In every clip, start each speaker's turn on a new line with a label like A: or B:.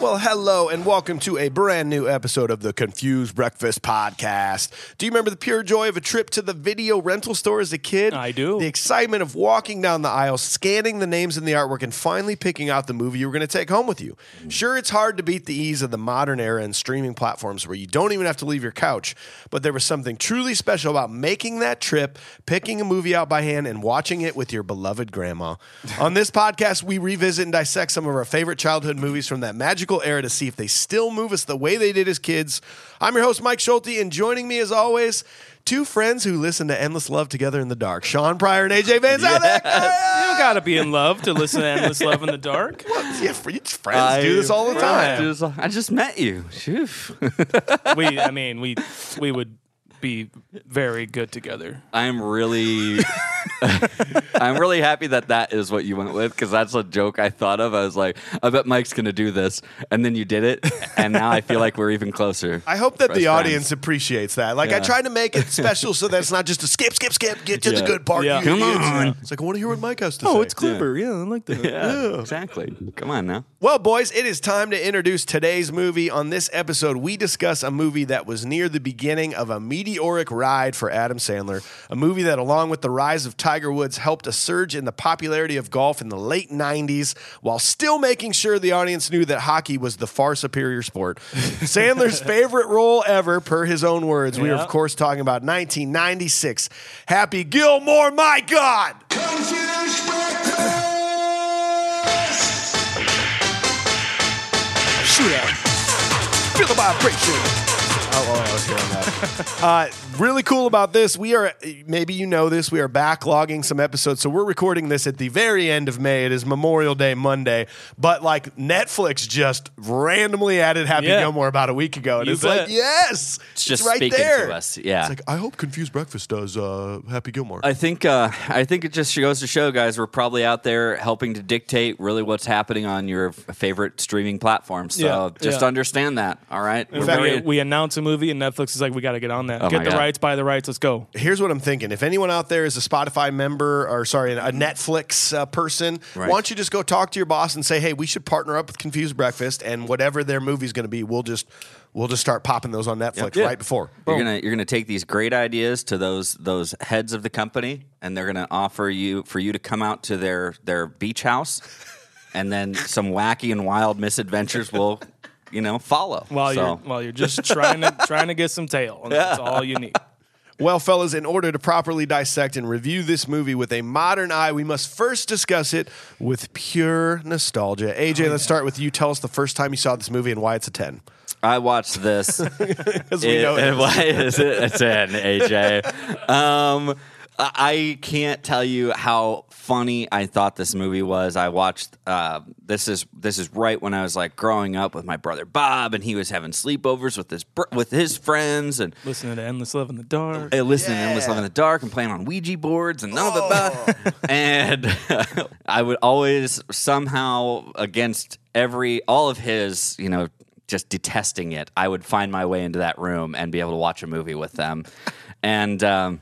A: Well, hello and welcome to a brand new episode of the Confused Breakfast Podcast. Do you remember the pure joy of a trip to the video rental store as a kid?
B: I do.
A: The excitement of walking down the aisle, scanning the names and the artwork, and finally picking out the movie you were going to take home with you. Sure, it's hard to beat the ease of the modern era and streaming platforms where you don't even have to leave your couch, but there was something truly special about making that trip, picking a movie out by hand, and watching it with your beloved grandma. On this podcast, we revisit and dissect some of our favorite childhood movies from that magical era to see if they still move us the way they did as kids. I'm your host, Mike Schulte, and joining me as always, two friends who listen to Endless Love Together in the Dark, Sean Pryor and AJ Van Zandt.
B: You don't gotta be in love to listen to Endless Love in the Dark.
A: Yeah, fr- friends do this all the time.
C: do this all- I just met you. Phew.
B: We, I mean, we we would be very good together.
C: I'm really, I'm really happy that that is what you went with because that's a joke I thought of. I was like, I bet Mike's gonna do this, and then you did it, and now I feel like we're even closer.
A: I hope that
C: Best
A: the
C: friends.
A: audience appreciates that. Like I
C: Yeah.
A: tried to make it special so that it's not just a skip, skip, skip, get to the
C: Yeah. Oh,
A: good part.
B: Yeah.
A: you
B: Come
A: idiots. It's like I want to hear what Mike has to say.
B: Clipper. Yeah, I like that.
C: Yeah, exactly. Come on now.
A: Well, boys, it is time to introduce today's movie. On this episode, we discuss a movie that was near the beginning of a meteoric ride for Adam Sandler, a movie that, along with the rise of Tiger Woods, helped a surge in the popularity of golf in the late 90s while still making sure the audience knew that hockey was the far superior sport. Sandler's favorite role ever, per his own words. We are, of
B: Yeah.
A: course, talking about 1996. Happy Gilmore, my God!
D: Confused Breakfast!
A: Shoot out. Feel the vibration. Oh, oh, I was hearing that. uh, really cool about this. We are, maybe you know this, we are backlogging some episodes. So we're recording this at the very end of May. It is Memorial Day Monday. But like Netflix just randomly added Happy
B: Yeah.
A: Gilmore about a week ago. And
B: You
A: it's like,
B: bet.
A: yes. It's
C: just
A: right
C: speaking to
A: there.
C: us, yeah.
A: It's like, I hope Confused Breakfast does uh, Happy Gilmore.
C: I think uh, I think it just goes to show, guys. We're probably out there helping to dictate really what's happening on your f- favorite streaming platform. So
B: Yeah,
C: just
B: yeah.
C: understand that. All right. We're
A: fact,
B: We,
C: very-
B: we announce a movie and Netflix is like, we got to get on that.
C: Oh
B: get
C: my
B: the
C: God.
B: rights, buy the rights. Let's go.
A: Here's what I'm thinking. If anyone out there is a Spotify member or sorry, a Netflix uh, person,
C: Right.
A: why don't you just go talk to your boss and say, "Hey, we should partner up with Confused Breakfast and whatever their movie's going to be, we'll just we'll just start popping those on Netflix right before."
C: You're gonna you're gonna take these great ideas to those those heads of the company, and they're gonna offer you for you to come out to their their beach house, and then some wacky and wild misadventures will, you know, follow.
B: While
C: So,
B: you're while you're just trying to trying to get some tail, and that's all you need.
A: Well, fellas, in order to properly dissect and review this movie with a modern eye, we must first discuss it with pure nostalgia. AJ, let's start with you. Tell us the first time you saw this movie and why it's a 10.
C: I watched this.
A: Cuz we know
C: It-
A: it.
C: it- why is it a 10, AJ? Um, I I can't tell you how funny I thought this movie was. I watched uh, this is this is right when I was like growing up with my brother Bob, and he was having sleepovers with his br- with his friends, and
B: Listening to Endless Love in the Dark.
C: uh, listening to Endless Love in the Dark and playing on Ouija boards and all the that. And I would always somehow against every all of his, you know, just detesting it. I would find my way into that room and be able to watch a movie with them. And um,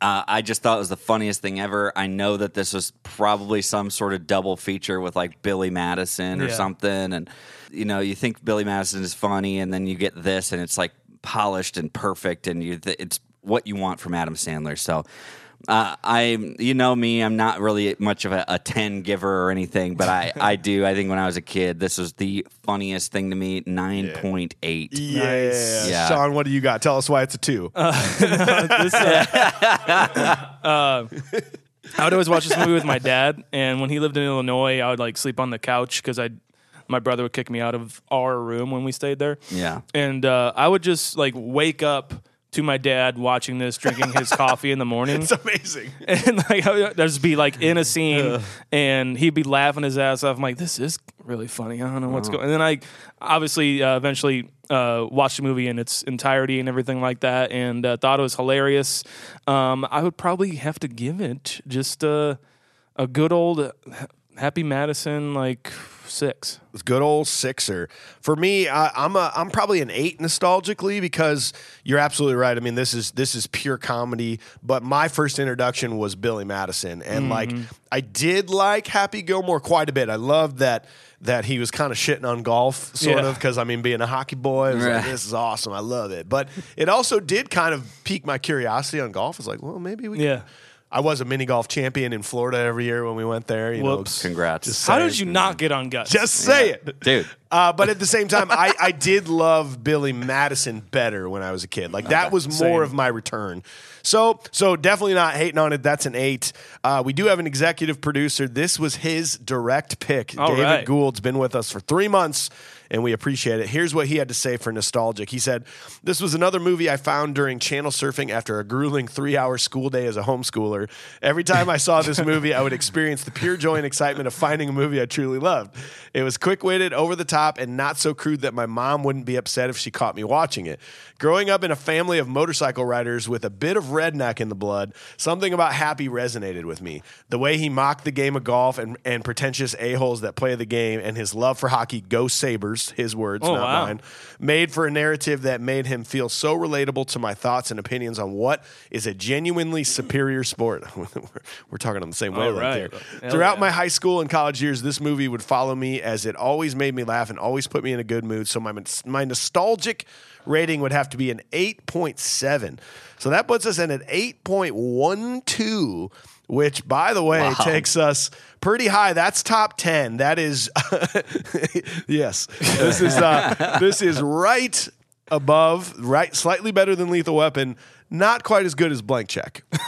C: Uh, I just thought it was the funniest thing ever. I know that this was probably some sort of double feature with like Billy Madison or
B: Yeah.
C: something. And, you know, you think Billy Madison is funny and then you get this and it's like polished and perfect and you th- it's what you want from Adam Sandler. So. Uh, I, you know me, I'm not really much of a, a 10 giver or anything, but I, I do. I think when I was a kid, this was the funniest thing to me 9.8.
A: Yeah.
C: Yeah.
A: Sean, what do you got? Tell us why it's a two.
B: this, uh, uh, I would always watch this movie with my dad, and when he lived in Illinois, I would like sleep on the couch because I, my brother would kick me out of our room when we stayed there.
C: Yeah.
B: and uh, I would just like wake up to my dad watching this, drinking his coffee in the morning.
A: it's amazing.
B: and like I would just be like in a scene, and he'd be laughing his ass off. I'm like, this is really funny. I don't know what's going. And then I obviously uh, eventually uh, watched the movie in its entirety and everything like that, and uh, thought it was hilarious. Um, I would probably have to give it just uh, a good old uh, Happy Madison like six.
A: With good old sixer. For me, I, I'm a I'm probably an eight nostalgically because you're absolutely right. I mean, this is this is pure comedy. But my first introduction was Billy Madison,
B: Mm-hmm.
A: and like I did like Happy Gilmore quite a bit. I loved that that he was kind of shitting on golf, sort
B: Yeah.
A: of, because I mean, being a hockey boy, I was like,
C: Right.
A: this is awesome. I love it. But it also did kind of pique my curiosity on golf. I was like, well, maybe we.
B: Yeah.
A: Can. I was a mini golf champion in Florida every year when we went there. You
B: Whoops.
A: know,
C: Congrats.
A: Just
B: How
A: saying.
B: did you not get on guts?
A: Just say it.
C: Dude.
A: Uh, but at the same time, I, I did love Billy Madison better when I was a kid. Like that was more
B: same.
A: of my return. So so definitely not hating on it. That's an eight. Uh, we do have an executive producer. This was his direct pick.
B: All
A: David
B: right.
A: Gould's been with us for three months, and we appreciate it. Here's what he had to say for nostalgic. He said, "This was another movie I found during channel surfing after a grueling three-hour school day as a homeschooler. Every time I saw this movie, I would experience the pure joy and excitement of finding a movie I truly loved. It was quick-witted, over the top, and not so crude that my mom wouldn't be upset if she caught me watching it. Growing up in a family of motorcycle riders with a bit of redneck in the blood, something about Happy resonated with me. The way he mocked the game of golf and, and pretentious a-holes that play the game and his love for hockey, go Sabres, his words,
B: Oh,
A: not
B: wow.
A: mine, made for a narrative that made him feel so relatable to my thoughts and opinions on what is a genuinely superior sport. we're, we're talking on the same way
B: All
A: right there.
B: right. Hell
A: Throughout
B: yeah.
A: my high school and college years, this movie would follow me as it always made me laugh and always put me in a good mood. So my my nostalgic rating would have to be an 8.7. So that puts us in an 8.12, which by the way takes us pretty high. That's top 10. That is yes. This is uh, this is right above, right slightly better than Lethal Weapon. Not quite as good as Blank Check. Which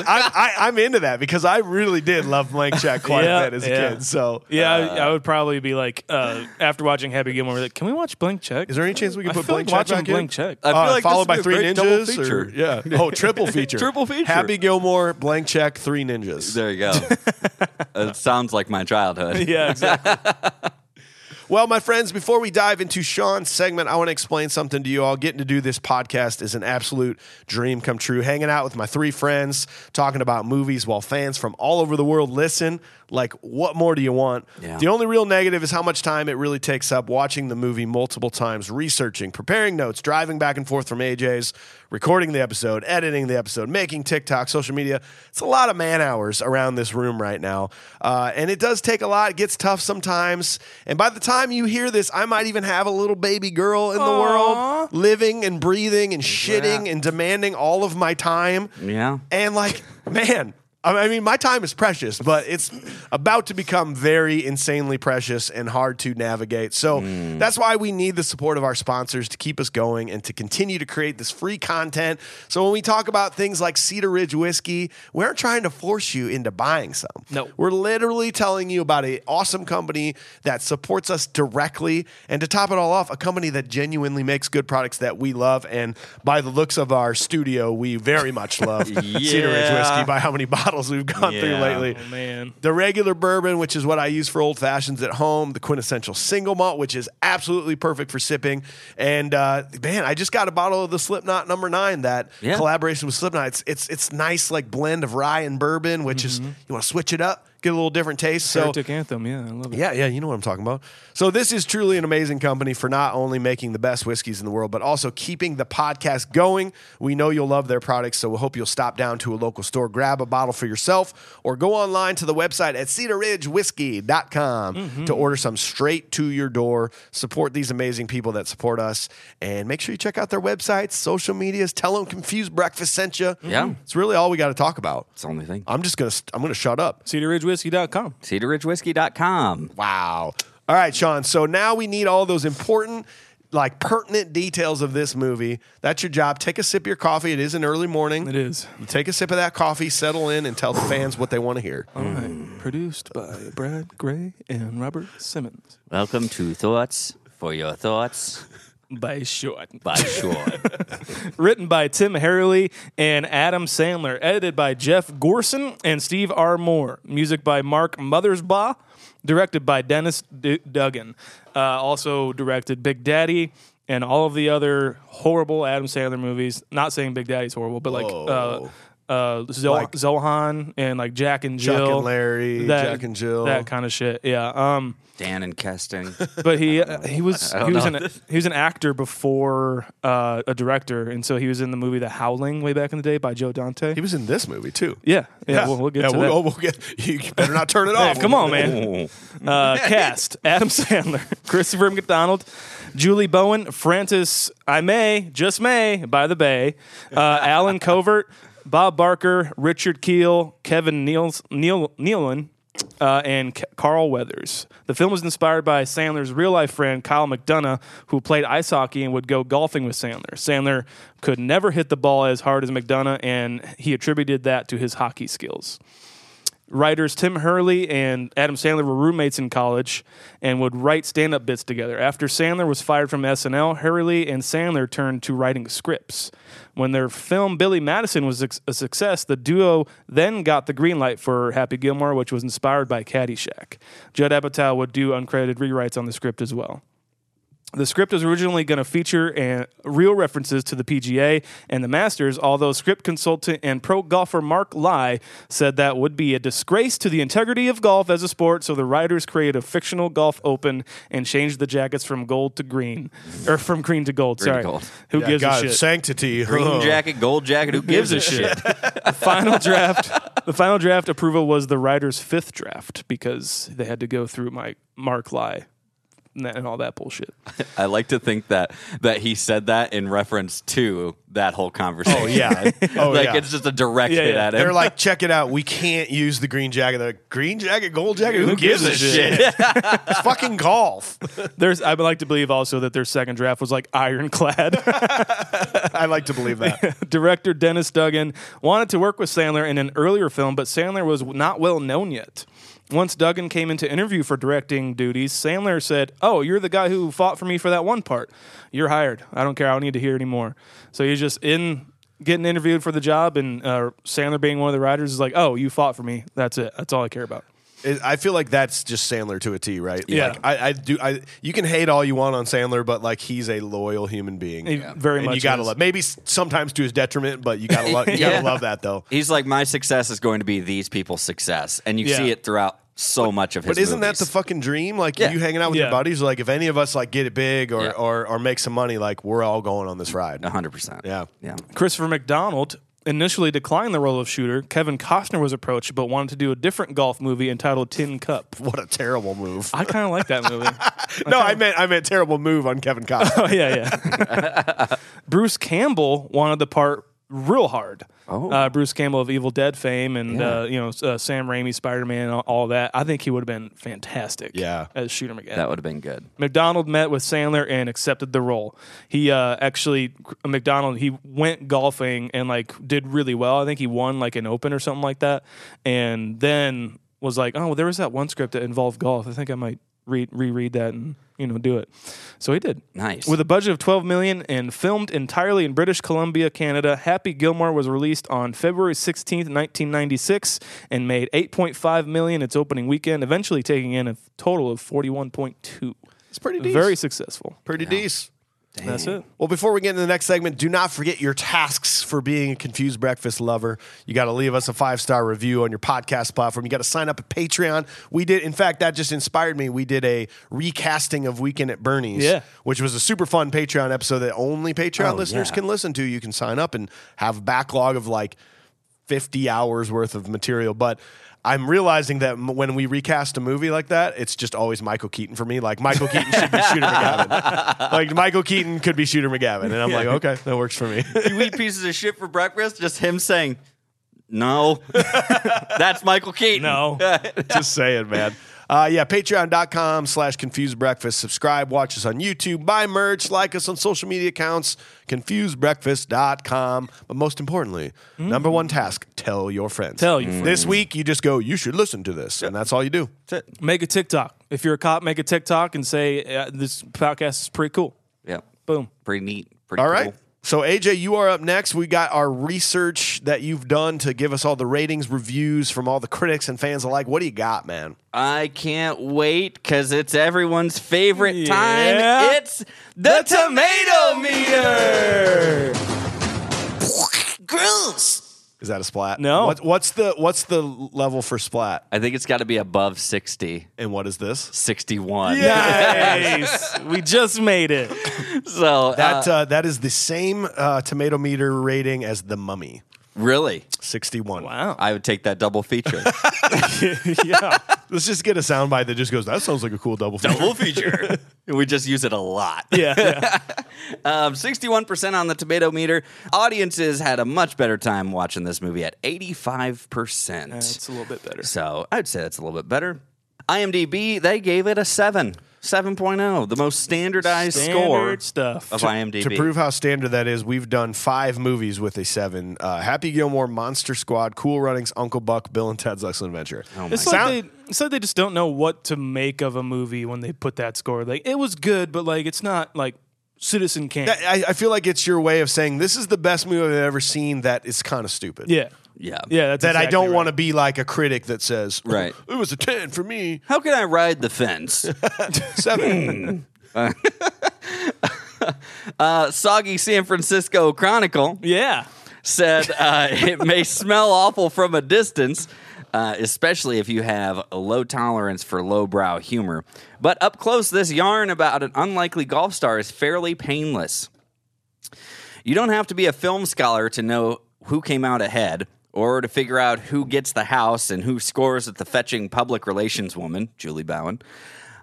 A: I, I, I'm into that because I really did love Blank Check quite
B: Yeah,
A: a bit as a
B: yeah.
A: kid. So,
B: Yeah, I,
A: Uh,
B: I would probably be like uh, after watching Happy Gilmore, like, can we watch Blank Check?
A: is there any chance we can
B: I
A: put
B: feel
A: Blank
B: like
A: Check
B: watching
A: back in?
B: Blank Check.
C: I feel
A: Uh,
C: like this
A: followed
C: would
A: by
C: be a
A: Three
C: great double
A: Ninjas,
C: feature.
A: or yeah, oh, triple feature,
C: Triple feature.
A: Happy Gilmore, Blank Check, Three Ninjas.
C: There you go. it sounds like my childhood.
B: yeah, exactly.
A: Well, my friends, before we dive into Sean's segment, I want to explain something to you all. Getting to do this podcast is an absolute dream come true. Hanging out with my three friends, talking about movies while fans from all over the world listen. Like, what more do you want?
C: Yeah.
A: The only real negative is how much time it really takes up watching the movie multiple times, researching, preparing notes, driving back and forth from AJ's, recording the episode, editing the episode, making TikTok, social media. It's a lot of man hours around this room right now. Uh, and it does take a lot. It gets tough sometimes. And by the time you hear this, I might even have a little baby girl in the world living and breathing and shitting and demanding all of my time.
C: Yeah.
A: And like, man, I mean, my time is precious, but it's about to become very insanely precious and hard to navigate. So that's why we need the support of our sponsors to keep us going and to continue to create this free content. So when we talk about things like Cedar Ridge whiskey, we aren't trying to force you into buying some.
B: No.
A: We're literally telling you about an awesome company that supports us directly. And to top it all off, a company that genuinely makes good products that we love. And by the looks of our studio, we very much love Cedar Ridge
C: Yeah.
A: whiskey by how many bottles we've gone through
C: Yeah.
A: lately.
B: Oh, man.
A: The regular bourbon, which is what I use for old fashions at home, the quintessential single malt, which is absolutely perfect for sipping. And uh, man, I just got a bottle of the Slipknot number nine, that
C: Yeah. Mm-hmm.
A: collaboration with Slipknot. It's, it's it's nice like blend of rye and bourbon, which is you want to switch it up. get a little different taste. So
B: Heretic Anthem, yeah, I love it.
A: yeah, yeah, you know what I'm talking about. So this is truly an amazing company for not only making the best whiskeys in the world, but also keeping the podcast going. We know you'll love their products, so we hope you'll stop down to a local store, grab a bottle for yourself, or go online to the website at cedarridgewhiskey.com
C: Mm-hmm.
A: to order some straight to your door. Support these amazing people that support us, and make sure you check out their websites, social medias. Tell them Confused Breakfast sent you.
C: Yeah.
A: it's really all we got to talk about.
C: It's the only thing.
A: I'm just gonna st- I'm gonna shut up.
B: CedarRidgeWhiskey.com.
C: CedarRidgeWhiskey.com.
A: Wow. All right, Sean. So now we need all those important, like pertinent details of this movie. That's your job. Take a sip of your coffee. It is an early morning.
B: It is.
A: You take a sip of that coffee, settle in, and tell the fans what they want to hear.
B: All right. Produced by Brad Gray and Robert Simmons.
C: Welcome to Thoughts for Your Thoughts
B: By short.
C: by Shore.
B: Written by Tim Harley and Adam Sandler. Edited by Jeff Gorson and Steve R. Moore. Music by Mark Mothersbaugh. Directed by Dennis D- Duggan. Uh, also directed Big Daddy and all of the other horrible Adam Sandler movies. Not saying Big Daddy's horrible, but like. Uh, uh, Zo- Zohan and like Jack and Jill,
A: and Larry, Jack and Jill.
B: that kind of shit. Yeah. Um,
C: Dan and Keston.
B: but he uh, he was he was an he was an actor before uh, a director, and so he was in the movie The Howling way back in the day by Joe Dante.
A: He was in this movie too.
B: yeah, yeah, We'll, we'll get
A: Yeah,
B: to
A: we'll,
B: that.
A: oh, we'll get, you better not turn it
B: Yeah,
A: off.
B: come on, man.
C: Ooh.
B: Uh, cast: Adam Sandler, Christopher McDonald, Julie Bowen, Francis I May, just May by the Bay, uh, Alan Covert, Bob Barker, Richard Keel, Kevin Neals, Neal Nealon. Uh, and K- Carl Weathers. The film was inspired by Sandler's real life friend Kyle McDonough, who played ice hockey and would go golfing with Sandler. Sandler could never hit the ball as hard as McDonough, and he attributed that to his hockey skills writers Tim Hurley and Adam Sandler were roommates in college and would write stand up bits together. After Sandler was fired from SNL, Hurley and Sandler turned to writing scripts. When their film Billy Madison was a success, the duo then got the green light for Happy Gilmore, which was inspired by Caddyshack. Judd Apatow would do uncredited rewrites on the script as well. The script was originally going to feature uh, real references to the PGA and the Masters, although script consultant and pro golfer Mark Lai said that would be a disgrace to the integrity of golf as a sport. So the writers created a fictional golf open and changed the jackets from gold to green, or from green to gold.
C: to
B: sorry,
C: gold.
B: who
A: Yeah,
B: gives
A: God,
B: a shit?
A: Sanctity.
C: Green
A: huh.
C: jacket, gold jacket. Who gives a shit?
B: the final draft, the final draft approval was the writer's fifth draft because they had to go through my Mark Lai and that- and all that bullshit.
C: I like to think that that he said that in reference to that whole conversation.
A: Oh, yeah. Oh,
C: like
A: yeah.
C: it's just a direct
B: Yeah,
C: hit
B: yeah.
C: at him.
A: They're like, check it out. We can't use the green jacket. They're like, green jacket, gold jacket. Who, gives, a shit? it's fucking golf.
B: There's, I would like to believe also that their second draft was like ironclad.
A: I like to believe that.
B: Director Dennis Duggan wanted to work with Sandler in an earlier film, but Sandler was not well known yet. Once Duggan came into interview for directing duties, Sandler said, "Oh, you're the guy who fought for me for that one part. You're hired. I don't care. I don't need to hear anymore." So he's just in getting interviewed for the job, and uh, Sandler, being one of the writers, is like, "Oh, you fought for me. That's it. That's all I care about."
A: It- I feel like that's just Sandler to a T, right?
B: Yeah.
A: Like, I, I do. I you can hate all you want on Sandler, but like he's a loyal human being.
B: He very
A: and
B: much
A: You gotta
B: is.
A: love. Maybe s- sometimes to his detriment, but you gotta love. You
C: Yeah.
A: gotta love that though.
C: He's like, my success is going to be these people's success, and you
B: Yeah.
C: see it throughout so much of his.
A: But isn't
C: movies.
A: that the fucking dream? Like
C: Yeah.
A: you hanging out with
B: Yeah.
A: your buddies. Like if any of us like get it big or
C: Yeah. Uh-huh.
A: or, or make some money, like we're all going on this ride.
C: hundred percent?
A: Yeah.
C: yeah.
B: Christopher McDonald initially declined the role of shooter. Kevin Costner was approached, but wanted to do a different golf movie entitled Tin Cup.
A: What a terrible move.
B: I kind of like that movie.
A: no, I meant I meant terrible move on Kevin Costner.
B: oh yeah, yeah. Bruce Campbell wanted the part real hard. Oh. Uh, Bruce Campbell of Evil Dead fame, and uh, you know uh, Sam Raimi, Spider Man, all, all that. I think he would have been fantastic.
A: Yeah.
B: as Shooter McGavin.
C: That would have been good.
B: McDonald met with Sandler and accepted the role. He uh, actually McDonald he went golfing and like did really well. I think he won like an open or something like that. And then was like, oh, well, there was that one script that involved golf. I think I might read reread that and you know do it. So he did.
C: Nice.
B: With a budget of 12 million and filmed entirely in British Columbia, Canada, Happy Gilmore was released on February 16th, 1996 and made 8.5 million its opening weekend, eventually taking in a total of 41.2.
A: It's pretty
B: Very successful.
A: Pretty decent.
B: That's it.
A: Well, before we get into the next segment, do not forget your tasks for being a confused breakfast lover. You got to leave us a five star review on your podcast platform. You got to sign up at Patreon. We did, in fact, that just inspired me. We did a recasting of Weekend at Bernie's,
B: Yeah.
A: which was a super fun Patreon episode that only Patreon
C: Oh,
A: listeners
C: yeah.
A: can listen to. You can sign up and have a backlog of like 50 hours worth of material. But I'm realizing that m- when we recast a movie like that, it's just always Michael Keaton for me. Like Michael Keaton should be Shooter McGavin. Like Michael Keaton could be Shooter McGavin, and I'm like, okay, that works for me.
C: You eat pieces of shit for breakfast? Just him saying, no. That's Michael Keaton.
B: No.
A: just saying, man. Uh, yeah, patreon.com slash confused breakfast. Subscribe, watch us on YouTube, buy merch, like us on social media accounts, confusedbreakfast.com. But most importantly, number one task tell your friends.
B: Tell your Mm.
A: This week, you just go, you should listen to this. And that's all you do.
B: Make a TikTok. If you're a cop, make a TikTok and say uh, this podcast is pretty cool.
C: Yep.
B: Boom.
C: Pretty neat. Pretty
A: All
C: cool.
A: right. So AJ, you are up next. We got our research that you've done to give us all the ratings, reviews from all the critics and fans alike. What do you got, man?
C: I can't wait because it's everyone's favorite
B: Yeah.
C: time. It's the tomato meter. Gross.
A: Is that a splat?
B: No.
A: What, what's the what's the level for splat?
C: I think it's got to be above 60,
A: And what is this?
C: 61.
B: Nice. we just made it.
C: So uh,
A: That uh, that is the same uh, tomato meter rating as the Mummy,
C: really,
A: sixty-one.
B: Wow.
C: I would take that double feature.
B: yeah.
A: Let's just get a soundbite that just goes. That sounds like a cool double feature.
C: double feature. we just use it a lot.
B: Yeah. yeah.
C: Um, 61% on the tomato meter. Audiences had a much better time watching this movie at 85%.
B: It's a little bit better.
C: So I'd say that's a little bit better. IMDb, they gave it a 7. 7.0, oh, the most standardized
B: Standard
C: score
B: stuff.
C: of IMDb.
A: To prove how standard that is, we've done five movies with a seven: uh, Happy Gilmore, Monster Squad, Cool Runnings, Uncle Buck, Bill and Ted's Excellent Adventure.
C: Oh
B: It's like they it's like they just don't know what to make of a movie when they put that score. Like it was good, but like it's not like Citizen Kane.
A: I, I feel like it's your way of saying this is the best movie I've ever seen that is kind of stupid.
B: yeah,
C: yeah.
B: yeah. That's
A: That I
B: exactly
A: don't
B: right.
A: want to be like a critic that says,
C: Right.
A: it was a 10 for me,
C: How can I ride the fence?
A: seven.
C: Uh, Soggy San Francisco Chronicle
B: Yeah,
C: said uh, it may smell awful from a distance, uh, especially if you have a low tolerance for lowbrow humor. But up close, this yarn about an unlikely golf star is fairly painless. You don't have to be a film scholar to know who came out ahead or to figure out who gets the house and who scores at the fetching public relations woman, Julie Bowen,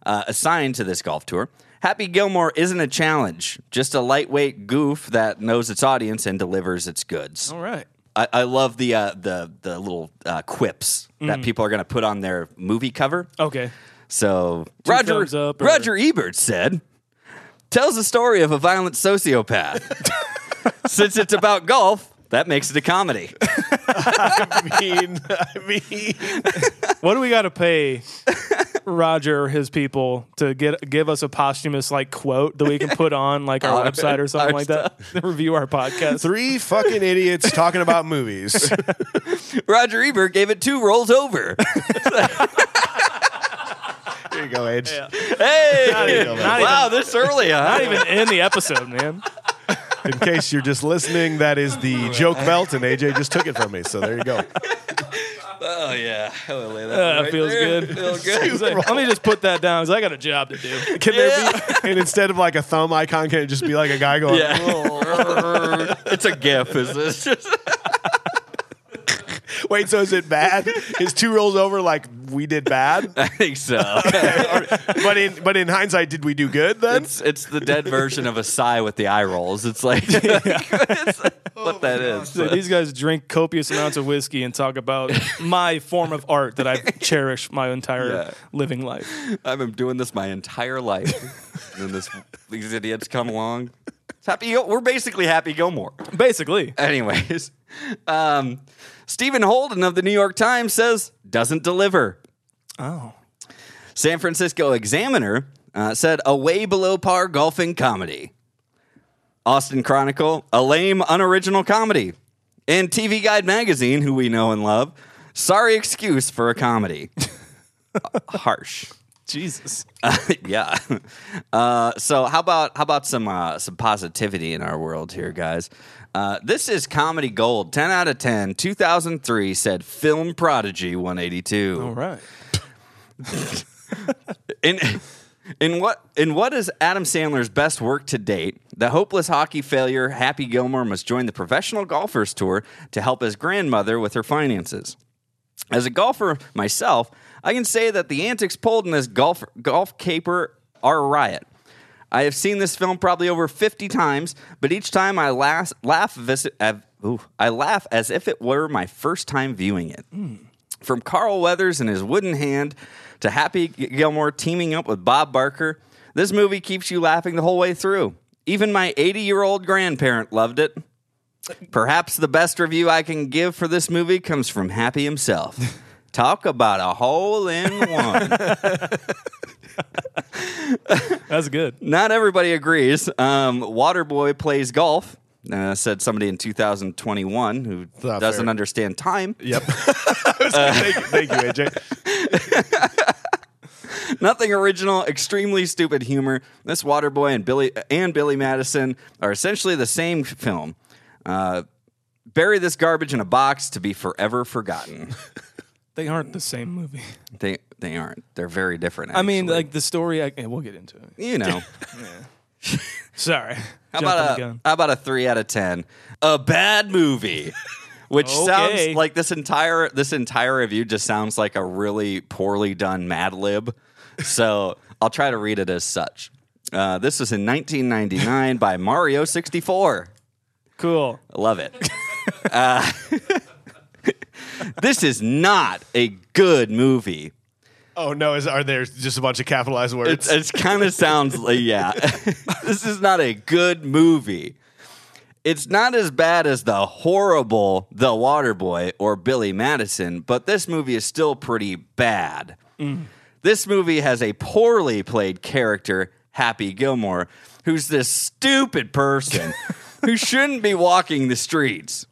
C: uh, assigned to this golf tour. Happy Gilmore isn't a challenge, just a lightweight goof that knows its audience and delivers its goods.
B: all right.
C: I, I love the, uh, the, the little uh, quips that people are going to put on their movie cover.
B: Okay,
C: So
B: thumbs
C: Roger
B: up or-
C: Roger Ebert said, tells the story of a violent sociopath. Since it's about golf, that makes it a comedy.
A: I mean, I mean,
B: what do we got to pay Roger or his people to get give us a posthumous like quote that we can put on like our, website or something
C: our
B: like that? Review our podcast.
A: three fucking idiots talking about movies.
C: Roger Ebert gave it two rolls over.
A: There you go, Age.
C: hey!
A: even- not
C: wow, this early, huh?
B: Not even in the episode, man.
A: In case you're just listening, that is the joke belt, and AJ just took it from me. So there you go.
C: oh, yeah. Oh, lay that
B: Uh,
C: right
B: feels
C: there.
B: good.
C: Feels good.
B: It's like, Let me just put that down because I got a job to do.
A: Can there be? And instead of like a thumb icon, can it just be like a guy going?
C: Yeah. it's a gif. Is this just
A: Wait, so is it bad? Is two rolls over like we did bad?
C: I think so.
A: But in but in hindsight, did we do good then?
C: It's it's the dead version of a sigh with the eye rolls. It's like it's what that is.
B: So these guys drink copious amounts of whiskey and talk about my form of art that I've cherished my entire
C: Yeah.
B: living life.
C: I've been doing this my entire life, and then this these idiots come along. It's happy, Gil- we're basically Happy Gilmore.
B: Basically.
C: Anyways, um, Stephen Holden of the New York Times says doesn't deliver.
B: Oh.
C: San Francisco Examiner uh, said a way below par golfing comedy. Austin Chronicle, a lame, unoriginal comedy. And TV Guide Magazine, who we know and love, sorry excuse for a comedy. Harsh.
B: Jesus.
C: yeah. Uh, so how about how about some uh, some positivity in our world here, guys? Uh, this is comedy gold. Ten out of ten. Two thousand three said film prodigy one eighty two.
B: All right.
C: In in what in what is Adam Sandler's best work to date? The hopeless hockey failure Happy Gilmore must join the professional golfers tour to help his grandmother with her finances. As a golfer myself, I can say that the antics pulled in this golf golf caper are a riot. I have seen this film probably over 50 times, but each time I laugh, laugh, vis- av- ooh, I laugh as if it were my first time viewing it. From Carl Weathers and his wooden hand to Happy G- Gilmore teaming up with Bob Barker, this movie keeps you laughing the whole way through. Even my 80 year old grandparent loved it. Perhaps the best review I can give for this movie comes from Happy himself. Talk about a hole in one.
B: That's good.
C: Not everybody agrees. Um, Waterboy plays golf. Uh, said somebody in 2021 who
A: Not
C: doesn't
A: fair.
C: understand time.
A: Yep.
C: Uh,
A: thank, you- thank you, AJ.
C: Nothing original, extremely stupid humor. This Waterboy and Billy and Billy Madison are essentially the same film. Uh, bury this garbage in a box to be forever forgotten.
B: They aren't the same movie.
C: they they aren't. They're very different.
B: I mean,
C: actually.
B: like the story. I, yeah, we'll get into it.
C: you know.
B: Sorry.
C: How about,
B: Jumping the
C: a,
B: gun.
C: how about a three out of ten? A bad movie, which
B: Okay.
C: sounds like this entire this entire review just sounds like a really poorly done Mad Lib. So I'll try to read it as such. Uh, this was in 1999 by Mario 64.
B: Cool.
C: Love it. Uh, this is not a good movie.
A: Oh no, is are there just a bunch of capitalized words?
C: It's, it's kind of sounds like yeah. this is not a good movie. It's not as bad as the horrible The Waterboy or Billy Madison, but this movie is still pretty bad. This movie has a poorly played character, Happy Gilmore, who's this stupid person who shouldn't be walking the streets.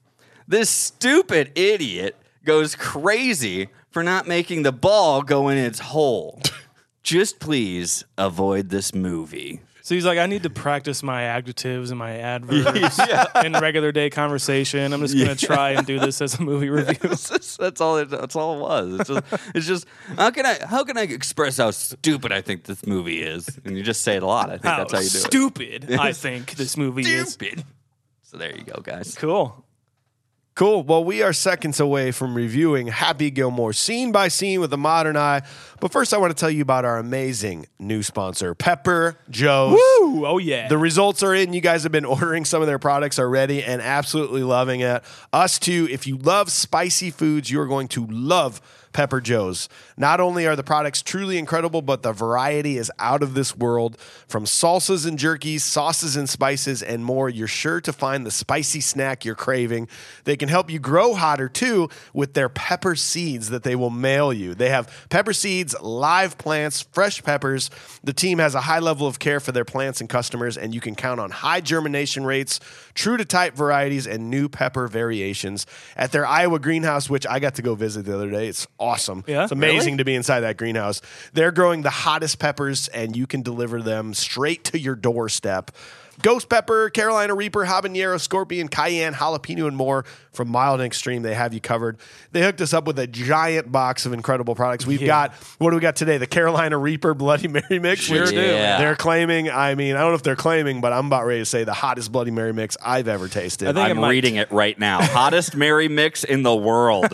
C: This stupid idiot goes crazy for not making the ball go in its hole. Just please avoid this movie.
B: So he's like, I need to practice my adjectives and my adverbs in regular day conversation. I'm just gonna try and do this as a movie review.
C: that's all. It, that's all it was. It's just, it's just how can I how can I express how stupid I think this movie is? And you just say it a lot. I think that's how you do
B: stupid I think this movie
C: it.
B: is.
C: Stupid. So there you go, guys.
B: Cool.
A: Cool. Well, we are seconds away from reviewing Happy Gilmore scene by scene with a modern eye. But first, I want to tell you about our amazing new sponsor, Pepper Joe's.
B: Ooh, oh yeah.
A: The results are in. You guys have been ordering some of their products already and absolutely loving it. Us too. If you love spicy foods, you're going to love Pepper Joe's. Not only are the products truly incredible, but the variety is out of this world. From salsas and jerkies, sauces and spices, and more, you're sure to find the spicy snack you're craving. They can help you grow hotter too with their pepper seeds that they will mail you. They have pepper seeds, live plants, fresh peppers. The team has a high level of care for their plants and customers, and you can count on high germination rates, true to type varieties, and new pepper variations. At their Iowa greenhouse, which I got to go visit the other day, it's awesome.
B: Yeah?
A: It's amazing to be inside that greenhouse. They're growing the hottest peppers, and you can deliver them straight to your doorstep. Ghost pepper, Carolina Reaper, habanero, scorpion, cayenne, jalapeno, and more from mild and extreme. They have you covered. They hooked us up with a giant box of incredible products. We've got what do we got today? The Carolina Reaper Bloody Mary mix.
B: Sure
A: which
B: do.
C: Yeah.
A: They're claiming. I mean, I don't know if they're claiming, but I'm about ready to say the hottest Bloody Mary mix I've ever tasted.
B: I think it
C: I'm
B: might-
C: reading it right now. Hottest Mary mix in the world.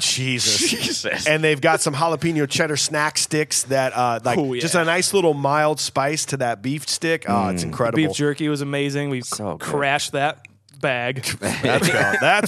A: Jesus.
C: Jesus.
A: and they've got some jalapeno cheddar snack sticks that uh, like
B: Oh, yeah. Mm.
A: just a nice little mild spice to that beef stick. Oh, it's incredible.
B: Beef jerky was amazing. We
C: So good.
B: crashed that bag.
A: That's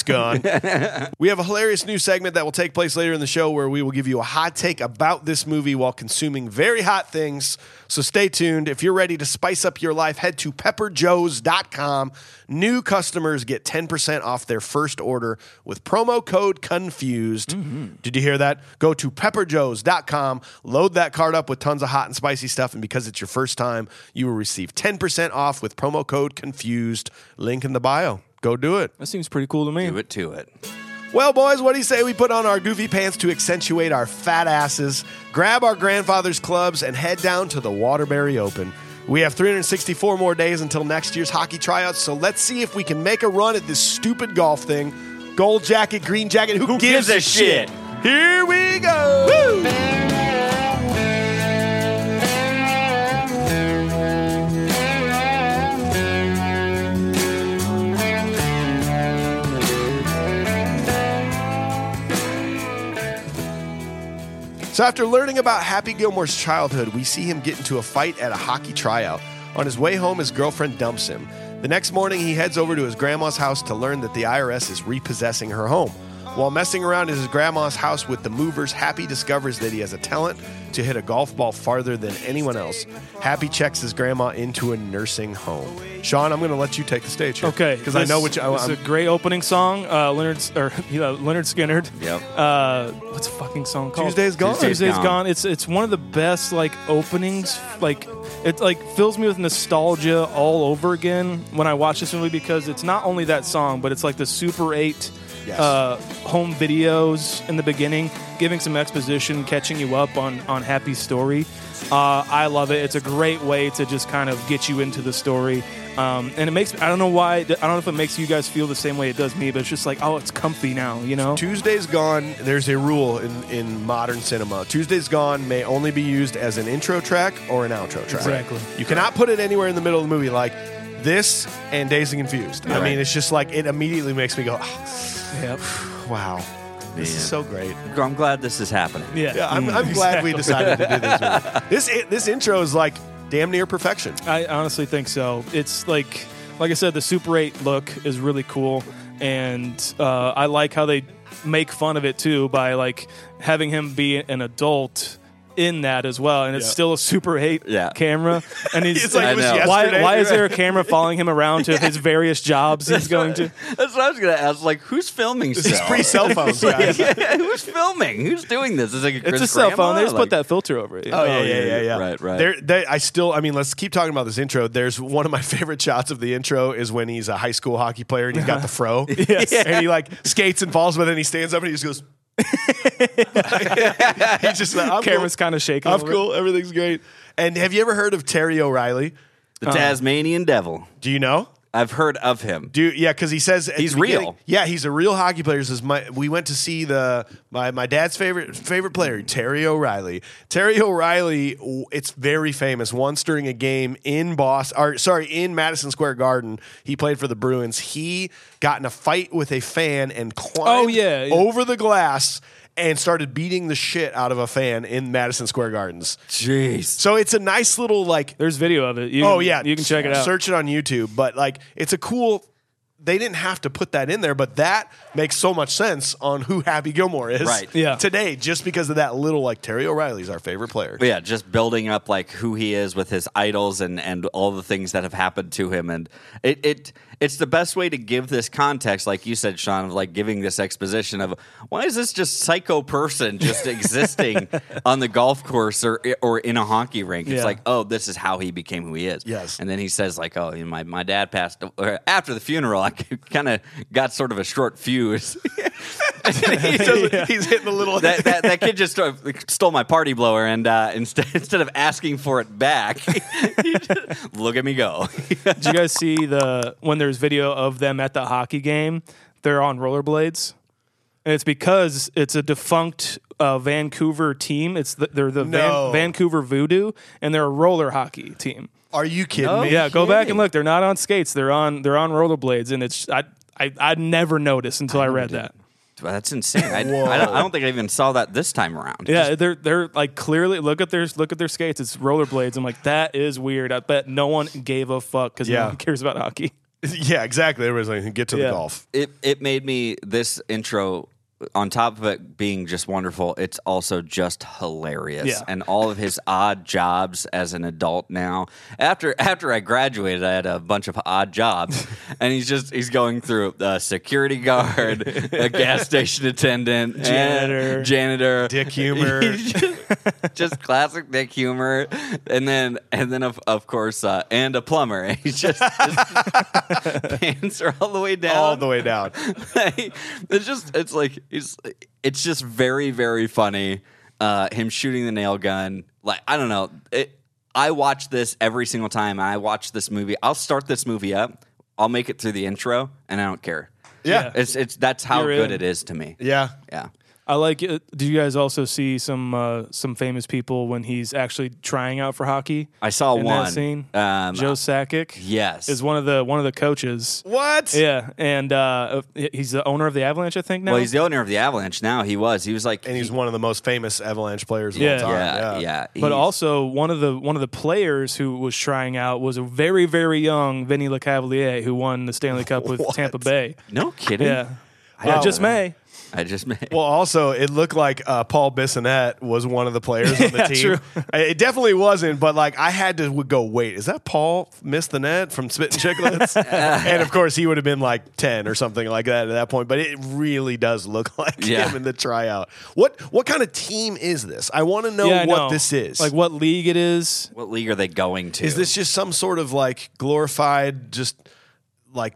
A: gone. That's gone. we have a hilarious new segment that will take place later in the show where we will give you a hot take about this movie while consuming very hot things. So stay tuned. If you're ready to spice up your life, head to pepperjoes.com. New customers get 10% off their first order with promo code CONFUSED. Did you hear that? Go to pepperjoes.com, load that card up with tons of hot and spicy stuff, and because it's your first time, you will receive 10% off with promo code CONFUSED. Link in the bio. Go do it.
B: That seems pretty cool to me.
C: Do it to it.
A: Well, boys, what do you say we put on our goofy pants to accentuate our fat asses, grab our grandfather's clubs, and head down to the Waterbury Open? We have 364 more days until next year's hockey tryouts, so let's see if we can make a run at this stupid golf thing. Gold jacket, green jacket, who, gives, a shit? Here we go! So after learning about Happy Gilmore's childhood, we see him get into a fight at a hockey tryout. On his way home, his girlfriend dumps him. The next morning, he heads over to his grandma's house to learn that the IRS is repossessing her home. While messing around at his grandma's house with the movers, Happy discovers that he has a talent to hit a golf ball farther than anyone else. Happy checks his grandma into a nursing home. Sean, I'm going to let you take the stage here.
B: Okay,
A: Because I
B: this
A: know which. I,
B: is
A: I'm,
B: a great opening song. Uh, Leonard or yeah, Leonard Skinner.
C: Yep.
B: Uh, what's the fucking song called?
A: Tuesday's Gone.
C: Tuesday's
B: Tuesday's
C: Gone.
B: gone. It's it's one of the best like openings. Like it like fills me with nostalgia all over again when I watch this movie because it's not only that song, but it's like the Super Eight.
A: Yes.
B: Uh, home videos in the beginning, giving some exposition, catching you up on on Happy Story. Uh, I love it. It's a great way to just kind of get you into the story, um, and it makes I don't know why I don't know if it makes you guys feel the same way it does me, but it's just like oh, it's comfy now, you know.
A: Tuesday's Gone, there's a rule in, in modern cinema. Tuesday's Gone may only be used as an intro track or an outro track.
B: Exactly.
A: You cannot put it anywhere in the middle of the movie like this and Dazed and Confused. I mean, it's just like it immediately makes me go, "Ah,
B: Yep.
A: wow, this
C: Man.
A: is so great.
C: I'm glad this is happening.
B: Yeah. Mm.
A: Yeah, I'm, I'm glad we decided to do this. Movie. This this intro is like damn near perfection.
B: I honestly think so. It's like, like I said, the Super 8 look is really cool, and uh, I like how they make fun of it too by like having him be an adult in that as well, and it's
A: Yeah.
B: still a Super 8
C: Yeah.
B: camera, and he's
A: It's like
C: it was I know.
B: why,
A: yesterday,
B: why is
A: right?
B: there a camera following him around to his various jobs he's going to?
C: That's what I was gonna ask. Like, who's filming?
A: It's
C: still?
A: pre cell phones, guys.
C: yeah, who's filming? Who's doing this? Is it like
B: It's
C: Chris
B: a cell phone.
C: Grandma?
B: They just
C: Like-
B: put that filter over it.
A: Oh yeah, yeah, yeah, yeah.
C: Right, right.
A: There, they, I still, I mean, let's keep talking about this intro. There's one of my favorite shots of the intro is when he's a high school hockey player and he's got the fro, yes. and he like skates and falls, but then he stands up and he just goes. he's just like, I'm
B: Camera's
A: cool.
B: kind of shaking. a
A: I'm
B: little bit.
A: cool. Everything's great. And have you ever heard of Terry O'Reilly?
B: uh,
C: The Tasmanian Devil.
A: Do you know?
C: I've heard of him.
A: Do yeah, because he says at
C: He's
A: the beginning-
C: real.
A: Yeah, he's a real hockey player. He Says my, we went to see the my my dad's favorite favorite player Terry O'Reilly. Terry O'Reilly, w- it's very famous. Once during a game in Boston, or sorry, in Madison Square Garden, he played for the Bruins. He got in a fight with a fan and climbed
B: Oh, yeah.
A: over the glass. And started beating the shit out of a fan in Madison Square Gardens.
C: Jeez.
A: So it's a nice little like
B: There's video of it. You
A: Oh
B: can-
A: yeah,
B: you can check it out.
A: Search it on YouTube. But like, it's a cool. They didn't have to put that in there, but that makes so much sense on who Happy Gilmore is.
C: Right.
B: Yeah.
A: Today, just because of that little, like Terry O'Reilly's our favorite player.
C: Yeah, just building up like who he is with his idols and and all the things that have happened to him, and it it it's the best way to give this context, like you said, Sean, of like giving this exposition of why is this just psycho person just existing on the golf course or or in a hockey rink? It's
B: Yeah.
C: like, oh, this is how he became who he is.
A: Yes.
C: and then he says like, oh, you know, my my dad passed or after the funeral. I kind of got sort of a short fuse.
A: He does- He's hitting the little.
C: that, that, that kid just stole, stole my party blower, and uh, instead instead of asking for it back, he just- look at me go.
B: Did you guys see the when there's video of them at the hockey game? They're on rollerblades, and it's because it's a defunct uh, Vancouver team. It's the, they're the Van-
A: No.
B: Vancouver Voodoo, and they're a roller hockey team.
A: Are you kidding me?
B: yeah, go back and look. They're not on skates. They're on they're on rollerblades, and it's I I I never noticed until I, read that.
C: Well, that's insane. I, I, don't, I don't think I even saw that this time around.
B: Yeah, they're they're like clearly look at their look at their skates. It's rollerblades. I'm like that is weird. I bet no one gave a fuck because
A: Yeah.
B: no one cares about hockey.
A: Yeah, exactly. Everybody's like, get to the
B: Yeah.
A: golf.
C: It it made me this intro on top of it being just wonderful, it's also just hilarious.
B: Yeah.
C: And all of his odd jobs as an adult now. After after I graduated, I had a bunch of odd jobs, and he's just he's going through a security guard, a gas station attendant, and-
B: Janitor.
C: janitor,
A: Dick humor.
C: He's just, just classic Dick humor, and then and then of of course uh, and a plumber. And he's just, just pants are all the way down,
A: all the way down.
C: it's just it's like it's it's just very very funny. Uh, him shooting the nail gun, like I don't know. It, I watch this every single time. I watch this movie. I'll start this movie up. I'll make it through the intro, and I don't care.
A: Yeah.
C: It's it's that's how
B: You're
C: good
B: in.
C: it is to me.
A: Yeah.
C: Yeah.
B: I like. it. Do you guys also see some uh, some famous people when he's actually trying out for hockey?
C: I saw
B: in
C: one.
B: that scene.
C: Um,
B: Joe Sakic,
C: yes.
B: is one of the one of the coaches.
A: What?
B: Yeah, and uh, he's the owner of the Avalanche, I think. Now,
C: Well, he's the owner of the Avalanche now. He was. He was like.
A: And he's one of the most famous Avalanche players of
B: Yeah.
A: all time.
C: yeah, yeah.
B: But
C: He's-
B: also one of the one of the players who was trying out was a very very young Vinny LeCavalier who won the Stanley Cup with
A: What?
B: Tampa Bay.
C: no kidding.
B: Yeah, yeah, just May.
C: I just made.
A: Well, also, it looked like uh, Paul Bissonnette was one of the players on the
B: Yeah,
A: team.
B: true.
A: It definitely wasn't, but like I had to w- go, wait, is that Paul missed the net from Spitting Chicklets? and of course, he would have been like 10 or something like that at that point, but it really does look like
C: Yeah.
A: him in the tryout. What what kind of team is this? I want to know
B: yeah, I
A: what
B: know.
A: this is.
B: Like what league it is?
C: what league are they going to?
A: Is this just some sort of like glorified, just like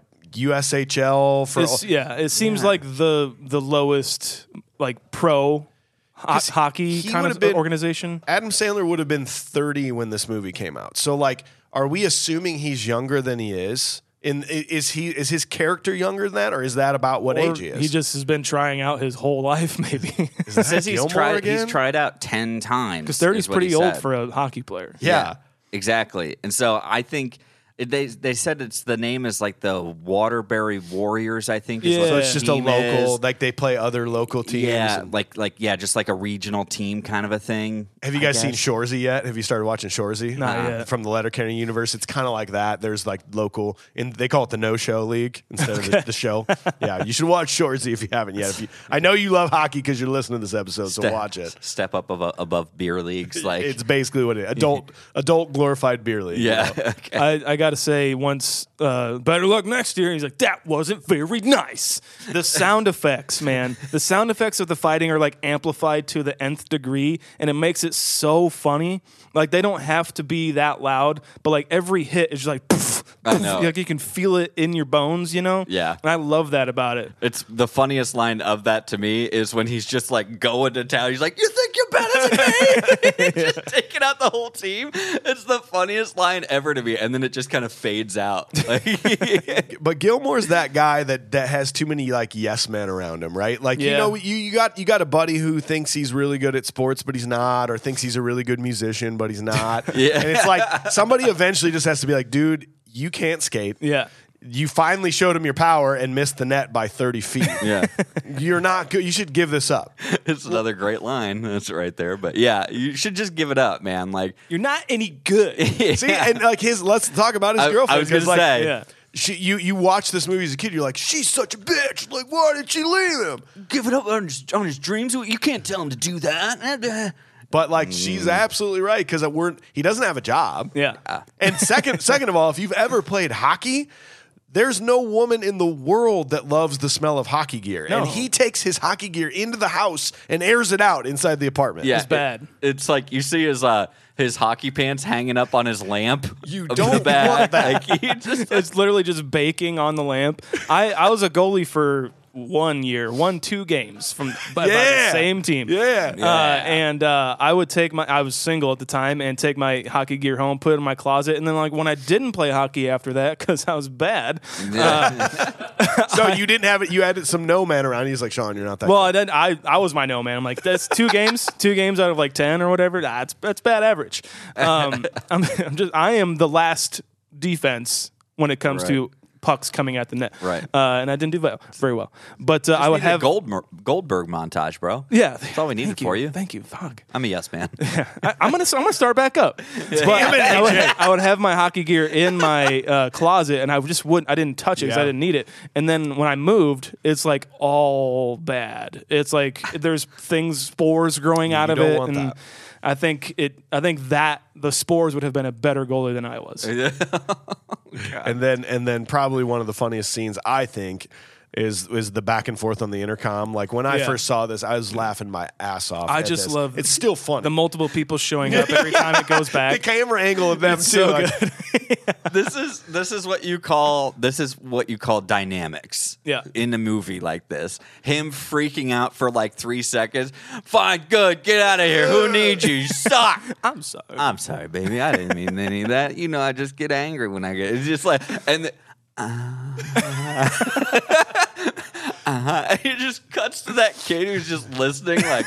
A: USHL for
B: It's- yeah, it seems like the the lowest like pro ho- hockey
A: he
B: kind
A: would've
B: of
A: been-
B: organization.
A: Adam Sandler would have been 30 when this movie came out. So like are we assuming he's younger than he is? In i- is he is his character younger than that or is that about what
B: Or
A: age he is?
B: he just has been trying out his whole life, maybe.
C: It says he's
A: Gilmore
C: tried.
A: again?
C: He's tried out ten times.
B: Because thirty
C: is
B: is
C: what he
B: pretty old
C: said.
B: for a hockey player.
A: yeah.
C: exactly. And so I think it- they they said it's the name is like the Waterbury Warriors. I think. Is what
B: Yeah.
C: the
A: So it's just a
C: team
A: local
C: is.
A: like they play other local teams.
C: Yeah,
A: and-
C: like like yeah, just like a regional team kind of a thing.
A: have you
C: I
A: guys seen
C: guess.
A: Shorzy yet? Have you started watching Shorzy?
B: Not yet.
A: From the Letterkenny universe, it's kind of like that. There's like local, and they call it the No Show League instead of the, the show. Yeah, you should watch Shorzy if you haven't yet. If you, I know you love hockey because you're listening to this episode, so
C: Step-
A: watch it.
C: Step up above, above beer leagues, like
A: it's basically what it adult adult glorified beer league.
C: yeah. okay.
B: I, I got to say, once uh, better luck next year. He's like, that wasn't very nice. The sound effects, man, the sound effects of the fighting are like amplified to the nth degree, and it makes it so funny. Like they don't have to be that loud, but like every hit is just like, poof,
C: I
B: poof.
C: know.
B: like you can feel it in your bones, you know?
C: Yeah.
B: and I love that about it.
C: It's the funniest line of that to me is when he's just like going to town. He's like, "You think you're better than me?" just taking out the whole team. It's the funniest line ever to me, and then it just kind of fades out. Like,
A: But Gilmore's that guy that that has too many like yes men around him, right? Like you
B: Yeah.
A: know you you got you got a buddy who thinks he's really good at sports but he's not or thinks he's a really good musician but he's not.
C: Yeah.
A: And it's like somebody eventually just has to be like, "Dude, you can't skate."
B: Yeah.
A: You finally showed him your power and missed the net by 30 feet.
C: yeah,
A: You're not good. You should give this up.
C: it's another great line. That's right there. But yeah, you should just give it up, man. Like,
B: You're not any good.
A: See, and like his, let's talk about his
C: I- I
A: girlfriend.
C: was gonna
A: 'cause, like,
C: say.
B: Yeah.
A: she, you you watch this movie as a kid. You're like, she's such a bitch. Like, why did she leave him?
C: give it up on his, on his dreams. You can't tell him to do that.
A: But like, she's
C: Mm.
A: absolutely right because we're he doesn't have a job.
B: Yeah.
A: And second, second of all, if you've ever played hockey, there's no woman in the world that loves the smell of hockey gear.
B: No.
A: And he takes his hockey gear into the house and airs it out inside the apartment.
C: Yeah,
B: It's bad.
C: it- it's like you see his uh his hockey pants hanging up on his lamp.
A: You
C: of
A: don't
C: the bag.
A: want that.
C: Like, you just-
B: it's literally just baking on the lamp. I, I was a goalie for one year, one two games from by, by
A: Yeah.
B: the same team.
A: Yeah.
B: Uh, and uh, I would take my I was single at the time and take my hockey gear home, put it in my closet, and then like when I didn't play hockey after that because I was bad.
A: So you didn't have it. You had some no man around. He's like, Sean, you're not that.
B: Well,
A: good."
B: I didn't. I, I was my no man. I'm like that's two games, two games out of like ten or whatever. That's that's bad average. Um, I'm, I'm just I am the last defense when it comes to pucks coming at the net.
C: Right.
B: Uh, and I didn't do ve- very well. But uh, I
C: We
B: would
C: need a
B: have
C: Goldmer- Goldberg montage, bro.
B: Yeah,
C: that's all we needed
B: thank
C: for you.
B: Thank you. Fuck.
C: I'm a yes man.
B: I, I'm gonna I'm gonna start back up. But I, would, I would have my hockey gear in my uh, closet, and I just wouldn't. I didn't touch it because
A: Yeah.
B: I didn't need it. And then when I moved, it's like all bad. It's like there's things spores growing out of
A: don't
B: it,
A: want
B: and
A: that.
B: I think it. I think that the spores would have been a better goalie than I was.
A: And then and then probably one of the funniest scenes I think is is the back and forth on the intercom. Like when I
B: Yeah.
A: first saw this, I was laughing my ass off.
B: I
A: at
B: just
A: this.
B: love
A: it's still funny.
B: The multiple people showing up every time it goes
A: the
B: back.
A: camera angle of them too.
B: so
A: like,
C: this is this is what you call this is what you call dynamics.
B: Yeah.
C: In a movie like this, him freaking out for like three seconds. Fine, good, get out of here. Who needs you? You suck.
B: I'm sorry.
C: I'm sorry, baby. I didn't mean any of that. You know, I just get angry when I get. It's just like and. The, uh, uh, it just cuts to that kid who's just listening, like,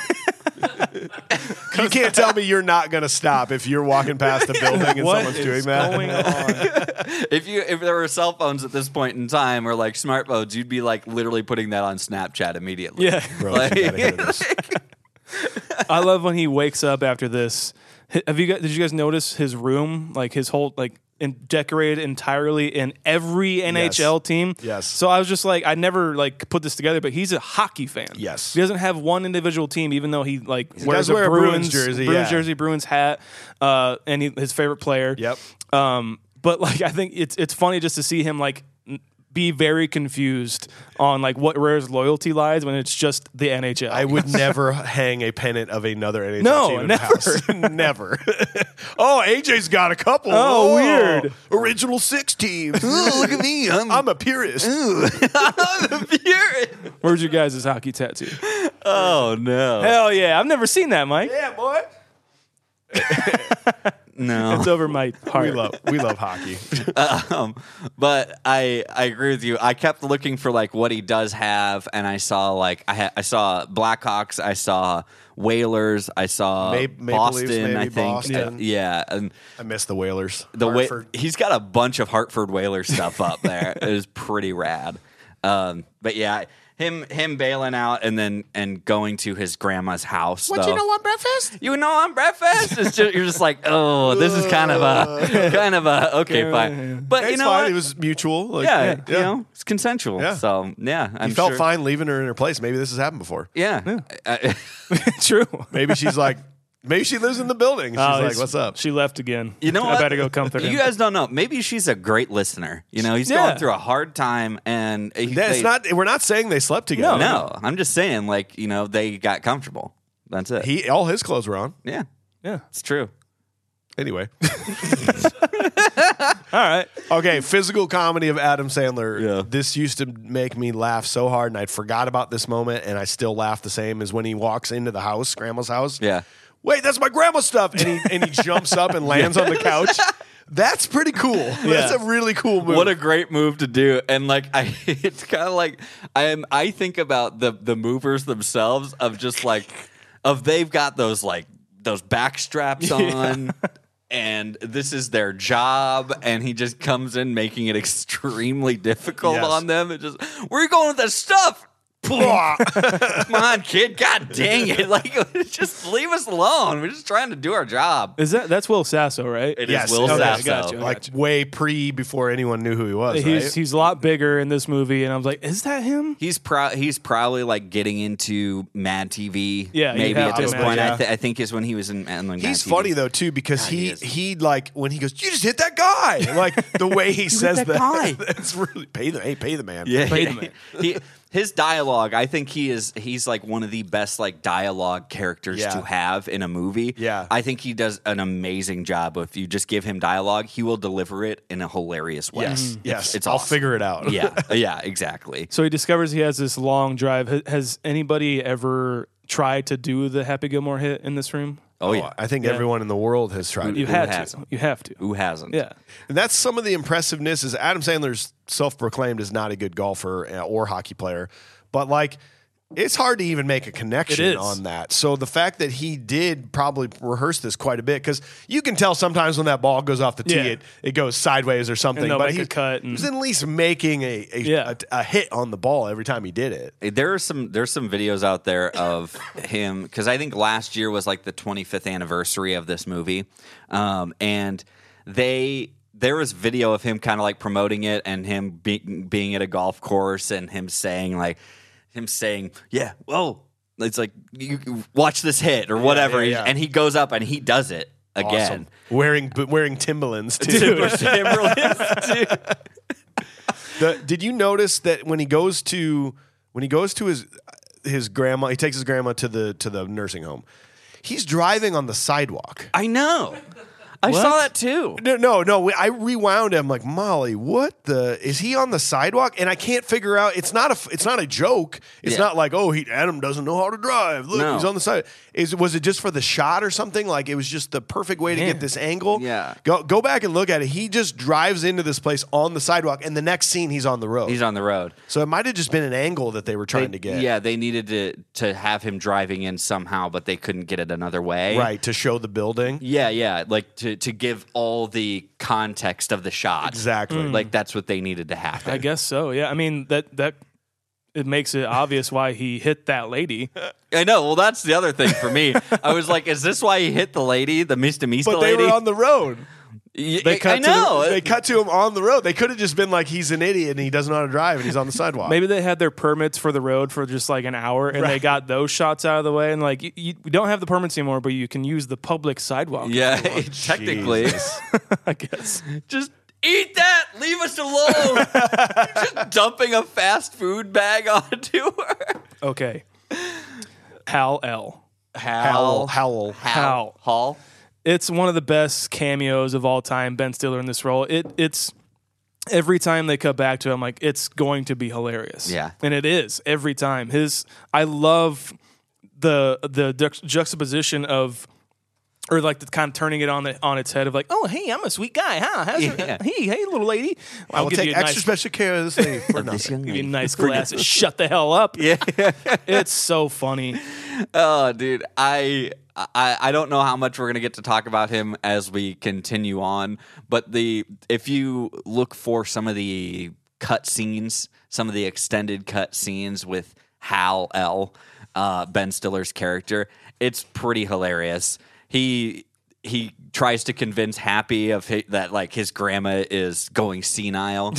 A: you can't tell me you're not gonna stop if you're walking past the building and
B: What
A: someone's doing
B: is
A: that.
B: going on?
C: If you if there were cell phones at this point in time or like smartphones, you'd be like literally putting that on Snapchat immediately.
B: Yeah.
A: Bro, you
C: Like-
A: gotta hear this.
B: I love when he wakes up after this. H- Have you guys, did you guys notice his room? Like his whole like in, decorated entirely in every NHL team.
A: Yes.
B: So I was just like, I never like put this together, but he's a hockey fan.
A: Yes.
B: He doesn't have one individual team, even though he like wears
A: does
B: a
A: wear a Bruins
B: Bruins, jersey,
A: jersey,
B: Bruins
A: yeah.
B: jersey, Bruins hat, uh, and he, his favorite player.
A: Yep.
B: Um, but like I think it's it's funny just to see him like n- be very confused on like what where his loyalty lies when it's just the NHL.
A: I would never hang a pennant of another NHL
B: No,
A: team in
B: never.
A: the house. never. oh, AJ's got a couple.
B: Oh, weird.
A: Original six teams.
C: Ooh, look at me. I'm,
A: I'm a purist.
C: here.
B: Where's your guys' hockey tattoo?
C: Oh no.
B: Hell yeah. I've never seen that, Mike.
A: Yeah, boy.
C: No.
B: It's over my heart.
A: We love we love hockey.
C: Um, but I I agree with you. I kept looking for like what he does have, and I saw like I ha- I saw Blackhawks, I saw Whalers, I saw
A: Ma- Maple
C: Boston,
A: Leafs, maybe,
C: I think.
A: Boston.
C: Yeah. And
A: I miss the Whalers.
C: the way
A: Hartford.
C: he's got a bunch of Hartford Whaler stuff up there. it is pretty rad. Um, but yeah, him him bailing out and then and going to his grandma's house. What you know on breakfast? You know on breakfast? It's just, you're just like, oh, this is kind of a kind of a okay, fine. But you
A: It's
C: know
A: fine.
C: what?
A: It was mutual. Like,
C: yeah,
A: yeah.
C: you know, it's consensual.
A: Yeah.
C: So yeah, I'm
A: He felt
C: sure-
A: fine leaving her in her place. Maybe this has happened before.
C: Yeah, I-
B: True.
A: Maybe she's like, maybe she lives in the building. She's
B: Oh,
A: like,
B: it's-
A: what's up?
B: She left again.
C: You know
B: I
C: what?
B: better go comfort
C: You
B: him.
C: guys don't know. Maybe she's a great listener. You know, he's
B: Yeah.
C: going through a hard time, and he,
A: That's
C: they-
A: not. We're not saying they slept together.
C: No, I'm just saying, like, you know, they got comfortable. That's it.
A: He all his clothes were on.
C: yeah,
B: yeah.
C: it's true.
A: Anyway.
B: All right.
A: Okay, physical comedy of Adam Sandler.
C: Yeah.
A: This used to make me laugh so hard, and I forgot about this moment, and I still laugh the same as when he walks into the house, grandma's house.
C: Yeah.
A: Wait, that's my grandma's stuff. And he, and he jumps up and lands on the couch. That's pretty cool. That's a really cool move.
C: What a great move to do. And like I it's kind of like I am I think about the the movers themselves of just like of they've got those like those back straps on and this is their job and he just comes in making it extremely difficult
A: Yes.
C: on them. It just we're going with the stuff. Come on, kid. God dang it. Like just leave us alone. We're just trying to do our job.
B: Is that that's Will Sasso, right?
C: It is
A: Yes,
C: Will
A: okay,
C: Sasso.
B: gotcha.
A: like way pre before anyone knew who he was.
B: he's
A: right?
B: he's a lot bigger in this movie, and I was like, is that him?
C: He's pro- he's probably like getting into Mad TV.
B: Yeah, you'd
C: maybe
B: have
C: at
B: to
C: this
B: imagine,
C: point.
B: yeah.
C: I, th- I think is when he was in. Mad- Mad
A: He's
C: TV.
A: funny though too because he he like when he goes, you just hit that guy. Like the way he says
C: that
A: that,
C: guy.
A: that's really pay the hey pay the man.
C: Yeah,
B: Played him.
C: he, his dialogue. I think he is. He's like one of the best like dialogue characters
A: Yeah.
C: to have in a movie.
A: Yeah.
C: I think he does an amazing job. If you just give him dialogue, he will deliver it in a hilarious way.
B: Mm-hmm.
A: Yes, yes.
C: it's
A: I'll
C: awesome.
A: figure it out.
C: yeah, yeah, exactly.
B: So he discovers he has this long drive. Has, has anybody ever tried to do the Happy Gilmore hit in this room?
C: Oh yeah,
A: I think everyone in the world has tried.
B: You
A: it.
C: who
B: had to.
C: hasn't?
B: You have to.
C: who hasn't?
B: Yeah.
A: And that's some of the impressiveness is Adam Sandler's self-proclaimed is not a good golfer uh, or hockey player, but like it's hard to even make a connection
B: It is.
A: on that. So the fact that he did probably rehearse this quite a bit because you can tell sometimes when that ball goes off the tee,
B: Yeah.
A: it, it goes sideways or something.
B: they'll
A: but
B: make
A: he,
B: a cut
A: he
B: and-
A: was at least making a a,
B: Yeah.
A: a a hit on the ball every time he did it.
C: There are some there's some videos out there of him because I think last year was like the 25th anniversary of this movie, um, and they there was video of him kind of like promoting it and him being being at a golf course and him saying like him saying yeah whoa it's like you you watch this hit or whatever
A: yeah, yeah.
C: and he goes up and he does it again.
A: Wearing bu- wearing Timberlands too. The- did you notice that when he goes to when he goes to his his grandma, he takes his grandma to the to the nursing home. He's driving on the sidewalk.
C: I know. I saw that too.
A: No, no, no. we- I rewound him like Molly. What the is he on the sidewalk? And I can't figure out. It's not a. It's not a joke. It's
C: Yeah.
A: not like oh, he Adam doesn't know how to drive. Look,
C: No.
A: he's on the side. Is was it just for the shot or something? Like it was just the perfect way to get this angle.
C: Yeah.
A: Go go back and look at it. He just drives into this place on the sidewalk, and the next scene he's on the road.
C: He's on the road.
A: so it might have just been an angle that they were trying to get.
C: Yeah, they needed to to have him driving in somehow, but they couldn't get it another way.
A: Right to show the building.
C: Yeah, yeah. Like to to give all the context of the shot.
A: Exactly.
C: Like that's what they needed to happen.
B: Hmm. I guess so. Yeah. I mean that that it makes it obvious why he hit that lady.
C: I know. Well, that's the other thing for me. I was like, is this why he hit the lady, the Mista Mista
A: But they
C: lady?
A: were on the road.
C: Y-
B: they cut
C: I
B: to the-
C: know.
A: They cut to him on the road. They could have just been like, he's an idiot and he doesn't know how to drive and he's on the sidewalk.
B: Maybe they had their permits for the road for just like an hour, and they got those shots out of the way, and like you, you we don't have the permits anymore, but you can use the public sidewalk.
C: yeah,
A: Oh,
C: technically.
B: I guess.
C: Just eat that. Leave us alone. Just dumping a fast food bag onto her.
B: Okay. Hal L.
A: Howl, howl.
C: Hal. Hall.
B: it's one of the best cameos of all time. Ben Stiller in this role. It it's every time they cut back to him, like it's going to be hilarious.
C: Yeah.
B: and it is every time. His I love the the ju- juxtaposition of. Or like the kind of turning it on the, on its head of like, oh hey, I'm a sweet guy, huh? How's it-
C: Yeah.
B: Hey, hey, little lady,
A: I will
B: give
A: take
B: you a
A: extra
B: nice-
A: special care of this lady for nothing.
B: give you a nice glass. of- Shut the hell up! Yeah, it's so funny.
C: Oh, dude, I, I I don't know how much we're gonna get to talk about him as we continue on, but the if you look for some of the cut scenes, some of the extended cut scenes with Hal L, uh, Ben Stiller's character, it's pretty hilarious. He he tries to convince Happy of hi that like his grandma is going senile.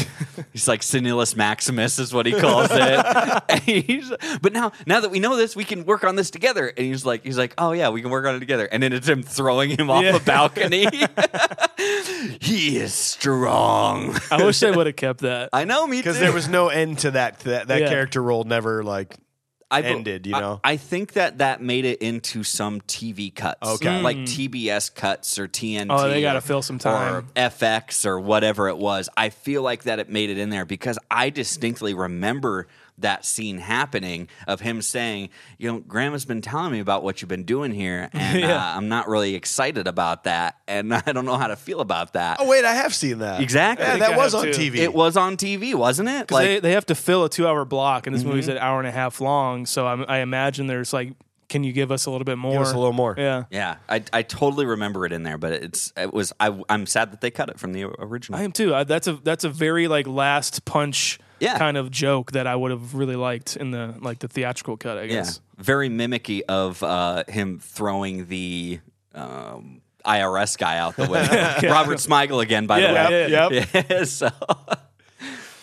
C: he's like senilus maximus is what he calls it. And he's- but now now that we know this, we can work on this together. And he's like he's like, oh yeah, we can work on it together. And then it's him throwing him off
B: Yeah.
C: a balcony. he is strong.
B: I wish they would have kept that.
C: I know me too.
A: Because there was no end to that. That, that
B: Yeah.
A: character role never like.
C: I be-
A: ended, you
C: I-
A: know?
C: I, think that that made it into some TV cuts,
A: Okay. Mm.
C: like TBS cuts or TNT.
B: Oh, they gotta
C: or-
B: fill some time.
C: or FX or whatever it was. I feel like that it made it in there because I distinctly remember that scene happening of him saying, "You know, Grandma's been telling me about what you've been doing here, and uh, I'm not really excited about that, and I don't know how to feel about that."
A: Oh wait, I have seen that.
C: Exactly. I
A: Yeah,
C: think
A: that
B: I
A: was
B: have
A: on
B: too.
A: TV.
C: It was on TV, wasn't it?
B: 'Cause they, they have to fill a two hour block, and this movie's
A: Mm-hmm.
B: an hour and a half long. So I'm, I imagine there's like, can you give us a little bit more?
A: us a little more.
B: Yeah.
C: Yeah, I, I totally remember it in there, but it's it was I I'm sad that they cut it from the original.
B: I am too. I, that's a that's a very like last punch
C: Yeah.
B: kind of joke that I would have really liked in the like the theatrical cut. I
C: yeah,
B: guess.
C: very mimicky of uh, him throwing the um, IRS guy out the window. Robert Smigel again, by
B: Yeah,
C: the way.
B: yeah,
C: Yeah, so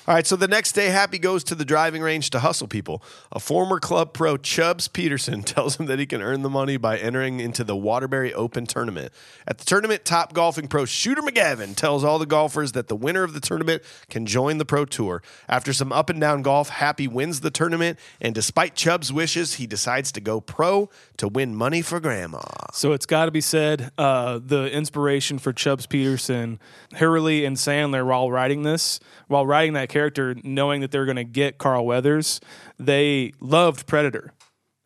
A: All right, so the next day, Happy goes to the driving range to hustle people. A former club pro, Chubbs Peterson, tells him that he can earn the money by entering into the Waterbury Open tournament. At the tournament, top golfing pro Shooter McGavin tells all the golfers that the winner of the tournament can join the pro tour. After some up and down golf, Happy wins the tournament, and despite Chubbs' wishes, he decides to go pro to win money for grandma.
B: So it's got to be said, uh, the inspiration for Chubbs Peterson, Hurley and Sandler, while writing this, while writing that character, knowing that they're going to get Carl Weathers, they loved Predator,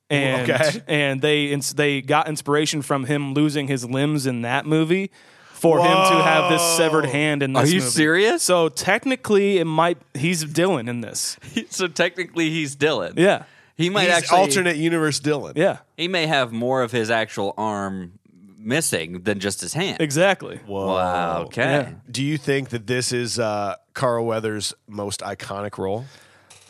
B: and
A: Okay.
B: and they ins- they got inspiration from him losing his limbs in that movie. For him to have this severed hand in this
C: Are you
B: movie.
C: serious?
B: So technically, it might he's Dylan in this.
C: so technically he's Dylan.
B: Yeah.
C: He might
A: He's
C: actually
A: alternate universe Dylan.
B: Yeah,
C: He may have more of his actual arm missing than just his hand.
B: exactly.
C: Wow. Okay.
B: Yeah.
A: Do you think that this is uh, Carl Weathers' most iconic role?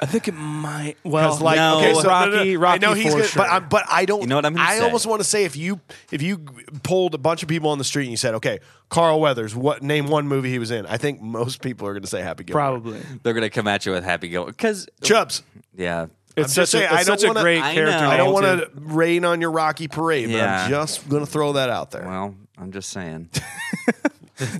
B: I think it might. Well,
A: Because like
C: Oh, no.
A: okay, so no,
B: Rocky,
A: no, no.
B: Rocky
A: I know he's
B: for
A: gonna,
B: sure.
A: but I'm, but I don't.
C: You know what I'm gonna
A: I
C: say.
A: almost want to say if you if you pulled a bunch of people on the street and you said, okay, Carl Weathers, what name one movie he was in? I think most people are going to say Happy Gilmore.
B: probably.
C: They're gonna come at you with Happy Gilmore because
A: Chubbs.
C: yeah,
B: It's
A: just
B: such a,
A: saying, I
B: it's
A: don't
B: such a
A: wanna-
B: great
C: I
B: character.
C: know.
A: I don't
B: role,
A: want
B: too.
A: to rain on your Rocky parade, but
C: Yeah.
A: I'm just going to throw that out there.
C: well, I'm just saying.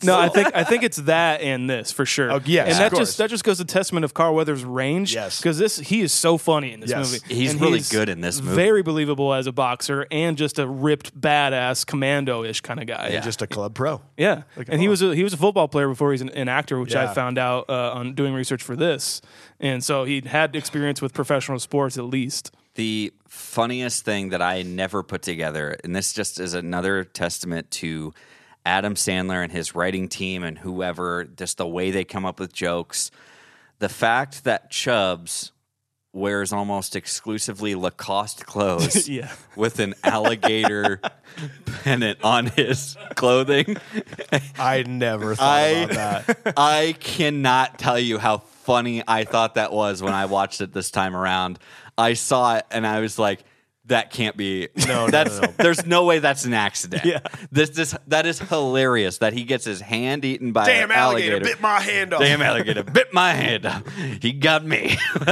B: No, I think I think it's that and this for sure.
A: Oh, yes,
B: and
A: of
B: that
A: course.
B: just that just goes to testament of Carl Weathers' range.
A: Yes.
B: because this he is so funny in this
A: Yes.
B: movie.
C: He's
B: And
C: really good in this movie.
B: Very believable as a boxer and just a ripped badass commando-ish kind of guy.
A: And Just a club pro.
B: Yeah,
A: Like,
B: and he was a, he was a football player before he's an, an actor, which
A: Yeah.
B: I found out uh, on doing research for this, and so he had experience with professional sports at least.
C: the funniest thing that I never put together, and this just is another testament to Adam Sandler and his writing team and whoever, just the way they come up with jokes. The fact that Chubbs wears almost exclusively Lacoste clothes
B: Yeah.
C: with an alligator pennant on his clothing.
A: I never thought about that.
C: I, I cannot tell you how funny I thought that was when I watched it this time around. I saw it and I was like, that can't be.
A: No, no,
C: that's
A: no, no.
C: there's no way that's an accident. Yeah, this this that is hilarious that he gets his hand eaten by
A: Damn
C: an alligator.
A: alligator, bit my hand off.
C: Damn alligator bit my hand. off. He got me.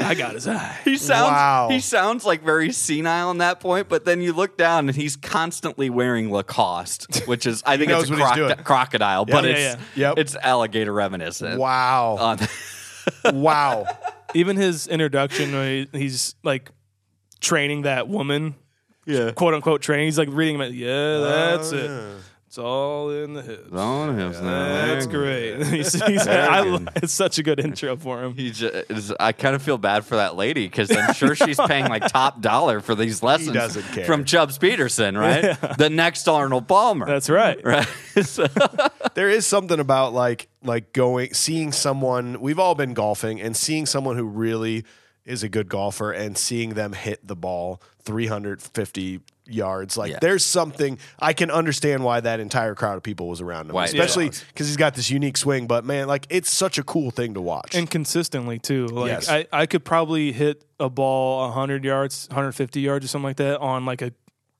B: I got his eye.
C: He sounds
A: Wow.
C: he sounds like very senile in that point, but then you look down and he's constantly wearing Lacoste, which is I think
A: knows
C: it's a
A: what he's
C: croc-
A: doing.
C: crocodile, but
B: Yeah,
C: it's
A: yeah. Yep.
C: it's alligator reminiscent.
A: Wow.
C: On- Uh,
A: wow.
B: Even his introduction, when he- he's like training that woman,
A: Yeah.
B: quote unquote training. He's like reading him.
C: Oh,
B: Yeah, that's it. It's all in the hips. That's great. he's, he's, I,
C: good.
B: li- it's such a good intro for him.
C: He ju- is- I kind of feel bad for that lady because I'm sure she's paying like top dollar for these lessons
A: doesn't care.
C: from Chubbs Peterson, right? The next Arnold Palmer.
B: That's right.
C: right. So-
A: there is something about like like going seeing someone we've all been golfing and seeing someone who really is a good golfer and seeing them hit the ball 350 yards like
C: Yeah.
A: there's something i can understand why that entire crowd of people was around him
C: Why it
A: especially
C: was.
A: because he's got this unique swing but man like it's such a cool thing to watch
B: And consistently too. Like
A: Yes.
B: I, I could probably hit a ball 100 yards, 150 yards or something like that on like a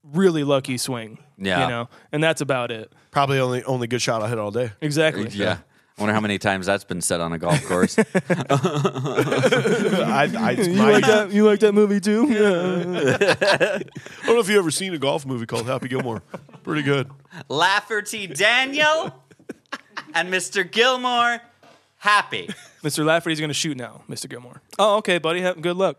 B: really lucky swing.
C: Yeah.
B: You know, and that's about it.
A: probably only only good shot i hit all day
B: Exactly.
C: yeah. I wonder how many times that's been said on a golf course.
A: I, I, it's
B: You
A: my-
B: like that? You like that movie too? Yeah.
A: I don't know if you've ever seen a golf movie called happy gilmore pretty good
C: Lafferty Daniel and Mr. Gilmore happy.
B: Mr. Lafferty's going to shoot now, Mr. Gilmore. Oh, okay, buddy. Have, good luck.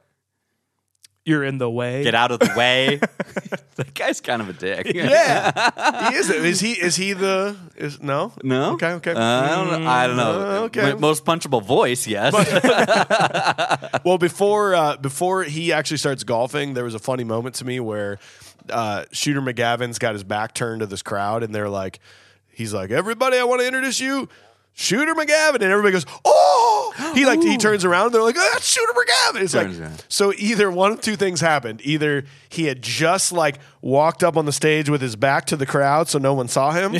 B: You're in the way.
C: Get out of the way. that guy's kind of a dick.
A: Yeah, he is. Is he? Is he the? Is no?
C: No.
A: Okay. Okay.
C: Uh, I don't. I don't know.
A: Uh, okay.
C: M- Most punchable voice. Yes.
A: well, before uh, before he actually starts golfing, there was a funny moment to me where uh, Shooter McGavin's got his back turned to this crowd, and they're like, he's like, everybody, I want to introduce you. Shooter McGavin and everybody goes, oh! He like he turns around. And they're like, ah, that's Shooter McGavin. It's
C: Turns
A: like
C: around.
A: so. Either one of two things happened. Either he had just like walked up on the stage with his back to the crowd, so no one saw him,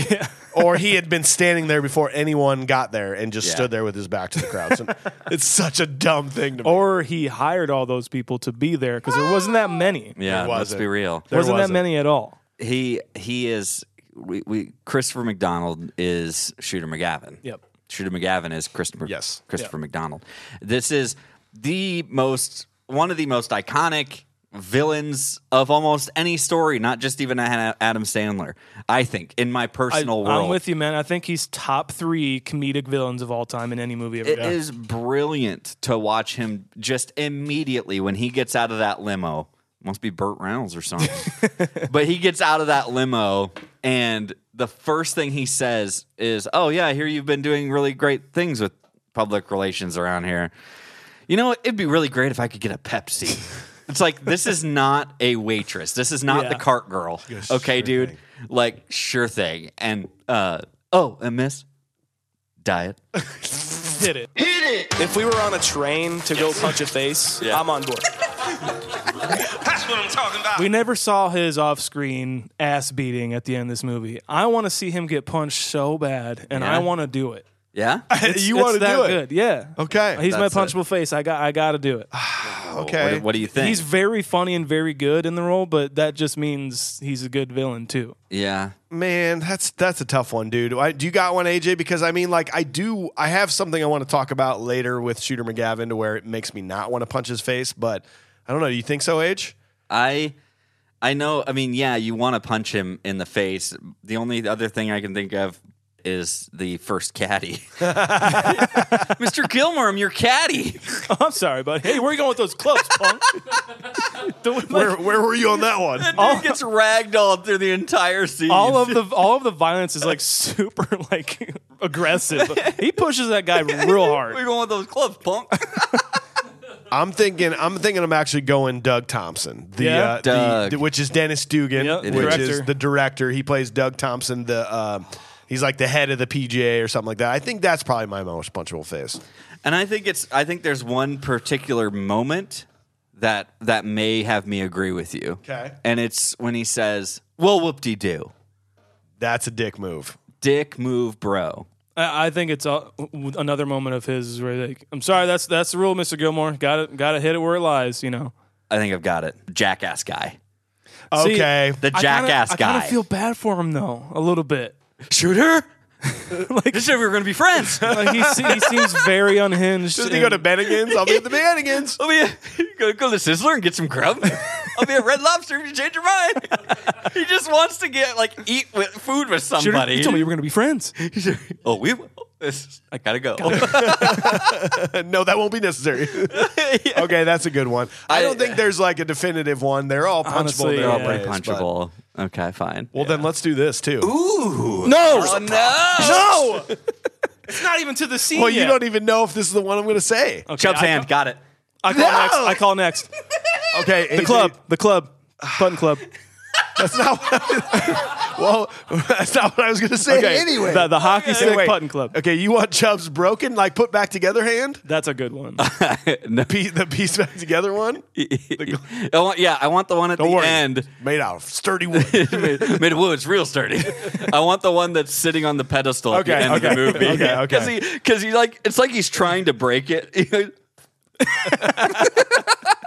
A: or he had been standing there before anyone got there and just
C: Yeah.
A: stood there with his back to the crowd. So it's such a dumb thing to. me.
B: or he hired all those people to be there because there wasn't that many.
A: There
C: yeah. Let's
A: wasn't.
C: be real.
A: There
B: wasn't
A: wasn't.
B: that many at all.
C: He he is. We, we Christopher McDonald is Shooter McGavin.
B: Yep.
C: Shooter McGavin is Christopher.
A: Yes.
C: Christopher McDonald. This is the most one of the most iconic villains of almost any story. Not just even a- Adam Sandler. I think in my personal
B: I,
C: world,
B: am with you, man. I think he's top three comedic villains of all time in any movie ever.
C: It is brilliant to watch him just immediately when he gets out of that limo. Must be Burt Reynolds or something. but he gets out of that limo, and the first thing he says is, "Oh yeah, I hear you've been doing really great things with public relations around here. You know, it'd be really great if I could get a Pepsi." it's like this is not a waitress. This is not the
B: Yeah.
C: cart girl. okay, dude. Like sure thing. And uh, oh, and Miss Diet.
B: Just hit it. Hit it. If we were on a train to go punch a face,
C: Yeah.
B: I'm on board.
D: That's what I'm talking about.
B: We never saw his off-screen ass beating at the end of this movie. I want to see him get punched so bad, and
C: Yeah.
B: I want to do it.
C: Yeah.
A: you
B: It's
A: want to
B: that
A: do it?
B: Good. Yeah.
A: Okay. Ah,
B: He's my
C: That's it.
B: punchable face. I got. I got to do it.
A: Okay.
C: What, what do you think?
B: He's very funny and very good in the role, but that just means he's a good villain too.
C: yeah.
A: Man, that's that's a tough one, dude. I, do you got one, AJ? Because I mean, like, I do. I have something I want to talk about later with Shooter McGavin, to where it makes me not want to punch his face. But I don't know. Do you think so, Age?
C: I I know. I mean, yeah, you want to punch him in the face. The only other thing I can think of is the first caddy, Mr. Gilmore. I'm your caddy.
B: Oh, I'm sorry, buddy. Hey, where you going with those clothes, punk? Don't-
A: Where where were you on that one?
C: Dude gets ragdolled through the entire season.
B: all of the all of the violence is like super like aggressive. He pushes that guy real
C: We're
B: hard.
C: going with those clubs, punk.
A: I'm thinking. I'm thinking. I'm actually going Doug Thompson, the,
B: Yeah.
A: uh, the-
C: Doug.
A: the- which is Dennis Dugan,
B: Yep,
A: which
C: It is.
A: is
B: director.
A: the director. He plays Doug Thompson. The uh, he's like the head of the PGA or something like that. I think that's probably my most punchable face.
C: And I think it's I think there's one particular moment that that may have me agree with you.
A: Okay.
C: And it's when he says, "Well, whoop de doo,
A: That's a dick move.
C: dick move, bro."
B: I, I think it's all, another moment of his where like, I'm sorry, that's that's the rule, Mr. Gilmore. Got it. Got to hit it where it lies. You know.
C: I think I've got it. Jackass guy.
B: See,
A: Okay,
C: The jackass
B: I kinda, I
C: guy.
B: kinda feel bad for him though, a little bit.
C: Shooter. like, this said we were going to be friends.
B: Like Uh, he, se- he seems very unhinged.
A: doesn't he go to
B: and-
A: Bennigan's? I'll be at the Bennigan's.
C: I'll be go, go to Sizzler and get some grub. I'll be at Red Lobster if you change your mind. he just wants to get like eat with food with
B: Shooter,
C: somebody.
B: You told me you were going to be friends.
C: oh, we. This is- I gotta go.
A: no, that won't be necessary. Okay, that's a good one. I, don't think there's like a definitive one. They're all punchable.
B: Honestly,
A: in
B: they're
A: their
B: all
A: own
B: pretty
A: ways, but-
C: Okay, fine.
A: Well, then let's do this too.
B: No,
C: Oh no!
A: No,
B: it's not even to the scene.
A: well, you
B: yet.
A: don't even know if this is the one I'm going to say.
B: Okay,
C: Chubb's
B: I-
C: hand. Got it.
B: I call next. I call next.
A: Okay,
B: The club. The club. Button club.
A: That's not. What, well, that's not what I was going to say. Anyway,
B: The, the hockey stick
A: Wait.
B: button club.
A: Okay, you want Chubb's broken, like put back together hand,
B: That's a good one.
A: Pie- the piece back together one.
C: I want, yeah, I want the one at
A: Don't
C: the
A: worry,
C: end.
A: made out of sturdy wood.
C: made, made of wood. It's real sturdy. I want the one that's sitting on the pedestal at
A: Okay,
C: the end
A: okay,
C: of the movie.
A: okay, okay.
C: Because he, because he like, it's like he's trying to break it.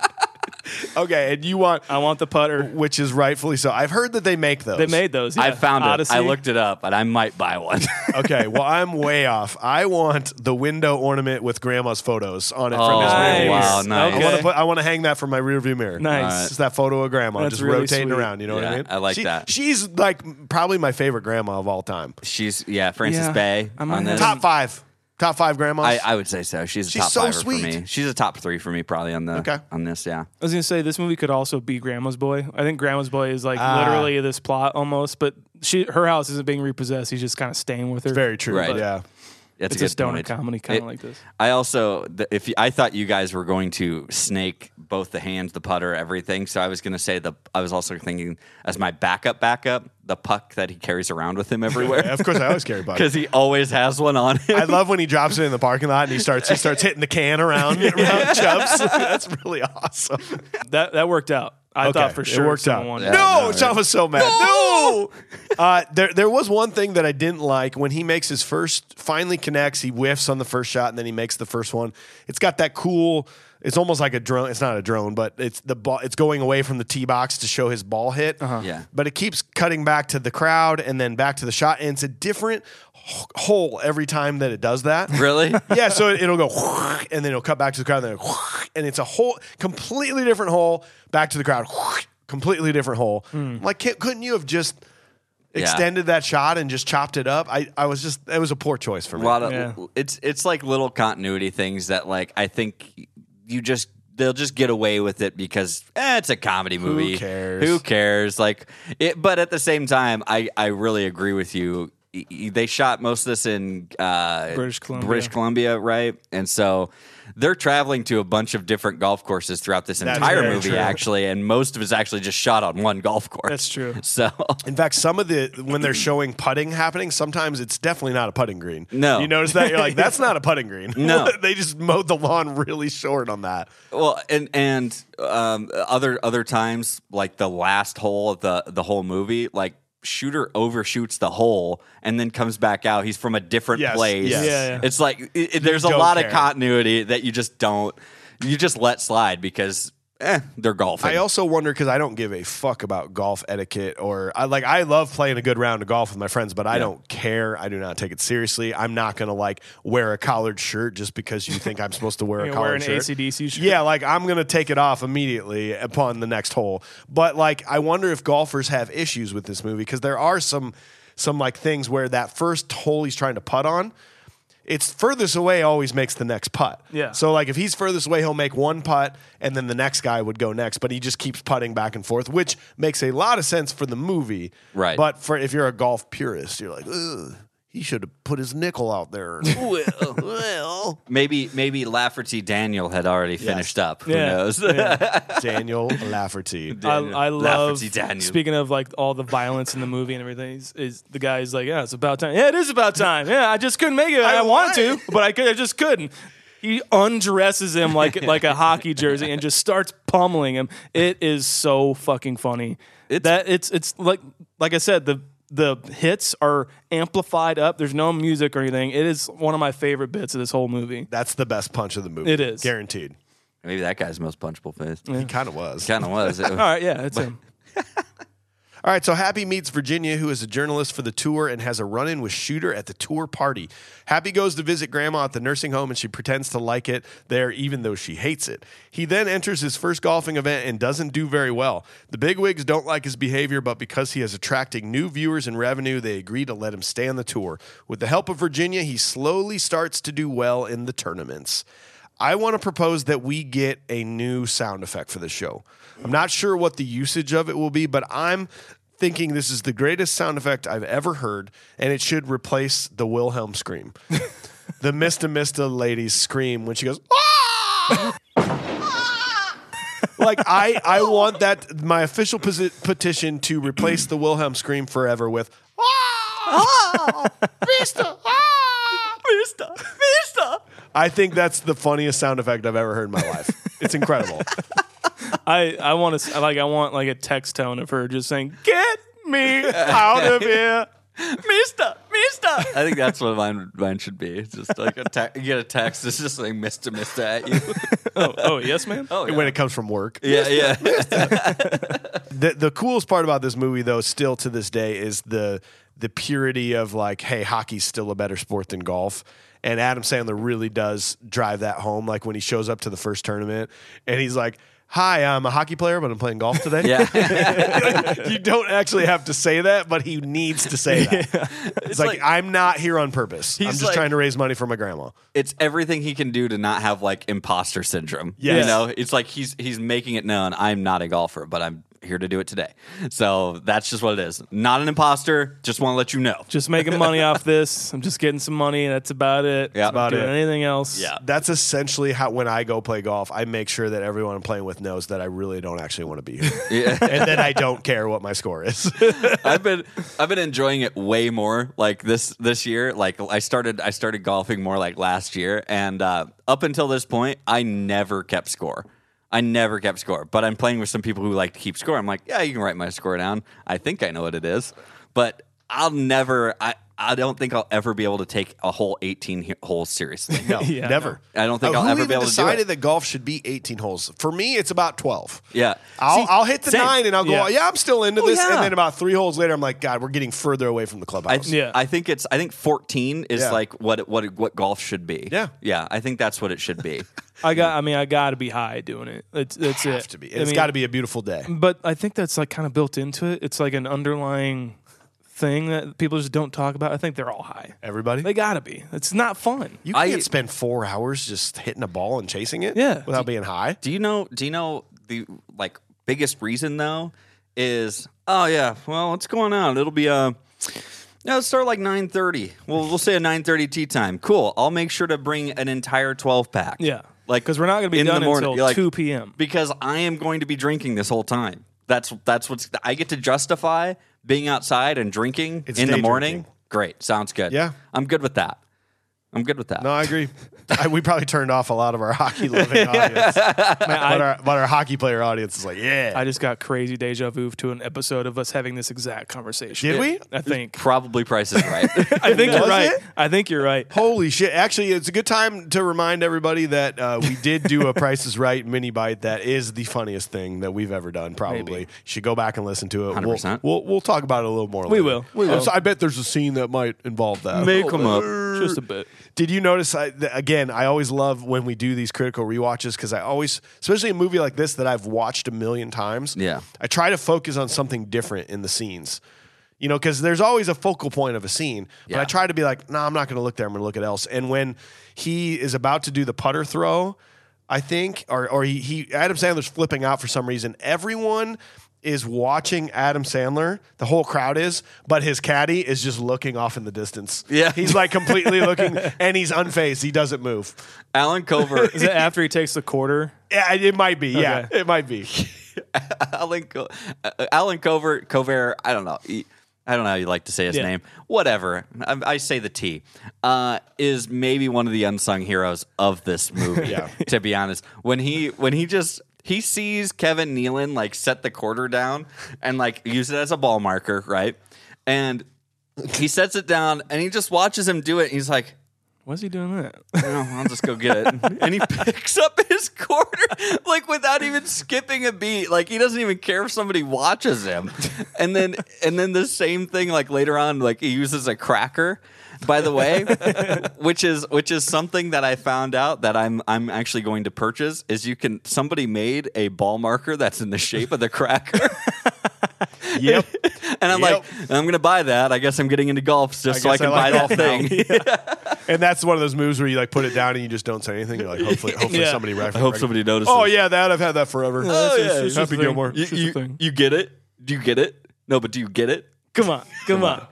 A: okay, and you want, uh,
B: I want the putter.
A: which is rightfully so. I've heard that they make those.
B: They made those.
C: I
B: yeah.
C: found it.
B: Odyssey.
C: I looked it up, and I might buy one.
A: Okay, well, I'm way off. I want the window ornament with grandma's photos on it
C: Oh,
A: from this movie.
C: wow,
B: Nice.
C: nice.
A: I want to
B: Okay.
A: put. I want to hang that from my rearview mirror.
B: Nice.
A: It's just that photo of grandma
B: That's
A: just
B: really
A: rotating
B: sweet.
A: around. You know what I
C: Yeah,
A: mean?
C: I like
A: She-
C: that.
A: She's like probably my favorite grandma of all time.
C: She's yeah, Frances
B: Yeah.
C: Bay
B: I might
C: on
B: have
C: this.
B: to-
A: Top five. Top five grandmas.
C: I, I would say so. She's a
A: She's
C: top
A: so
C: five
A: sweet.
C: for me. She's a top three for me probably on the
A: Okay.
C: on this. Yeah,
B: I was gonna say this movie could also be Grandma's Boy. I think Grandma's Boy is like
A: Ah.
B: literally this plot almost, but she her house isn't being repossessed. He's just kind of staying with her.
A: Very true.
C: Right.
A: Yeah.
C: that's
B: It's a,
C: a, good
B: stoner
C: point.
B: comedy kind
C: It-
B: of like this.
C: I also th- if you, I thought you guys were going to snake both the hands, the putter, everything. So I was going to say the I was also thinking as my backup, backup the puck that he carries around with him everywhere
A: Of course, I always carry Bucky.
C: because he always has one on him.
A: I love when he drops it in the parking lot and he starts he starts hitting the can around, around Chubbs. That's really awesome.
B: That that worked out. I thought for sure
A: it worked
B: someone
A: out.
B: won.
A: no, Chubb was so mad. No, uh, there there was one thing that I didn't like when he makes his first finally connects. He whiffs on the first shot and then he makes the first one. It's got that cool. It's almost like a drone. It's not a drone, but it's the ball. It's going away from the tee box to show his ball hit.
C: Yeah.
A: but it keeps cutting back to the crowd and then back to the shot, and it's a different h- hole every time that it does that.
C: really?
A: yeah, so it- it'll go and then it'll cut back to the crowd, and then it'll and it's a whole completely different hole back to the crowd, completely different hole. Like, can't, couldn't you have just extended that shot and just chopped it up? I, I was just it was a poor choice for
C: A
A: me.
C: lot of
B: Yeah.
C: it's it's like little continuity things that like I think you just they'll just get away with it because eh, it's a comedy movie.
A: cares?
C: Who cares? Like it, but at the same time, I I really agree with you. y- y- they shot most of this in uh,
B: British Columbia.
C: British Columbia, right? And so they're traveling to a bunch of different golf courses throughout this
A: That's
C: entire
A: very
C: movie,
A: true.
C: actually, and most of it's actually just shot on one golf course.
B: That's true.
C: So
A: In fact, some of the when they're showing putting happening, sometimes it's definitely not a putting green.
C: No.
A: you notice that you're like, that's not a putting green.
C: No.
A: they just mowed the lawn really short on that.
C: Well, and and um, other other times, like the last hole of the the whole movie, like shooter overshoots the hole and then comes back out. He's from a different
A: Yes,
C: place.
A: yes.
B: Yeah, yeah.
C: It's like it, it- there's a
A: don't
C: lot
A: care.
C: of continuity that you just don't you just let slide because eh, they're golfing.
A: I also wonder because I don't give a fuck about golf etiquette or I like I love playing a good round of golf with my friends, but I don't care. I do not take it seriously. I'm not gonna like wear a collared shirt just because you think I'm supposed to wear a
B: You know,
A: collared
B: wear an
A: shirt.
B: AC/DC shirt.
A: Yeah, like I'm gonna take it off immediately upon the next hole. But like I wonder if golfers have issues with this movie because there are some some like things where that first hole he's trying to putt on. It's furthest away always makes the next putt.
B: Yeah.
A: So like if he's furthest away, he'll make one putt and then the next guy would go next, but he just keeps putting back and forth, which makes a lot of sense for the movie.
C: Right.
A: But for if you're a golf purist, you're like, Ugh, he should have put his nickel out there. well, well.
C: maybe maybe Lafferty Daniel had already finished up. Who
B: Yeah.
C: knows?
A: Daniel Lafferty.
B: I,
C: Daniel.
B: I love
C: Lafferty Daniel.
B: speaking of like all the violence in the movie and everything. Is, is the guy's like, yeah, it's about time. Yeah, it is about time. Yeah, I just couldn't make it. I,
A: I
B: wanted to,
A: lied.
B: but I could. I just couldn't. He undresses him like like a hockey jersey and just starts pummeling him. It is so fucking funny. that it's it's like like I said the the hits are amplified up. There's no music or anything. It is one of my favorite bits of this whole movie.
A: That's the best punch of the movie.
B: It is.
A: Guaranteed.
C: maybe that guy's most punchable face.
A: He kind of was.
C: Kind of was. It was-
B: All right, yeah, it's him.
A: All right, so Happy meets Virginia, who is a journalist for the tour and has a run in with Shooter at the tour party. Happy goes to visit Grandma at the nursing home and she pretends to like it there, even though she hates it. He then enters his first golfing event and doesn't do very well. The bigwigs don't like his behavior, but because he is attracting new viewers and revenue, they agree to let him stay on the tour. With the help of Virginia, he slowly starts to do well in the tournaments. I want to propose that we get a new sound effect for the show. I'm not sure what the usage of it will be, but I'm thinking this is the greatest sound effect I've ever heard, and it should replace the Wilhelm scream. the Mista Mista lady's scream when she goes, "Ah!" like I, I want that my official posi- petition to replace the Wilhelm scream forever with "Ah! Mista! Ah!" I think that's the funniest sound effect I've ever heard in my life. It's incredible.
B: I I want to like I want like a text tone of her just saying, "Get me out of here, Mister, Mister."
C: I think that's what mine mine should be. It's just like a te- you get a text. It's just like Mister Mister at you.
B: Oh, oh yes, ma'am. Oh,
A: When it comes from work.
C: yeah, yeah.
A: The the coolest part about this movie though still to this day is the the purity of like hey hockey's still a better sport than golf. And Adam Sandler really does drive that home like when he shows up to the first tournament and he's like Hi, I'm a hockey player, but I'm playing golf today. you don't actually have to say that, but he needs to say that. It's, like,
C: like-
A: I'm not here on purpose. I'm
C: He's
A: just
C: like-
A: trying to raise money for my grandma.
C: It's everything he can do to not have like imposter syndrome.
A: Yes.
C: You know, it's like he's he's making it known I'm not a golfer, but I'm here to do it today. So that's just what it is. Not an imposter. Just want to let you know.
B: just making money off this. I'm just getting some money. and That's about it.
C: Yeah.
B: I'm not
C: About
B: doing
A: it.
B: anything else.
C: Yeah.
A: That's essentially how when I go play golf, I make sure that everyone I'm playing with knows that I really don't actually want to be here, and that I don't care what my score is.
C: I've been I've been enjoying it way more like this this year. Like I started I started golfing more like last year, and uh, up until this point, I never kept score. I never kept score, but I'm playing with some people who like to keep score. I'm like, yeah, you can write my score down. I think I know what it is, but I'll never. I I don't think I'll ever be able to take a whole 18 he- holes seriously.
A: No,
B: Yeah,
A: never. Uh,
C: no. I don't think I'll
A: who
C: ever be
A: even
C: able to do
A: decided
C: it.
A: that golf should be 18 holes. For me, it's about 12.
C: Yeah.
A: I'll,
C: See,
A: I'll hit the
C: same.
A: nine and I'll go, yeah.
B: Yeah.
A: I'm still into
C: Oh,
A: this.
C: yeah.
A: And then about three holes later, I'm like, God, we're getting further away from the
C: I,
A: clubhouse.
C: th-
B: Yeah.
C: I think it's I think 14 is
A: Yeah.
C: like what it- what it- what golf should be.
A: Yeah.
C: yeah. I think that's what it should be.
B: I got. I mean, I got to be high doing it. It's that's
A: have
B: it.
A: to be.
B: I
A: It's
B: mean,
A: got to be a beautiful day.
C: Mm.
B: But I think that's like kind of built into it. It's like an underlying thing that people just don't talk about. I think they're all high.
A: Everybody,
B: They got to be. It's not fun.
A: you
C: I-
A: can't spend four hours just hitting a ball and chasing it.
B: Yeah.
A: without being high.
C: Do you know? Do you know the like biggest reason though is oh yeah well what's going on it'll be uh No, let's start like nine thirty. Well, we'll say a nine thirty tea time. Cool. I'll make sure to bring an entire twelve pack.
B: Yeah.
C: like
B: 'Cause we're not gonna be
C: in
B: done
C: the morning.
B: until
C: You're like,
B: 2 p.m..
C: Because I am going to be drinking this whole time. That's that's what's I get to justify being outside and drinking
A: It's
C: in the
A: day
C: morning.
A: drinking.
C: Great, sounds good.
A: Yeah.
C: I'm good with that. I'm good with that.
A: No, I agree. I, we probably turned off a lot of our hockey loving audience, but, our, but our hockey player audience is like, yeah.
B: I just got crazy deja vu to an episode of us having this exact conversation.
A: Did we?
B: I think.
C: Probably Price is Right.
B: I think you're
A: Was
B: right.
A: it?
B: I think you're right.
A: Holy shit! Actually, it's a good time to remind everybody that uh, we did do a Price is Right mini bite. That is the funniest thing that we've ever done. Probably You should go back and listen to it. We'll,
C: 100%.
A: we'll we'll talk about it a little more.
B: We
A: later.
B: will. We will.
A: So I bet there's a scene that might involve that.
C: May come up.
B: Just a bit.
A: Did you notice? I, th- again, I always love when we do these critical rewatches because I always, especially a movie like this that I've watched a million times.
C: Yeah.
A: I try to focus on something different in the scenes. You know, because there's always a focal point of a scene, but I
C: Yeah.
A: try to be like, no, nah, I'm not going to look there. I'm going to look at else. And when he is about to do the putter throw, I think, or or he, he Adam Sandler's flipping out for some reason. Everyone is watching Adam Sandler. The whole crowd is, but his caddy is just looking off in the distance.
C: Yeah.
A: he's like completely looking, and he's unfazed. He doesn't move.
C: Alan Culver.
B: Is it after he takes the quarter?
A: Yeah, it might be. Yeah,
B: Okay.
A: it might be.
C: Alan, Co- uh, Alan Covert, Covert, I don't know. He- I don't know how you like to say his
B: Yeah.
C: name. Whatever. I, I say the T. Uh, is maybe one of the unsung heroes of this movie.
A: Yeah.
C: To be honest, when he when he just he sees Kevin Nealon like set the quarter down and like use it as a ball marker, right? And he sets it down and he just watches him do it. And he's like,
B: Why is he doing that?
C: no, I'll just go get it. and he picks up his quarter, like without even skipping a beat. Like he doesn't even care if somebody watches him. And then and then the same thing, like later on, like he uses a cracker, by the way, which is which is something that I found out that I'm I'm actually going to purchase is you can somebody made a ball marker that's in the shape of the cracker.
A: Yep.
C: And I'm
A: Yep.
C: like, I'm gonna buy that. I guess I'm getting into golf
A: I
C: just so I
A: guess I
C: can
A: like
C: buy
A: golf
C: that
A: now.
C: thing.
A: And that's one of those moves where you like put it down and you just don't say anything. You're like, hopefully, hopefully
B: Yeah.
A: somebody.
C: I
A: Rec-
C: hope somebody notices.
A: Oh yeah, that I've had that forever.
C: Oh, yeah.
B: It's just a
A: Happy
B: thing.
A: Gilmore.
B: It's
C: you,
B: just a
C: you-
B: thing.
C: you get it? Do you get it? No, but do you get it?
B: Come on, come on.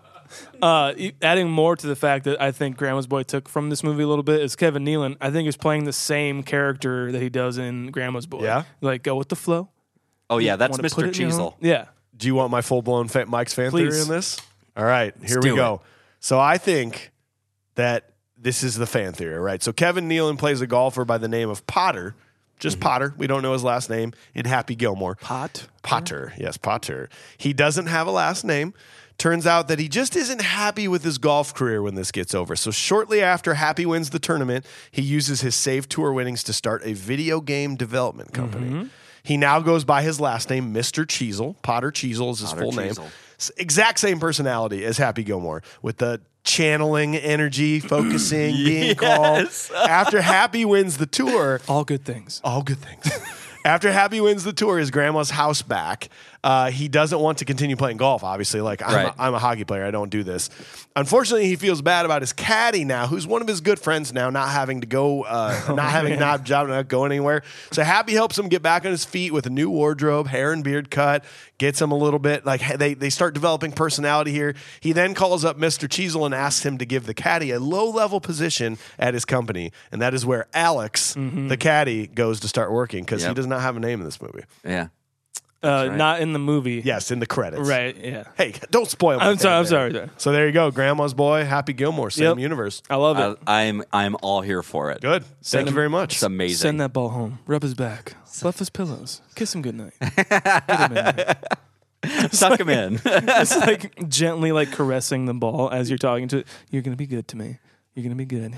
B: Uh, e- adding more to the fact that I think Grandma's Boy took from this movie a little bit is Kevin Nealon. I think is playing the same character that he does in Grandma's Boy.
A: Yeah?
B: like go with the flow.
C: Oh yeah, that's
B: Wanna put
C: Mr.
B: it in your
C: Cheezel.
B: own- Yeah,
A: Do you want my full blown fa- Mike's fan theory
B: Please.
A: on this? All right, here we
C: do
A: go. So I think that this is the fan theory, all right? So Kevin Nealon plays a golfer by the name of Potter, just Potter. We don't know his last name in Happy Gilmore.
B: pot.
A: Potter, yes, Potter. He doesn't have a last name. Turns out that he just isn't happy with his golf career when this gets over. So, shortly after Happy wins the tournament, he uses his save tour winnings to start a video game development company. He now goes by his last name, Mr. Cheezel. Potter Cheezel is his full
C: Cheezel.
A: name. S- Exact same personality as Happy Gilmore with the channeling energy, focusing, being calm. After Happy wins the tour,
B: All good things.
A: all good things. After Happy wins the tour, his grandma's house back. Uh, he doesn't want to continue playing golf, obviously. Like, I'm,
C: Right.
A: a, I'm a hockey player. I don't do this. Unfortunately, he feels bad about his caddy now, who's one of his good friends now, not having to go, uh,
B: Oh,
A: not having not job, not going anywhere. So Happy helps him get back on his feet with a new wardrobe, hair and beard cut, gets him a little bit. Like, he- they, they start developing personality here. He then calls up Mr. Cheezel and asks him to give the caddy a low level position at his company. And that is where Alex,
B: Mm-hmm.
A: the caddy, goes to start working because he
C: Yep.
A: does not have a name in this movie.
C: Yeah.
B: Uh, Not in the movie.
A: Yes, in the credits.
B: Right. Yeah.
A: Hey, don't spoil my
B: I'm sorry,
A: thing there.
B: I'm sorry, sorry.
A: So there you go. Grandma's Boy, Happy Gilmore, same
B: Yep.
A: universe.
B: I love it.
C: I, Uh, I'm I'm all here for it.
A: Good. Thank you very much.
C: It's amazing.
B: Send that ball home. Rub his back. Fluff his pillows. Kiss him goodnight. Get him in there.
C: Suck him in.
B: It's like gently like caressing the ball as you're talking to it. You're gonna be good to me. You're gonna be good.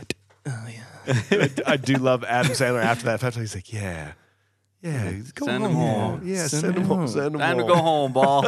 B: Oh yeah.
A: I do love Adam Sandler after that. fact, He's like, yeah. Yeah, go
C: Send him
A: home.
C: home.
A: Yeah, send, him home. Send him
C: Time
A: home.
C: to go home, ball.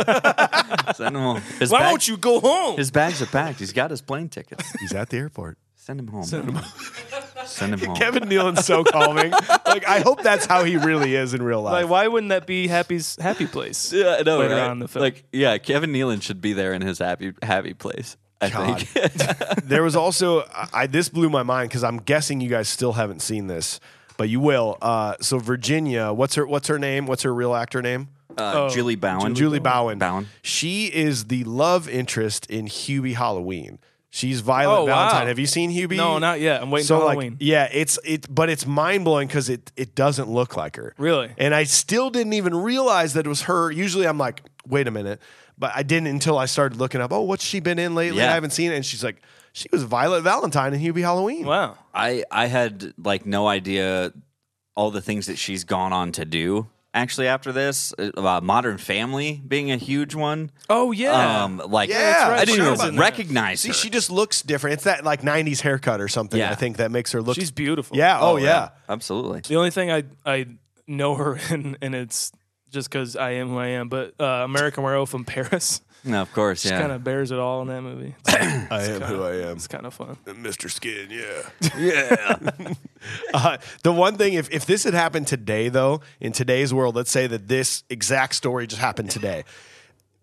C: Send him home. His bag-
B: you go home?
C: His bags are packed. He's got his plane tickets.
A: He's at the airport.
C: Send him home. Send him home. Send him home.
A: Kevin Nealon's so calming. like, I hope that's how he really is in real life.
B: Like, why wouldn't that be Happy's happy place?
C: yeah, I know,
B: later
C: right?
B: on in the film.
C: Like, yeah, Kevin Nealon should be there in his happy happy place. I
A: God.
C: think.
A: there was also I, I this blew my mind because I'm guessing you guys still haven't seen this, but you will. Uh, so Virginia, what's her what's her name? What's her real actor name?
C: uh, Julie Bowen.
A: Julie Bowen.
C: Bowen.
A: She is the love interest in Hubie Halloween. She's Violet
B: Oh, wow.
A: Valentine. Have you seen Hubie?
B: No, not yet. I'm waiting
A: so
B: for
A: like,
B: Halloween.
A: yeah, it's it, but it's mind blowing because it it doesn't look like her.
B: Really?
A: And I still didn't even realize that it was her. Usually, I'm like, wait a minute, but I didn't until I started looking up. Oh, what's she been in lately?
C: Yeah.
A: I haven't seen it. And she's like, she was Violet Valentine in Hubie Halloween.
B: Wow.
C: I I had like no idea all the things that she's gone on to do. Actually, after this, uh, uh, Modern Family being a huge one.
B: Oh yeah.
C: Um, like
A: Yeah, that's right.
C: I didn't
A: Forgot
B: about
C: even
B: that.
C: recognize
A: See,
C: her.
A: she just looks different. It's that like '90s haircut or something.
C: Yeah.
A: I think that makes her look.
B: She's beautiful.
A: Yeah. Oh, yeah.
C: absolutely.
B: The only thing I I know her in, and it's just because I am who I am, but uh, American Werewolf in Paris
C: No, of course,
B: just
C: yeah.
B: kind of bears it all in that movie. It's,
A: I am who I am.
B: it's kind of fun.
A: Mr. Skin, yeah. Yeah. uh, the one thing, if, if this had happened today, though, in today's world, let's say that this exact story just happened today.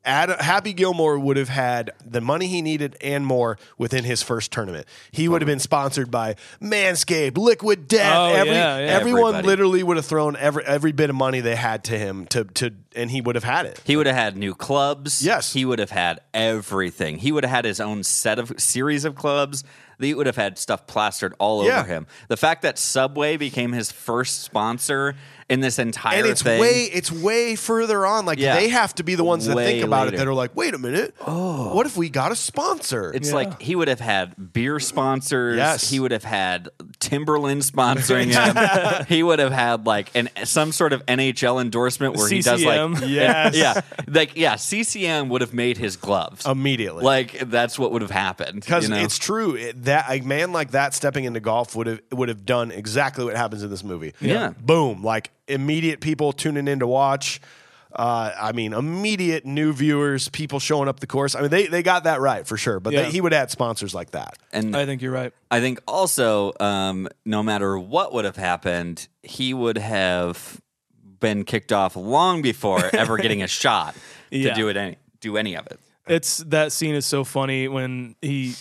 A: Ad, Happy Gilmore would have had the money he needed and more within his first tournament. He would have been sponsored by Manscaped, Liquid Death.
B: Oh,
A: every,
B: yeah, yeah.
A: Everyone
C: Everybody.
A: literally would have thrown every every bit of money they had to him to to, and he would have had it.
C: He would have had new clubs.
A: Yes.
C: He would have had everything. He would have had his own set of series of clubs. He would have had stuff plastered all
A: Yeah.
C: over him. The fact that Subway became his first sponsor in this entire
A: and it's
C: thing.
A: way it's way further on. Like
C: Yeah.
A: they have to be the ones that
C: Way
A: think about it
C: later.
A: that are like, wait a minute, oh, what if we got a sponsor?
C: it's like he would have had beer sponsors.
A: Yes.
C: He would have had Timberland sponsoring him. he would have had like an some sort of NHL endorsement where he does like
B: CCM.
A: Yes.
C: yeah, like yeah, CCM would have made his gloves.
A: immediately.
C: like that's what would have happened.
A: because
C: you know?
A: it's true It- that a man like that stepping into golf would have would have done exactly what happens in this movie.
C: Yeah.
A: boom! Like immediate people tuning in to watch. Uh, I mean, immediate new viewers, people showing up the course. I mean, they they got that right for sure. But
B: Yeah.
A: they, he would add sponsors like that.
C: and
B: I think you're right.
C: I think also, um, no matter what would have happened, he would have been kicked off long before ever getting a shot
B: Yeah.
C: to do it any do any of it.
B: It's that scene is so funny when he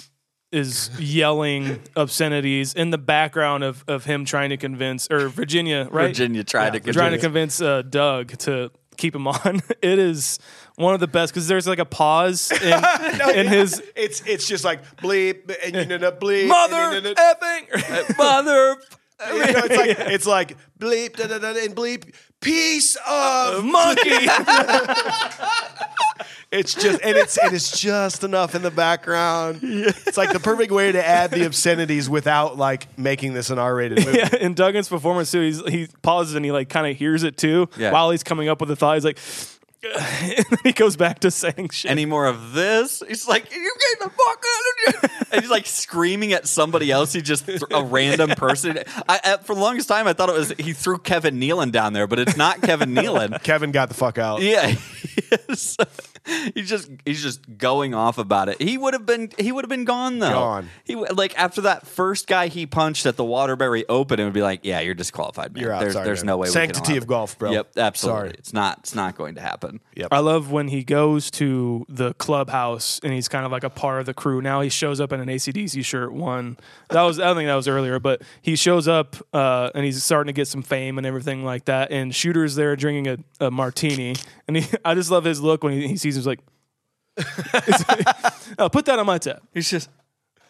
B: is yelling obscenities in the background of, of him trying to convince or Virginia, right?
C: Virginia tried to
B: trying to
C: convince-
B: convince uh, Doug to keep him on. It is one of the best because there's like a pause in, in his
A: It's it's just like bleep and you know bleep and,
B: mother
A: you know,
B: effing mother
A: You know, it's like it's like bleep da, da, da, and bleep piece of
B: monkey.
A: it's just and it's and it's just enough in the background. It's like the perfect way to add the obscenities without like making this an R-rated movie.
B: yeah, in Duggan's performance too, he's, he pauses and he like kind of hears it too
C: Yeah.
B: while he's coming up with the thought. He's like, and then he goes back to saying shit.
C: Any more of this? He's like, "You get the fuck out of here!" and he's like screaming at somebody else. He just th- a random person. I, at, for the longest time, I thought it was he threw Kevin Nealon down there, but it's not Kevin Nealon.
A: Kevin got the fuck out.
C: Yeah, he is. he's just he's just going off about it. He would have been he would have been gone though.
A: Gone.
C: He w- like after that first guy he punched at the Waterbury Open, it would be like, yeah, you're disqualified, man.
A: You're out.
C: There's
A: Sorry,
C: there's
A: man.
C: no way. we can
A: Sanctity
C: allow
A: of
C: it."
A: golf, bro.
C: Yep, absolutely.
A: Sorry.
C: It's not it's not going to happen.
A: Yep.
B: I love when he goes to the clubhouse and he's kind of like a part of the crew. Now he shows up in an ACDC shirt. One that was I don't think that was earlier, but he shows up uh, and he's starting to get some fame and everything like that. And Shooter's there drinking a, a martini, and he, I just love his look when he, he sees him. He's like, "Oh, put that on my tab. He's just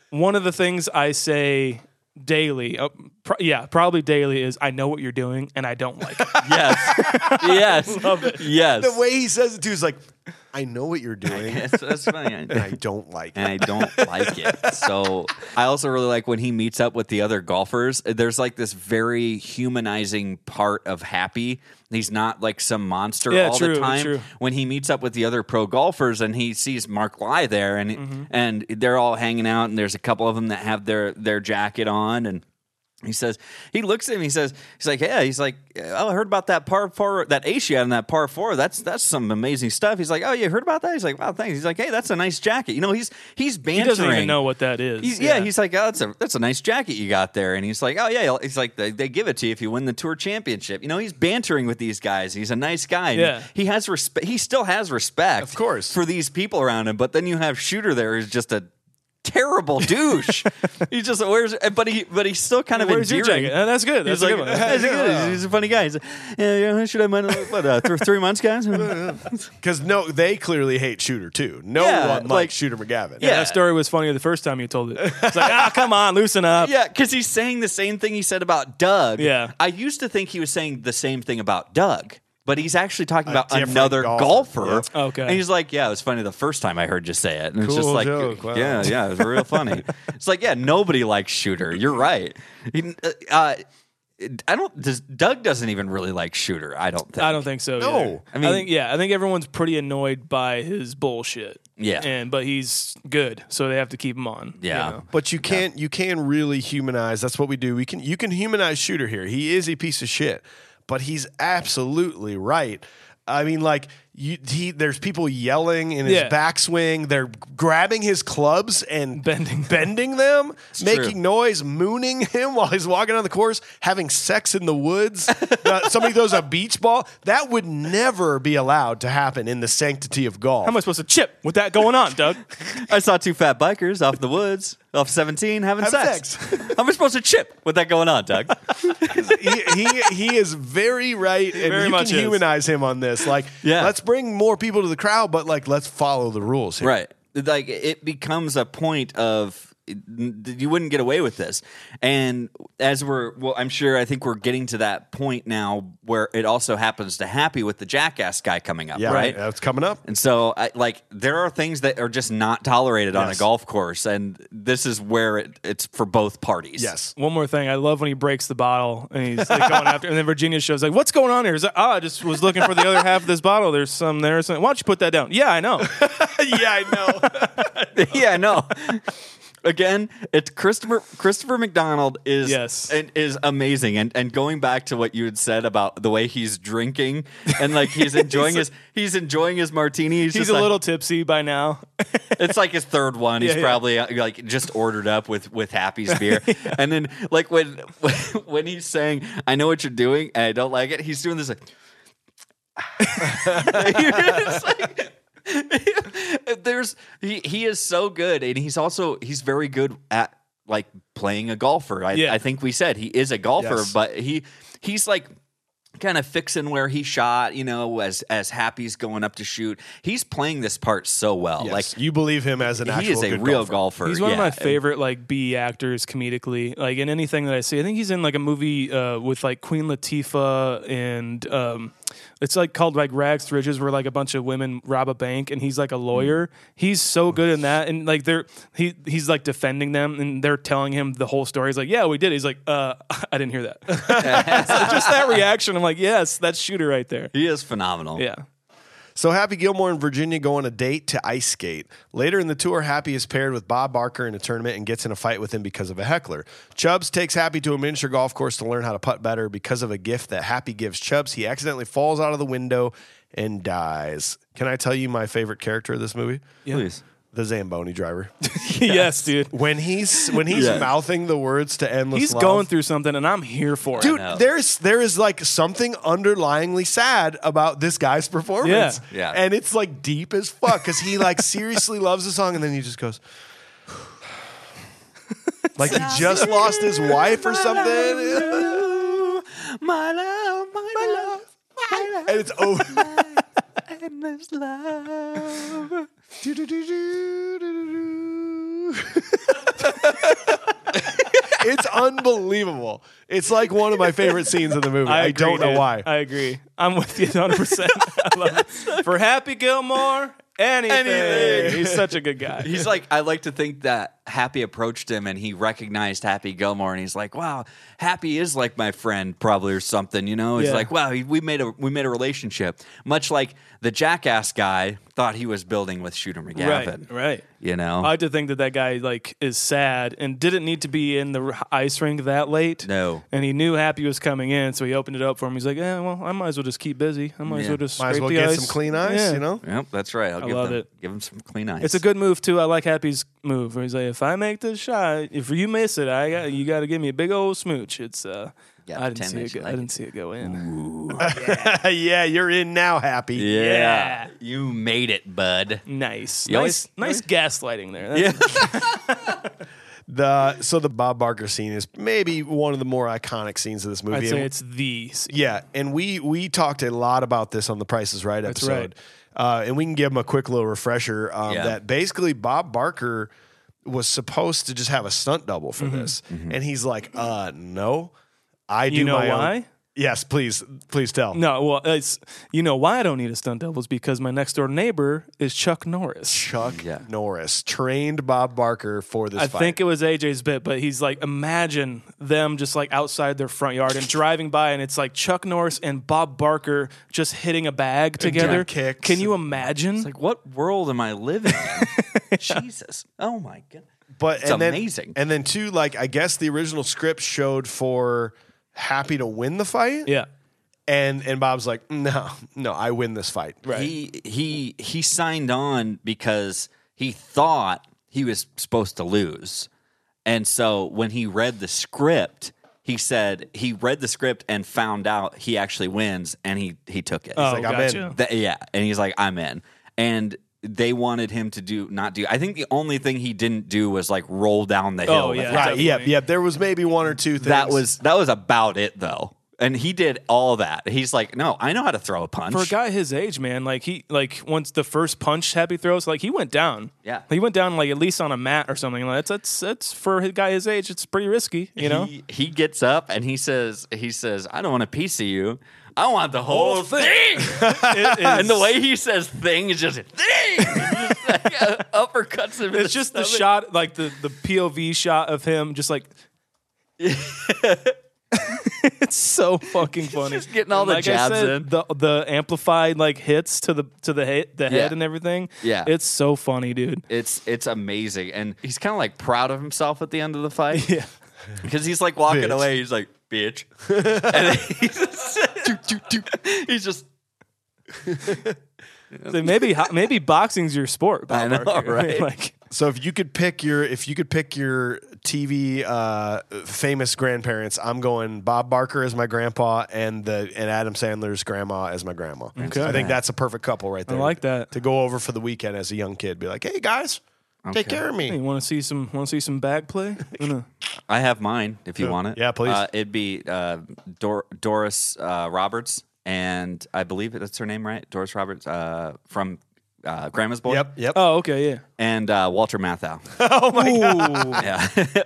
B: one of the things I say daily. Uh, pr- yeah, probably daily is I know what you're doing and I don't like it.
C: Yes, yes, yes.
A: The way he says it too is like, I know what you're doing.
C: That's- that's funny.
A: I don't like
C: and
A: it.
C: I don't like it. So I also really like when he meets up with the other golfers. There's like this very humanizing part of Happy. He's not like some monster
B: Yeah,
C: all
B: true,
C: the time.
B: true.
C: When he meets up with the other pro golfers and he sees Mark Lye there, and
B: Mm-hmm.
C: and they're all hanging out, and there's a couple of them that have their their jacket on and. He says, he looks at him. He says, he's like, yeah. He's like, oh, I heard about that par four, that ace you had in that par four. That's that's some amazing stuff. He's like, oh, you heard about that? He's like, wow, thanks. He's like, hey, that's a nice jacket. You know, he's he's
B: He
C: bantering.
B: doesn't even know what that is.
C: He's, yeah. he's like, oh, that's a that's a nice jacket you got there, and he's like, oh yeah, he's like, they, they give it to you if you win the tour championship. You know, he's bantering with these guys. He's a nice guy. and
B: Yeah.
C: he has respect. He still has respect,
A: Of course.
C: for these people around him. But then you have Shooter there, who's just a terrible douche. he just wears, but he but he's still kind of
B: Where's your
C: endearing.
B: jacket? Uh, that's good. That's
C: he's
B: a
C: like,
B: good one.
C: He's, good. he's a funny guy. He's like, yeah, yeah, should I mind what, uh, th- three months, guys? yeah,
A: Because no, they clearly hate Shooter too. No
C: Yeah,
A: one likes
C: like-
A: Shooter McGavin.
C: Yeah.
B: That story was funnier the first time you told it. It's like, ah, come on, loosen up.
C: because he's saying the same thing he said about Doug.
B: Yeah.
C: I used to think he was saying the same thing about Doug. But he's actually talking about
A: different
C: another
A: golfer.
C: golfer.
B: Yeah. Oh, Okay.
C: And he's like, Yeah, it was funny the first time I heard you say it. And it's
A: Cool
C: just like,
A: joke. Wow.
C: Yeah, yeah, it was real funny. it's like, Yeah, nobody likes Shooter. You're right. He- uh, I don't, does, Doug doesn't even really like Shooter, I don't think.
B: I don't think so.
A: No.
B: either.
C: I
B: I,
C: mean-
B: think yeah, I think everyone's pretty annoyed by his bullshit.
C: Yeah.
B: and but he's good, so they have to keep him on. you
C: Yeah.
B: know?
A: But you can't you can really humanize. That's what we do. We can you can humanize Shooter here. He is a piece of shit, but he's absolutely right. I mean, like you, he, there's people yelling in his
B: Yeah.
A: backswing. They're grabbing his clubs and
B: Bending them.
A: bending them, making
C: true.
A: noise, mooning him while he's walking on the course, having sex in the woods. Uh, somebody throws a beach ball. That would never be allowed to happen in the sanctity of golf.
B: How am I supposed to chip with that going on, Doug?
C: I saw two fat bikers off in the woods, off 17, having
A: Having
C: sex. How am I supposed to chip with that going on, Doug?
A: he, he he is very right, and
B: very
A: you
B: much
A: can
B: is.
A: humanize him on this. Like,
C: Yeah.
A: let's bring more people to the crowd, but like, let's follow the rules. Here.
C: right. Like it becomes a point of you wouldn't get away with this. And as we're, well, I'm sure, I think we're getting to that point now where it also happens to Happy with the jackass guy coming up,
A: Yeah,
C: right?
A: That's coming up.
C: And so, I, like, there are things that are just not tolerated on a
A: Yes.
C: golf course, and this is where it, it's for both parties.
A: Yes.
B: One more thing, I love when he breaks the bottle and he's like, going after, and then Virginia shows like, "What's going on here?" He's like, "Ah, I just was looking for the other half of this bottle. There's some there. Some. Why don't you put that down?" Yeah, I know.
A: yeah, I know.
C: yeah, no. Again, it's Christopher Christopher McDonald is
B: Yes.
C: and is amazing. And and going back to what you had said about the way he's drinking and like he's enjoying his he's enjoying his martini. He's,
B: He's
C: just
B: a
C: like-
B: little tipsy by now.
C: it's like his third one. He's
B: Yeah, yeah.
C: probably uh, like just ordered up with with Happy's beer, and then like when when he's saying, "I know what you're doing, and I don't like it," he's doing this like. It's like- there's he he is so good, and he's also he's very good at like playing a golfer. I,
B: Yeah.
C: I think we said he is a golfer,
A: Yes.
C: but he he's like kind of fixing where he shot, you know, as as Happy's going up to shoot. He's playing this part so well. Like
A: Like you believe him as an actual
C: he is a
A: good
C: real
A: golfer.
C: golfer.
B: He's one of
C: yeah.
B: my favorite like B actors comedically. Like in anything that I see, I think he's in like a movie uh, with like Queen Latifah and um, it's like called like Rags to Riches, where like a bunch of women rob a bank and he's like a lawyer. He's so good in that, and like they're he he's like defending them and they're telling him the whole story. He's like, yeah, we did. it." He's like, uh, I didn't hear that. So just that reaction, I'm like, yes, that's shooter right there.
C: He is phenomenal.
B: Yeah.
A: So Happy Gilmore and Virginia go on a date to ice skate. Later in the tour, Happy is paired with Bob Barker in a tournament and gets in a fight with him because of a heckler. Chubbs takes Happy to a miniature golf course to learn how to putt better because of a gift that Happy gives Chubbs. He accidentally falls out of the window and dies. Can I tell you my favorite character of this movie?
C: Please.
A: The Zamboni driver.
B: yes, dude.
A: when he's when he's
C: Yeah.
A: mouthing the words to endless
B: He's
A: Love,
B: going through something, and I'm here for it.
A: Dude, there's there is like something underlyingly sad about this guy's performance.
C: Yeah. Yeah.
A: And it's like deep as fuck because he like seriously loves the song and then he just goes like he just lost his wife or something.
C: My love, my, love, my
A: And it's over.
C: love, endless love.
A: it's unbelievable. It's like one of my favorite scenes in the movie. I,
B: agree,
A: don't know
B: dude.
A: why.
B: I agree. I'm with you 100. percent I love it. For Happy Gilmore, anything.
C: Anything.
B: He's such a good guy.
C: He's like, I like to think that Happy approached him and he recognized Happy Gilmore and he's like, wow, Happy is like my friend probably or something, you know? He's
B: Yeah.
C: like, wow, we made a we made a relationship. Much like the jackass guy thought he was building with Shooter
B: Right,
C: McGavin.
B: right.
C: You know?
B: I like to think that that guy like is sad and didn't need to be in the r- ice rink that late.
C: No.
B: and he knew Happy was coming in, so he opened it up for him. He's like, "Yeah, well, I might as well just keep busy. I might as
C: Yeah.
B: well just
A: Might as
B: scrape
A: well
B: the
A: get
B: ice.
A: some clean ice,
B: Yeah.
A: you know?
C: Yep, that's right. I'll give
B: love
C: them,
B: it.
C: give him some clean ice.
B: It's a good move too. I like Happy's move. Where he's like, "If I make this shot, if you miss it, I got you got to give me a big old smooch." It's uh,
C: Yeah,
B: I didn't
C: pretend
B: see it.
C: that you
B: Go,
C: like
B: I didn't see it go in.
A: yeah, you're in now, happy.
C: Yeah. You made it, bud.
B: Nice,
C: You
B: nice,
C: always-
B: nice gaslighting there. That's-
A: The so the Bob Barker scene is maybe one of the more iconic scenes of this movie.
B: I'd
A: And-
B: say it's the. scene.
A: Yeah, and we we talked a lot about this on the Price is Right episode, uh, and we can give them a quick little refresher um,
C: Yeah.
A: that basically Bob Barker was supposed to just have a stunt double for this,
C: Mm-hmm.
A: and he's like, uh, no, I do
B: You know
A: my own-
B: why?
A: Yes, please, please tell.
B: No, well, it's you know why I don't need a stunt double is because my next door neighbor is Chuck Norris.
A: Chuck
C: Yeah.
A: Norris trained Bob Barker for this.
B: I
A: fight.
B: think it was AJ's bit, but he's like, imagine them just like outside their front yard and driving by, and it's like Chuck Norris and Bob Barker just hitting a bag together.
A: kicks
B: Can you imagine?
C: It's like, what world am I living in? Jesus. Oh, my God.
A: But
C: It's
A: and then-
C: amazing.
A: And then two, like I guess the original script showed for Happy to win the fight.
B: yeah,
A: And and Bob's like, no, no, I win this fight. Right.
C: He, he, he signed on because he thought he was supposed to lose. And so when he read the script, he said he read the script and found out he actually wins and he, he took it.
B: oh,
A: like, I'm in.
B: gotcha.
C: Th- yeah, and he's like, I'm in. And they wanted him to do not do. I think the only thing he didn't do was like roll down the hill.
B: Oh,
C: with
B: yeah.
C: it.
A: Right.
B: Definitely.
A: Yep. Yep. There was maybe one or two things.
C: that was that was about it though. And he did all that. He's like, no, I know how to throw a punch.
B: for a guy his age, man, like he like once the first punch happy throws, like he went down.
C: Yeah.
B: he went down like at least on a mat or something. Like that's that's that's for a guy his age, it's pretty risky, you know.
C: he, he gets up and he says, he says, I don't want a piece of you. I want the whole,
B: Whole
C: thing.
B: thing."
C: and the way he says "thing" is just "thing." Just like, uh, uppercuts him. in
B: it's just the
C: stomach.
B: shot, like the the POV shot of him, just like. it's so fucking funny.
C: just getting all
B: And
C: the
B: like
C: jabs
B: I said,
C: in.
B: The the amplified like hits to the to the head, the head and everything.
C: Yeah.
B: it's so funny, dude.
C: It's it's amazing, and he's kind of like proud of himself at the end of the fight. Yeah, because he's like walking
A: Bitch.
C: away. He's like, "Bitch," and he's just, he's just
B: So maybe ho- maybe boxing's your sport. Bob
C: I know,
B: Barker.
C: right?
B: Like
A: so. If you could pick your, if you could pick your TV uh, famous grandparents, I'm going Bob Barker as my grandpa and the and Adam Sandler's grandma as my grandma. Okay. I think that's a perfect couple right there.
B: like that.
A: to go over for the weekend as a young kid. Be like, hey guys, take care of
B: hey, you
A: me.
B: want to see some want to see some bag play? You know.
C: I have mine if you want it.
A: Yeah, please.
C: Uh, it'd be uh, Dor- Doris uh, Roberts, and I believe that's her name, right? Doris Roberts uh, from uh, Grandma's Boy.
A: Yep. Yep.
B: Oh, okay, yeah.
C: And uh, Walter Matthau.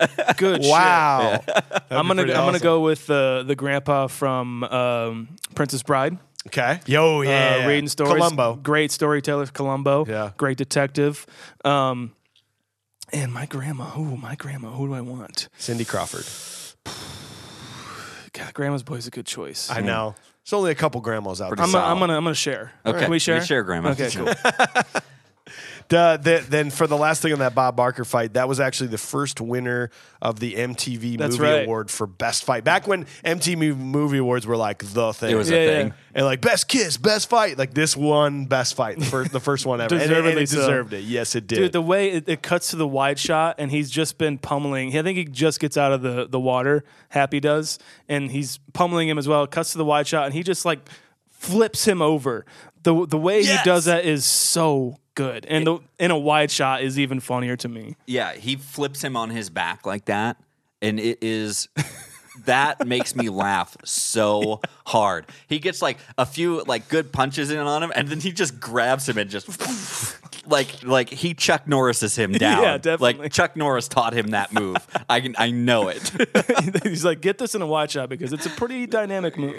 B: Oh Good. shit.
A: wow.
B: I'm gonna I'm
A: pretty
B: gonna
A: awesome.
B: go with uh, the grandpa from um, Princess Bride.
A: Okay. Yo.
B: uh,
A: Yeah.
B: reading stories.
A: Columbo.
B: great storyteller, Columbo.
A: Yeah.
B: great detective. Um, and my grandma. Ooh, my grandma. Who do I want?
A: Cindy Crawford.
B: God, grandma's boy's a good choice.
A: I know. There's only a couple grandmas out there.
B: I'm, gonna- I'm gonna I'm gonna share. Okay, can we share?
C: Share Grandma.
B: Okay, cool.
A: Duh, th- then for Uh, the last thing on that Bob Barker fight, that was actually the first winner of the MTV
B: That's
A: Movie
B: right.
A: Award for Best Fight. Back when MTV Movie Awards were like the thing.
C: It was
B: Yeah,
C: a
B: yeah.
C: thing.
A: and like Best Kiss, Best Fight. Like this one Best Fight, the first, the first one ever. And- and
B: Deservedly
A: it
B: so.
A: deserved it. Yes, it did.
B: Dude, the way it, it cuts to the wide shot, and he's just been pummeling. I think he just gets out of the, the water. Happy does, and he's pummeling him as well. Cuts to the wide shot, and he just like flips him over. the The way
C: Yes!
B: he does that is so good, and the, in a wide shot is even funnier to me.
C: Yeah, he flips him on his back like that, and it is that makes me laugh so hard. He gets like a few like good punches in on him, and then he just grabs him and just like like he Chuck Norris's him down.
B: Yeah, definitely.
C: Like Chuck Norris taught him that move. I can I know it.
B: he's like, get this in a wide shot because it's a pretty dynamic move.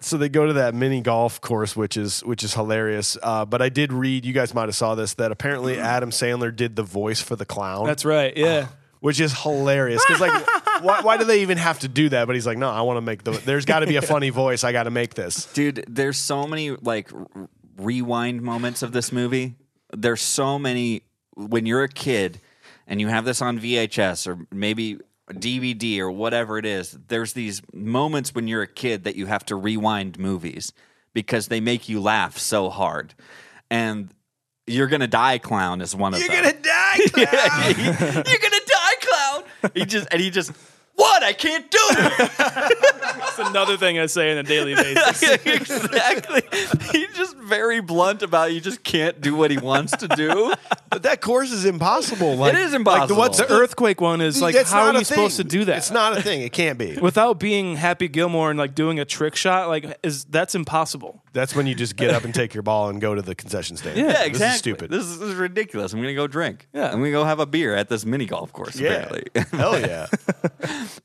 A: so they go to that mini golf course, which is which is hilarious. Uh, but I did read, you guys might have saw this, that apparently Adam Sandler did the voice for the clown.
B: Mm-hmm. That's right. Yeah.
A: which is hilarious because like why, why do they even have to do that but he's like no i want to make the there's got to be a funny voice i got to make this
C: Dude, there's so many like r- rewind moments of this movie. There's so many when you're a kid and you have this on VHS or maybe DVD or whatever it is. There's these moments when you're a kid that you have to rewind movies because they make you laugh so hard. And you're gonna die, clown is one of them.
A: die
C: You're gonna die, clown. He just and he just whoa what? I can't do it.
B: That's another thing I say on a daily basis.
C: exactly. He's just very blunt about you just can't do what he wants to do.
A: But that course is impossible. Like,
C: it is
A: like,
C: impossible.
A: the- what's
B: the earthquake one is like,
A: That's
B: how
A: not
B: are
A: a
B: you supposed to
A: thing.
B: do that?
A: It's not a thing. It can't be.
B: without being Happy Gilmore and like doing a trick shot. Like, is that's impossible?
A: That's when you just get up and take your ball and go to the concession stand.
B: Yeah,
C: Yeah, exactly.
A: This is stupid.
C: This is, this is ridiculous. I'm gonna go drink.
B: Yeah.
C: I'm gonna go have a beer at this mini golf course.
A: yeah.
C: Apparently,
A: Hell yeah.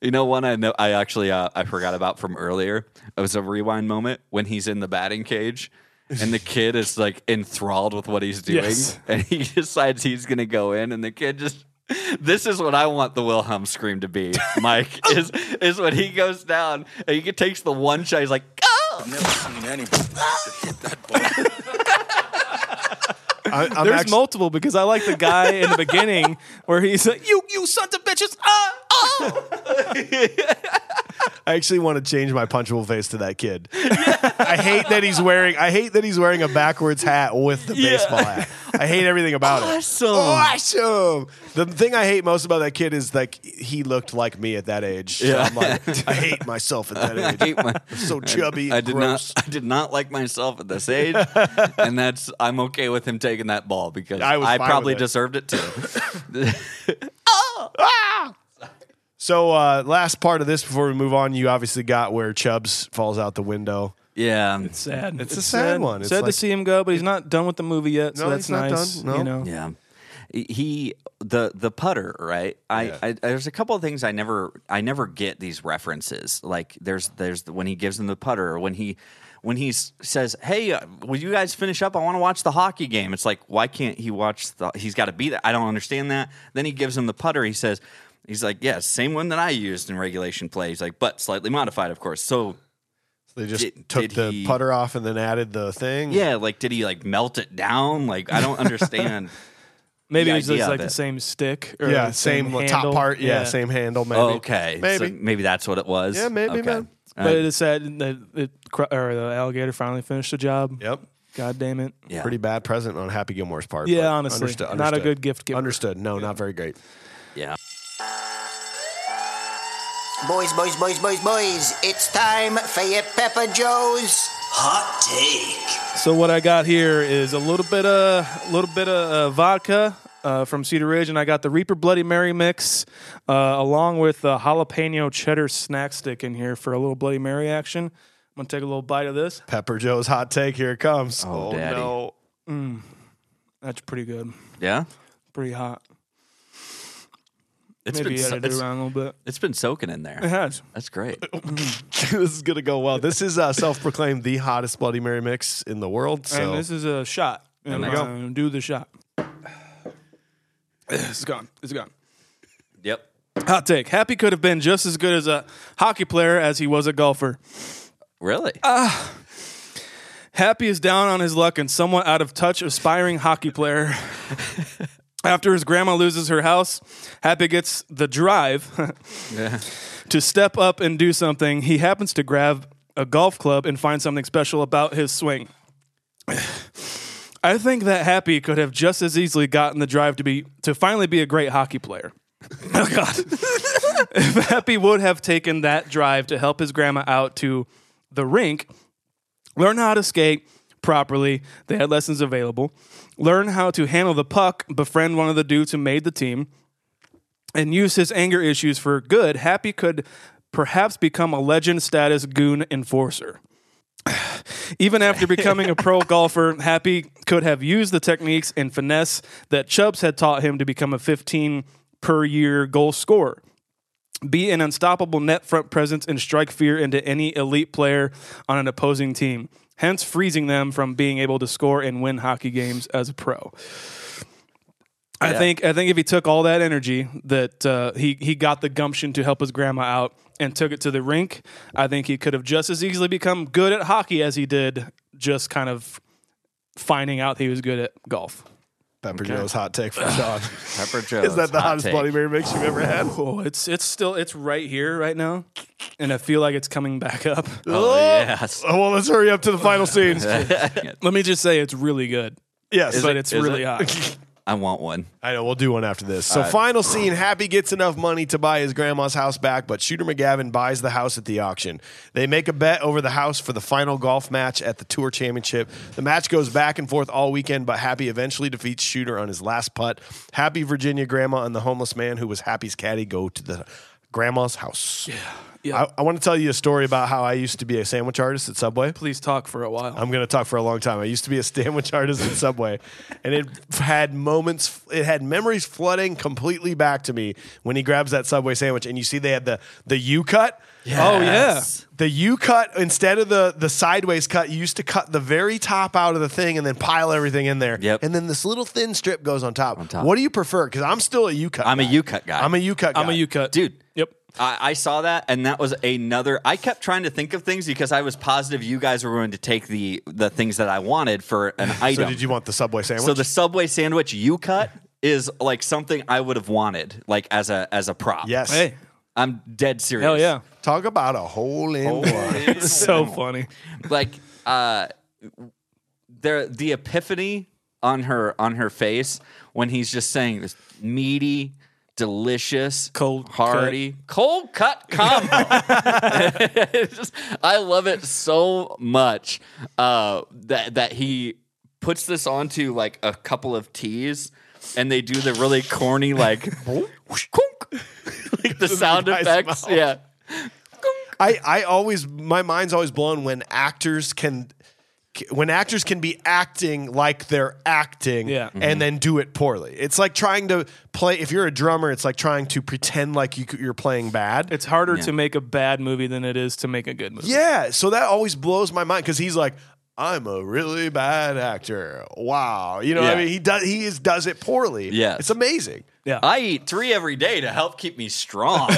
C: you know one I know I actually uh, I forgot about from earlier. It was a rewind moment when he's in the batting cage. And the kid is like enthralled with what he's doing,
B: Yes.
C: and he decides he's gonna go in. And the kid just, this is what I want the Wilhelm scream to be. Mike is is when he goes down and he takes the one shot. He's like, oh,
D: I've never seen anyone hit that ball.
A: I, I'm
B: There's
A: actually-
B: multiple because I like the guy in the beginning where he's like, "You, you sons of bitches!" Ah, ah.
A: I actually want to change my punchable face to that kid. I hate that he's wearing. I hate that he's wearing a backwards hat with the baseball hat. I hate everything about
C: Awesome.
A: it. Awesome. The thing I hate most about that kid is like he looked like me at that age. Yeah. I'm like, I hate myself at that age.
C: hate my-
A: I'm so chubby.
C: I
A: and
C: did
A: gross.
C: not. I did not like myself at this age, and that's. I'm okay with him taking that ball because
A: I
C: I,
A: was fine with
C: probably
A: it.
C: deserved it too.
A: So uh, last part of this before we move on, you obviously got where Chubbs falls out the window.
C: yeah,
B: Sad. It's,
A: a sad one. It's
B: sad to
A: like-
B: see him go, but he's not done with the movie yet, so
A: No,
B: that's
A: he's not
B: nice.
A: done. No.
B: You know,
C: yeah. He the the putter right. I, I there's a couple of things I never I never get these references. Like there's there's the, when he gives him the putter or when he when he s- says hey uh, will you guys finish up I want to watch the hockey game. It's like why can't he watch the he's got to be there. I don't understand that. Then he gives him the putter. He says he's like yeah same one that I used in regulation play. He's like but slightly modified of course. So
A: They just
C: Did-
A: took
C: did
A: the
C: he-
A: putter off and then added the thing.
C: yeah like did he like melt it down like I don't understand.
B: maybe
C: The
B: it's
C: idea
B: just
C: of
B: like
C: it.
B: the same stick. Or
A: Yeah,
B: the
A: same, top
B: handle.
A: part. Yeah, same handle. Maybe.
C: okay, So
A: Maybe.
C: maybe that's what it was.
A: Yeah, maybe,
C: okay.
A: man.
B: But it is sad that it, cr- or the alligator finally finished the job.
A: Yep.
B: God damn it.
C: Yeah.
A: Pretty bad present on Happy Gilmore's part.
B: Yeah,
A: but
B: honestly. Not a good gift giver.
A: Understood. No, not very great.
C: Yeah.
E: Boys, boys, boys, boys, boys, it's time for your Pepper Joe's.
D: Hot take.
B: So what I got here is a little bit of a little bit of uh, vodka uh, from Cedar Ridge, and I got the Reaper Bloody Mary mix uh, along with the jalapeno cheddar snack stick in here for a little Bloody Mary action. I'm gonna take a little bite of this.
A: Pepper Joe's hot take. Here it comes.
C: Oh, daddy.
A: no.
B: That's pretty good,
C: Yeah.
B: pretty hot.
C: It's
B: Maybe you
C: been, so-
B: had to do
C: it's,
B: around a little bit.
C: it's been soaking in
B: It
A: Uh-huh.
C: there.
B: has.
C: That's great.
A: this is gonna go well. This is uh, self-proclaimed the hottest Bloody Mary mix in the world. So
B: And this is a shot. And
C: we go.
B: uh, do the shot. It's gone. It's gone.
C: Yep.
B: Hot take. Happy could have been just as good as a hockey player as he was a golfer.
C: Really?
A: Ah,
B: Happy is down on his luck and somewhat out of touch, aspiring hockey player. After his grandma loses her house, Happy gets the drive to step up and do something. He happens to grab a golf club and find something special about his swing. I think that Happy could have just as easily gotten the drive to be to finally be a great hockey player. Oh God! if Happy would have taken that drive to help his grandma out to the rink, learn how to skate properly. They had lessons available. Learn how to handle the puck, befriend one of the dudes who made the team, and use his anger issues for good. Happy could perhaps become a legend status goon enforcer. Even after becoming a pro golfer, Happy could have used the techniques and finesse that Chubbs had taught him to become a 15 per year goal scorer be an unstoppable net front presence and strike fear into any elite player on an opposing team, hence freezing them from being able to score and win hockey games as a pro. I think I think if he took all that energy that uh, he he got the gumption to help his grandma out and took it to the rink, I think he could have just as easily become good at hockey as he did just kind of finding out he was good at golf.
A: Pepper Joe's hot take for Sean.
C: Pepper Joe's.
A: is that the
C: hot
A: hottest
C: take.
A: Bloody Mary mix you've ever had?
B: Oh, it's it's still it's right here right now, and I feel like it's coming back up.
C: Oh, yes.
A: Oh, well, let's hurry up to the final scene.
B: Let me just say it's really good.
A: yes,
B: but it's
C: is
B: really
C: it?
B: hot.
C: I want one.
A: I know we'll do one after this. So final scene: Happy gets enough money to buy his grandma's house back, but Shooter McGavin buys the house at the auction. They make a bet over the house for the final golf match at the Tour Championship. The match goes back and forth all weekend, but Happy eventually defeats Shooter on his last putt. Happy Virginia grandma and the homeless man who was Happy's caddy go to the grandma's house. Yeah,
B: yeah.
A: I, I want to tell you a story about how I used to be a sandwich artist at Subway.
B: Please talk for a while.
A: I'm going to talk for a long time. I used to be a sandwich artist at Subway, and it had moments, it had memories flooding completely back to me when he grabs that Subway sandwich, and you see they had the the U cut.
B: Oh yeah.
A: The U cut instead of the the sideways cut, you used to cut the very top out of the thing and then pile everything in there.
C: Yep.
A: And then this little thin strip goes on top.
C: top.
A: What do you prefer? Because I'm still a U cut.
C: I'm a U cut guy.
A: I'm a U cut.
B: I'm a
A: guy.
B: U cut.
C: Dude.
B: Yep.
C: I, I saw that, and that was another. I kept trying to think of things because I was positive you guys were going to take the the things that I wanted for an
A: So
C: item.
A: did you want the Subway sandwich?
C: So the Subway sandwich you cut is like something I would have wanted, like as a as a prop.
A: yes.
B: Hey.
C: I'm dead serious.
B: Hell yeah.
A: Talk about a hole in one.
B: It's so funny.
C: like uh there the epiphany on her on her face when he's just saying this meaty delicious
B: Cold
C: hearty cold cut combo It's just- i love it so much uh that that he puts this onto like a couple of teas and they do the really corny like whoosh, conk, like the sound
A: guy's
C: effects
A: mouth.
C: yeah
A: I, I always my mind's always blown when actors can when actors can be acting like they're acting
B: Yeah.
A: and then do it poorly. It's like trying to play if you're a drummer, it's like trying to pretend like you, c- you're playing bad.
B: It's harder to make a bad movie than it is to make a good movie.
A: yeah, so that always blows my mind cuz he's like I'm a really bad actor. Wow. You know what I
C: Yeah.
A: mean? He does he is does it poorly.
C: Yes.
A: It's amazing.
B: Yeah.
C: i eat three every day to help keep me strong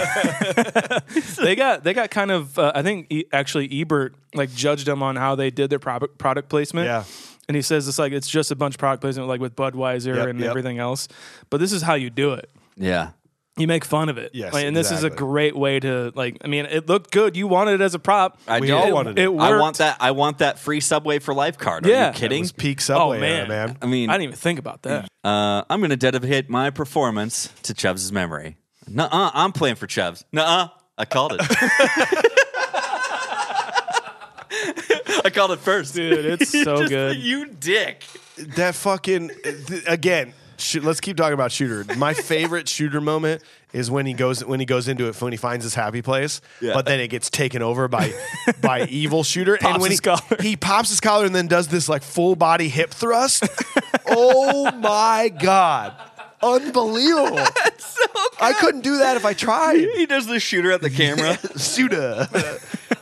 B: they got they got kind of uh, I think e- actually Ebert like judged them on how they did their product product placement.
A: Yeah.
B: And he says it's like it's just a bunch of product placement like with Budweiser
A: Yep,
B: and
A: yep.
B: everything else. But this is how you do it.
C: yeah
B: You make fun of it.
A: Yes,
B: Like, and this is a
A: exactly.
B: great way to like I mean it looked good. You wanted it as a prop.
C: I We
B: it,
C: do. all wanted
A: it.
B: It
C: I
B: worked.
C: want that. I want that free Subway for life card. Are
B: Yeah.
C: you
B: That
C: kidding?
A: It's peak
B: Oh
A: subway era,
B: man.
A: man.
C: I mean-
B: I didn't even think about that.
C: uh, I'm going to dedicate my performance to Chubbs' memory. Nuh-uh, I'm playing for Chubbs. Nuh-uh, I called it. I called it first.
B: Dude, it's so
C: Just
B: good.
C: You dick.
A: that fucking th- again. Shoot, let's keep talking about shooter. My favorite shooter moment is when he goes when he goes into it when he finds his happy place,
C: Yeah.
A: but then it gets taken over by by evil shooter. and
B: Pops
A: when
B: his
A: he
B: collar.
A: he pops his collar and then does this like full body hip thrust. oh my god, unbelievable! I couldn't do that if I tried
C: He does the shooter at the camera.
A: shooter.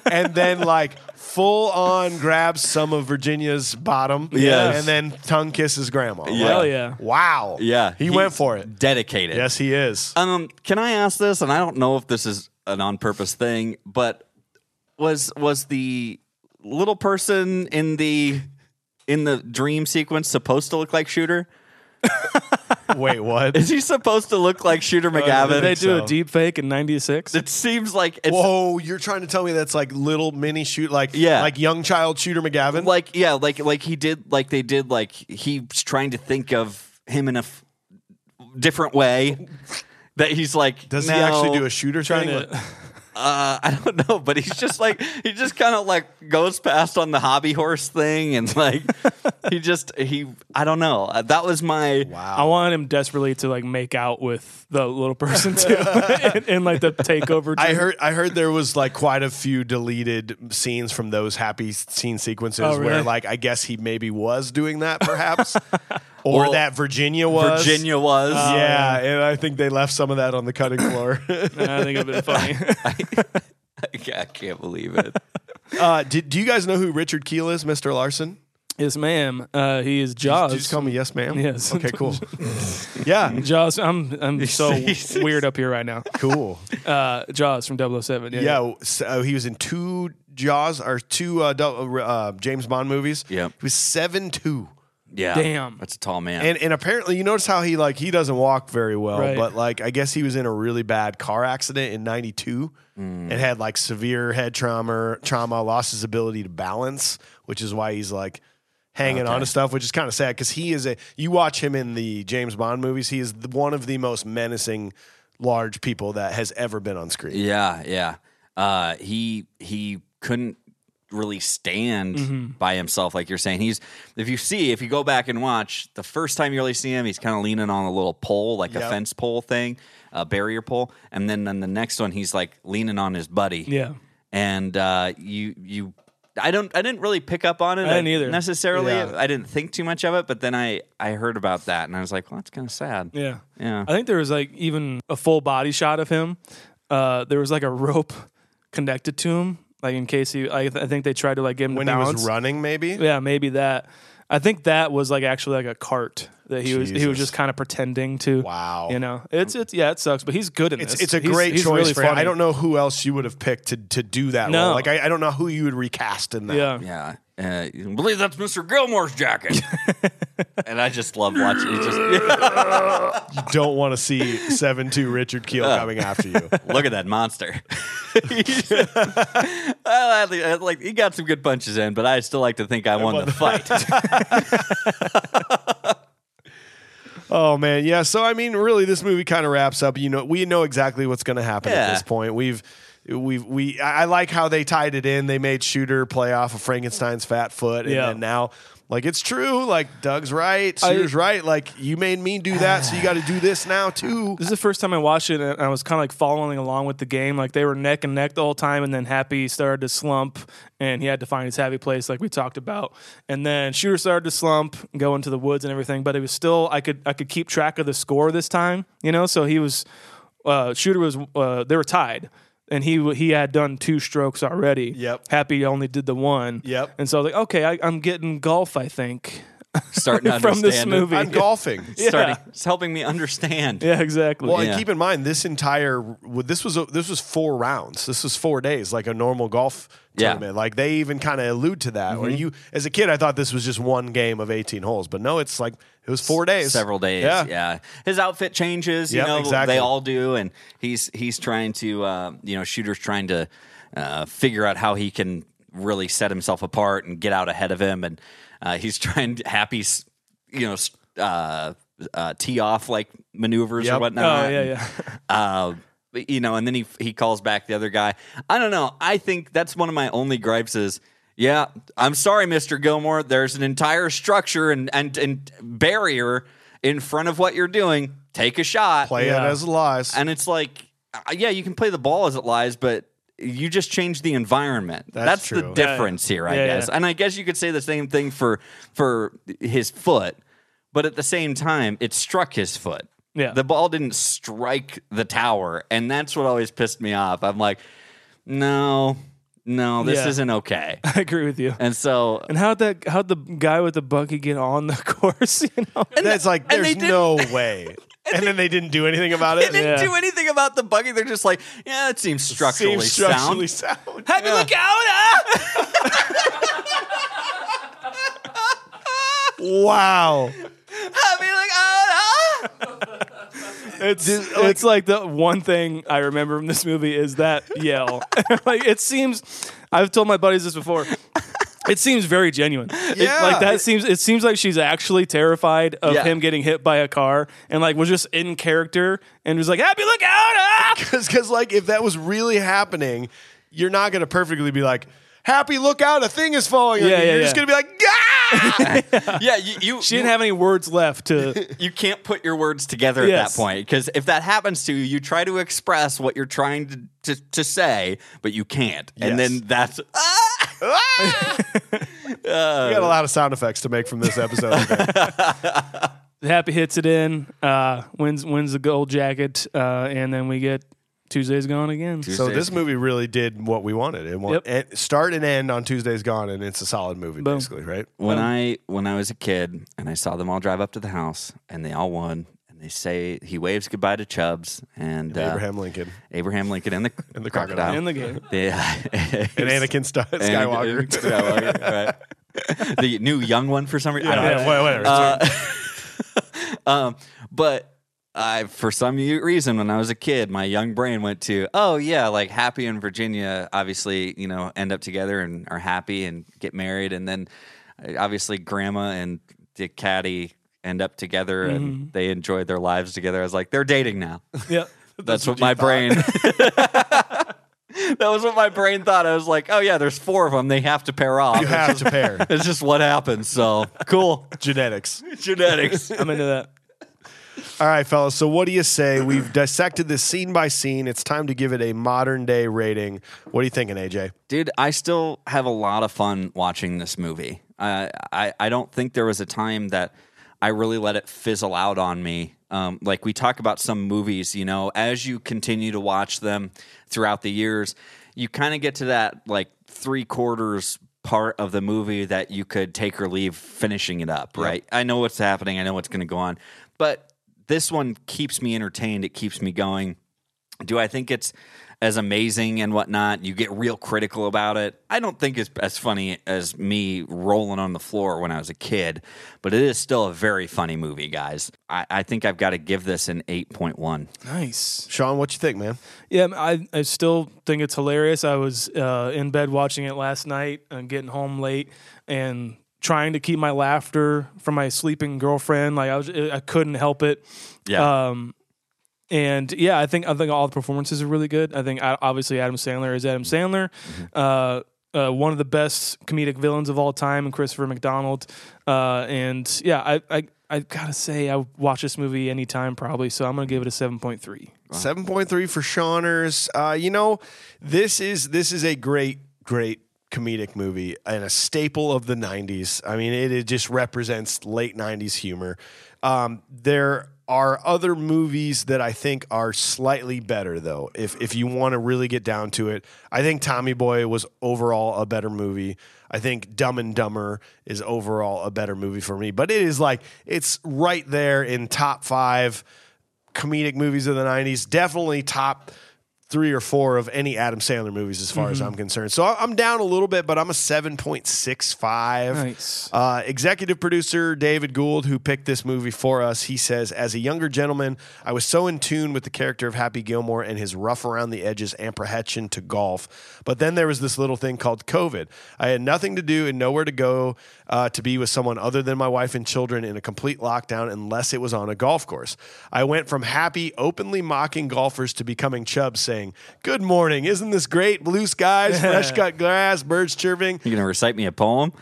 A: and then like full on grabs some of Virginia's bottom.
C: Yes.
A: And then tongue kisses grandma. Like,
C: Yeah.
B: Hell yeah.
A: Wow.
C: yeah,
A: He
C: he's
A: went for it.
C: Dedicated.
A: Yes, he is.
C: Um, can I ask this? And I don't know if this is an on purpose thing, but was was the little person in the in the dream sequence supposed to look like Shooter?
A: Wait, what?
C: Is he supposed to look like Shooter
A: Oh,
C: McGavin?
B: Did they do
A: so.
B: a deep fake in 96?
C: it seems like it's
A: Whoa, you're trying to tell me that's like little mini shoot like
C: Yeah.
A: like young child shooter McGavin?
C: like yeah, like like he did like they did like he's trying to think of him in a f- different way. That he's like
A: does he actually
C: no.
A: do a shooter
B: Trying
A: thing?
B: to-
C: Uh, I don't know, but he's just like he just kind of like goes past on the hobby horse thing, and like he just he I don't know. Uh, That was my
B: I wanted him desperately to like make out with the little person too, in, in like the takeover.
A: I heard I heard there was like quite a few deleted scenes from those happy scene sequences
B: Oh,
A: where
B: really?
A: like I guess he maybe was doing that perhaps or
C: Well,
A: that Virginia was
C: Virginia uh, was.
A: yeah, and I think they left some of that on the cutting floor.
B: I think it'd been funny.
C: I can't believe it.
A: uh, did, do you guys know who Richard Keel is, Mr. Larson?
B: yes, ma'am. Uh, he is
A: Did you just
B: Jaws.
A: call me yes, ma'am?
B: Yes.
A: Okay, cool. yeah,
B: Jaws. I'm I'm so weird up here right now.
A: cool.
B: Uh, Jaws from 007. Yeah.
A: Yeah, so he was in two Jaws or two uh, dou- uh, James Bond movies.
C: Yep.
A: he was seven two.
C: Yeah,
B: Damn.
C: that's a tall man.
A: And, and apparently, you notice how he like he doesn't walk very well,
B: Right.
A: but like I guess he was in a really bad car accident in '92 and had like severe head trauma, trauma, lost his ability to balance, which is why he's like hanging on to stuff, which is kind of sad because he is a. You watch him in the James Bond movies; he is the, one of the most menacing large people that has ever been on screen.
C: Yeah, yeah. Uh, he he couldn't really stand
B: Mm-hmm.
C: by himself, like you're saying. He's if you see, if you go back and watch the first time you really see him, he's kind of leaning on a little pole, like a
A: Yep.
C: fence pole thing, a barrier pole, and then on the next one, he's like leaning on his buddy.
B: Yeah.
C: and uh, you you. I don't. I didn't really pick up on it.
B: I didn't either.
C: necessarily.
A: Yeah.
C: I didn't think too much of it, but then I I heard about that and I was like, well, that's kind of sad.
B: Yeah.
C: Yeah.
B: I think there was like even a full body shot of him. Uh, there was like a rope connected to him, like in case he. I, I think they tried to like get him
A: When
B: to
A: he
B: balance.
A: was running, maybe
B: Yeah, maybe that. I think that was like actually like a cart that he was he was
A: Jesus.
B: just kind of pretending to.
A: Wow.
B: You know, it's it's yeah, it sucks, but he's good in
A: It's,
B: this.
A: it's a
B: He's-
A: great
B: he's
A: choice
B: really
A: for him.
B: funny.
A: I don't know who else you would have picked to, to do that
B: No.
A: role. Like I, I don't know who you would recast in that.
B: Yeah.
C: Yeah. Uh, you can believe that's Mr. Gilmore's jacket. and I just love watching. It just
A: Don't want to see seven two Richard Keel coming after you.
C: look at that monster. I like- I like he got some good punches in, but I still like to think I won the fight.
A: Oh man, yeah. So I mean, really, this movie kind of wraps up. You know, we know exactly what's going to happen at
C: Yeah.
A: this point. We've we've we. I I like how they tied it in. They made Shooter play off of Frankenstein's fat foot, and
B: Yeah.
A: then now. Like it's true. Like Doug's right. Shooter's right. Like you made me do that, so you got to do this now too.
B: This is the first time I watched it, and I was kind of like following along with the game. Like they were neck and neck the whole time, and then Happy started to slump, and he had to find his happy place, like we talked about. And then Shooter started to slump, go into the woods and everything. But it was still I could I could keep track of the score this time, you know. So he was uh, Shooter was uh, they were tied. And he w- he had done two strokes already.
A: Yep.
B: Happy only did the one.
A: Yep.
B: And so I was like, okay, I, I'm getting golf. I think
C: Starting to
B: from this
C: understand it.
B: movie.
A: I'm golfing.
C: Starting, It's helping me understand.
B: yeah, exactly.
A: Well,
C: Yeah.
A: and keep in mind this entire well, this was a, this was four rounds. This was four days, like a normal golf
C: Yeah. Mm-hmm.
A: tournament. Like they even kind of allude to that. Where you, as a kid, I thought this was just one game of eighteen holes, but no, it's like it was four days,
C: Several days. Yeah.
A: Yeah,
C: His outfit changes, you
A: Yep,
C: know,
A: exactly.
C: they all do. And he's he's trying to uh, you know, shooter's trying to uh, figure out how he can really set himself apart and get out ahead of him and uh, he's trying to happy s- you know s- uh, uh, tee off like maneuvers or
A: Yep.
C: whatnot.
B: Oh, yeah, yeah.
C: Uh, but, you know, and then he he calls back the other guy. I don't know. I think that's one of my only gripes is, yeah, I'm sorry, Mister Gilmore. There's an entire structure and and and barrier in front of what you're doing. Take a shot,
A: play
B: Yeah.
A: it as it lies.
C: and it's like, uh, yeah, you can play the ball as it lies, but. You just change the environment. That's,
A: That's
C: the
A: true.
C: difference here, I
B: Yeah,
C: guess.
B: yeah.
C: And I guess you could say the same thing for for his foot, but at the same time, it struck his foot.
B: Yeah.
C: The ball didn't strike the tower, and that's what always pissed me off. I'm like, no, no, this
B: Yeah.
C: isn't okay.
B: I agree with you.
C: And so
B: And how'd that how'd the guy with the bucket get on the course, you know?
A: That's like
C: and they
A: there's no way. and then they didn't do anything about it.
C: they didn't
B: Yeah.
C: do anything about the buggy. They're just like, yeah, it seems structurally,
A: Seems structurally
C: sound.
A: sound.
C: Happy look out! ah!
A: Wow.
C: Happy look out! ah!
B: It's it's like the one thing I remember from this movie is that yell. like it seems I've told my buddies this before. It seems very genuine. It-
A: Yeah.
B: like that seems it seems like she's actually terrified of
C: Yeah.
B: him getting hit by a car and like was just in character and was like, Happy look out! ah!"
A: Because like if that was really happening, you're not gonna perfectly be like, happy look out, a thing is falling. on
B: Yeah,
A: you."
B: yeah,
A: you're just
B: yeah.
A: gonna be like, ah!
C: Yeah, you you,
B: She
C: you,
B: didn't have any words left to
C: you can't put your words together at
B: Yes.
C: that point because if that happens to you, you try to express what you're trying to to, to say, but you can't, and
A: Yes. Ah!
C: then that's
A: We got a lot of sound effects to make from this episode. today.
B: Happy hits it in, uh, wins wins the gold jacket, uh, and then we get Tuesday's gone again.
A: so this movie really did what we wanted. It won-
B: Yep.
A: and start and end on Tuesday's Gone, and it's a solid movie, basically, right?
C: when I when I was a kid and I saw them all drive up to the house and they all won and they say he waves goodbye to Chubbs and, uh,
A: Abraham Lincoln
C: Abraham Lincoln and the and
A: the crocodile.
B: In the game.
C: yeah
A: and Anakin Star- Skywalker.
C: Skywalker right. the new young one for some reason I don't know.
A: Yeah, uh, wha- whatever.
C: Um, but I, for some reason, when I was a kid, my young brain went to, oh yeah, like Happy and Virginia, obviously, you know, end up together and are happy and get married, and then uh, obviously grandma and Dick Caddy end up together and they enjoy their lives together. I was like, they're dating now.
B: Yeah.
C: That's, what, my brain. that was what my brain thought. I was like, oh yeah, there's four of them. They have to pair off.
A: You have to pair
C: It's just what happens. So cool
A: genetics.
C: genetics.
B: I'm into that.
A: All right, fellas. So, what do you say? We've dissected this scene by scene. It's time to give it a modern day rating. What are you thinking, AJ?
C: dude i still have a lot of fun watching this movie I i, I don't think there was a time that i really let it fizzle out on me um, like we talk about some movies you know as you continue to watch them throughout the years you kind of get to that like three quarters part of the movie that you could take or leave finishing it up right i know what's happening i know what's going to go on but this one keeps me entertained it keeps me going do I think it's as amazing and whatnot? You get real critical about it. I don't think it's as funny as me rolling on the floor when I was a kid, but it is still a very funny movie, guys. I, I think I've got to give this an 8.1.
B: Nice.
A: Sean, what you think, man?
B: Yeah, I, I still think it's hilarious. I was uh, in bed watching it last night and getting home late and trying to keep my laughter from my sleeping girlfriend. Like I was, I couldn't help it. Um,
C: Yeah.
B: And yeah, I think I think all the performances are really good. I think uh, obviously Adam Sandler is Adam Sandler, uh, uh, one of the best comedic villains of all time, and Christopher McDonald. Uh, and yeah, I, I I gotta say I would watch this movie anytime probably. So I'm gonna give it a seven point three.
A: Seven point three for Shawners. Uh, you know, this is this is a great, great comedic movie and a staple of the '90s. I mean, it, it just represents late '90s humor. Um, there are other movies that I think are slightly better, though. If if you want to really get down to it, I think Tommy Boy was overall a better movie. I think Dumb and Dumber is overall a better movie for me. But it is like it's right there in top five comedic movies of the 90s definitely top three or four of any adam sandler movies as far as i'm concerned so I- i'm down a little bit but i'm a 7.65
B: Nice.
A: uh, executive producer david gould who picked this movie for us he says as a younger gentleman i was so in tune with the character of happy gilmore and his rough around the edges apprehension to golf but then there was this little thing called covid i had nothing to do and nowhere to go uh, to be with someone other than my wife and children in a complete lockdown unless it was on a golf course. I went from happy, openly mocking golfers to becoming chubs saying, Good morning, isn't this great? Blue skies, fresh cut grass, birds chirping,
C: you going to recite me a poem?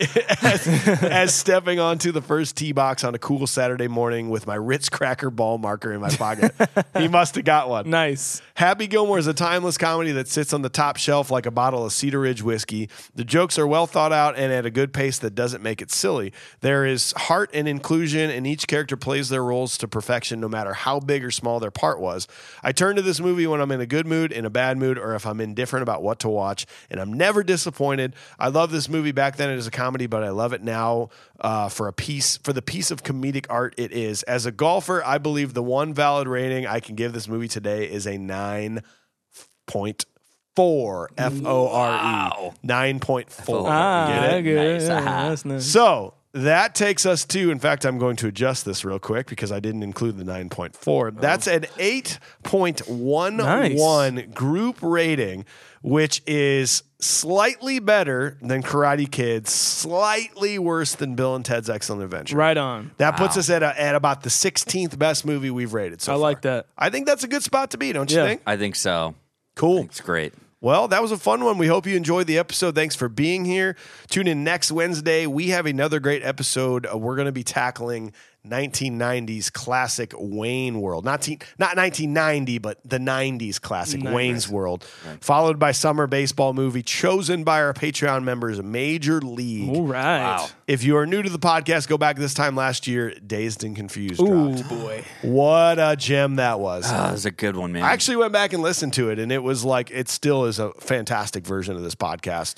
A: as stepping onto the first tee box on a cool Saturday morning with my Ritz cracker ball marker in my pocket. he must have got one.
B: Nice.
A: Happy Gilmore is a timeless comedy that sits on the top shelf like a bottle of Cedar Ridge whiskey. The jokes are well thought out and at a good pace that doesn't make it silly. There is heart and inclusion, and each character plays their roles to perfection no matter how big or small their part was. I turn to this movie when I'm in a good mood, in a bad mood, or if I'm indifferent about what to watch, and I'm never disappointed. I love this movie back then as a comedy, but I love it now uh, for a piece for the piece of comedic art it is. As a golfer, I believe the one valid rating I can give this movie today is a nine point four F O R E nine point four.
B: Ah,
A: Get it?
B: good. Yeah, that's nice.
A: So that takes us to, in fact, I'm going to adjust this real quick because I didn't include the 9.4. That's an 8.11 group rating, which is slightly better than Karate Kid, slightly worse than Bill and Ted's Excellent Adventure.
B: Right on.
A: That puts us at, a, at about the 16th best movie we've rated so
B: I
A: far.
B: like that.
A: I think that's a good spot to be, don't you
B: Yeah.
A: think?
C: I think so.
A: Cool.
C: It's great.
A: Well, that was a fun one. We hope you enjoyed the episode. Thanks for being here. Tune in next Wednesday. We have another great episode. Uh, We're going to be tackling 1990s classic Wayne World. Not teen, not 1990, but the 90s classic Wayne's World, followed by summer baseball movie chosen by our Patreon members, Major League.
B: All right.
A: If you are new to the podcast, go back this time last year, Dazed and Confused
B: Ooh
A: dropped.
B: boy.
A: What a gem that was.
C: Ah, that was a good one, man.
A: I actually went back and listened to it, and it was like it still is a fantastic version of this podcast.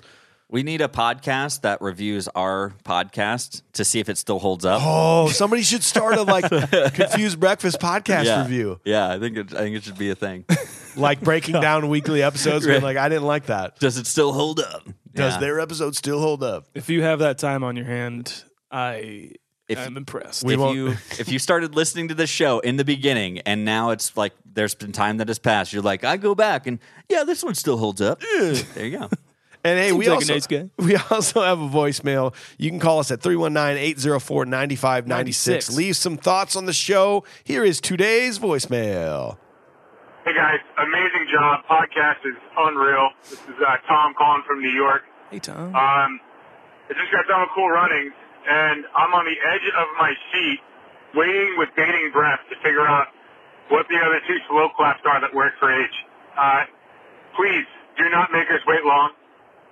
C: we need a podcast that reviews our podcast to see if it still holds up.
A: Oh, somebody should start a like confused breakfast podcast
C: yeah.
A: review,
C: Yeah, I think it, I think it should be a thing.
A: like breaking down weekly episodes. Being like, I didn't like that.
C: Does it still hold up?
A: Does
C: Yeah.
A: their episode still hold up?
B: If you have that time on your hand, I
C: If-
B: am impressed.
C: if
A: won't-
C: you if you started listening to this show in the beginning and now it's like there's been time that has passed, you're like, I go back and yeah, this one still holds up. there you go.
A: And hey,
B: Seems
A: we
B: like
A: also,
B: a nice guy.
A: we also have a voicemail. You can call us at 319-804-9596. Leave some thoughts on the show. Here is today's voicemail.
F: Hey guys, amazing job. Podcast is unreal. This is uh, Tom calling from New York.
B: Hey Tom.
F: Um, I just got done with Cool Runnings, and I'm on the edge of my seat, waiting with bated breath to figure out what the other two slow claps are that work for H. Uh, please do not make us wait long.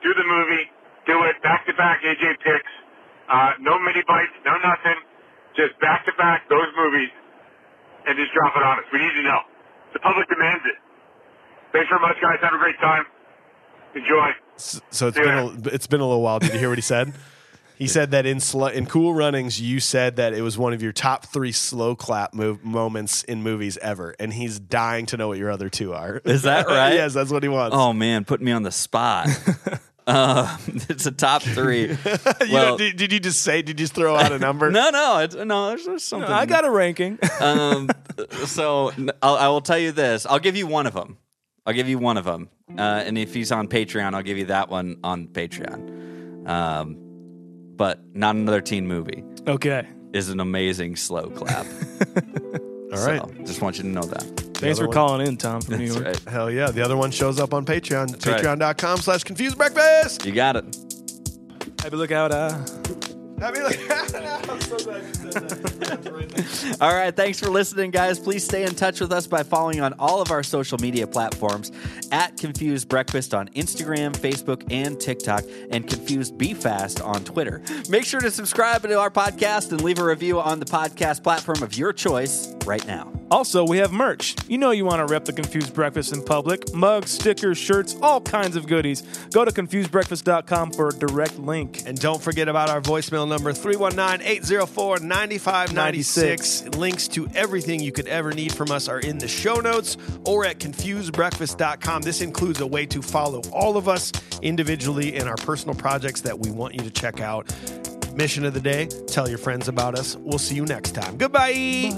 F: Do the movie. Do it back to back. AJ picks. Uh, no mini bites. No nothing. Just back to back those movies, and just drop it on us. We need to know. The public demands it. Thanks very much, guys. Have a great time. Enjoy.
A: S- So it's been a, it's been a little while. Did you hear what he said? He said that in sl- in Cool Runnings, you said that it was one of your top three slow clap move- moments in movies ever, and he's dying to know what your other two are.
C: Is that right?
A: yes, that's what he wants.
C: Oh man, put me on the spot. uh, it's a top three.
A: You know,
C: well,
A: did, did you just say? Did you just throw out a number?
C: no, no, it's, no. There's, there's something.
B: I got a ranking.
C: um, so n- I'll, I will tell you this. I'll give you one of them. I'll give you one of them. Uh, and if he's on Patreon, I'll give you that one on Patreon. Um, but not another teen movie
B: okay.
C: is an amazing slow clap.
A: All right.
C: So just want you to know that.
B: Thanks for
A: one.
B: calling in, Tom from New
C: That's
B: York.
C: right.
A: Hell yeah. The other one shows up on Patreon.
C: right.
A: Patreon.com slash confused breakfast.
C: You got it.
B: Happy look out. Uh,
A: Happy I'm so glad you said that.
C: All right, thanks for listening, guys. Please stay in touch with us by following on all of our social media platforms at Confused Breakfast on Instagram, Facebook, and TikTok, and Confused Be Fast on Twitter. Make sure to subscribe to our podcast and leave a review on the podcast platform of your choice right now.
B: Also, we have merch. You know you want to rep the Confused Breakfast in public. Mugs, stickers, shirts, all kinds of goodies. Go to confusedbreakfast.com for a direct link.
A: and don't forget about our voicemail number 319 804 9596. Links to everything you could ever need from us are in the show notes or at confusedbreakfast.com. This includes a way to follow all of us individually and our personal projects that we want you to check out. Mission of the day tell your friends about us. We'll see you next time. Goodbye.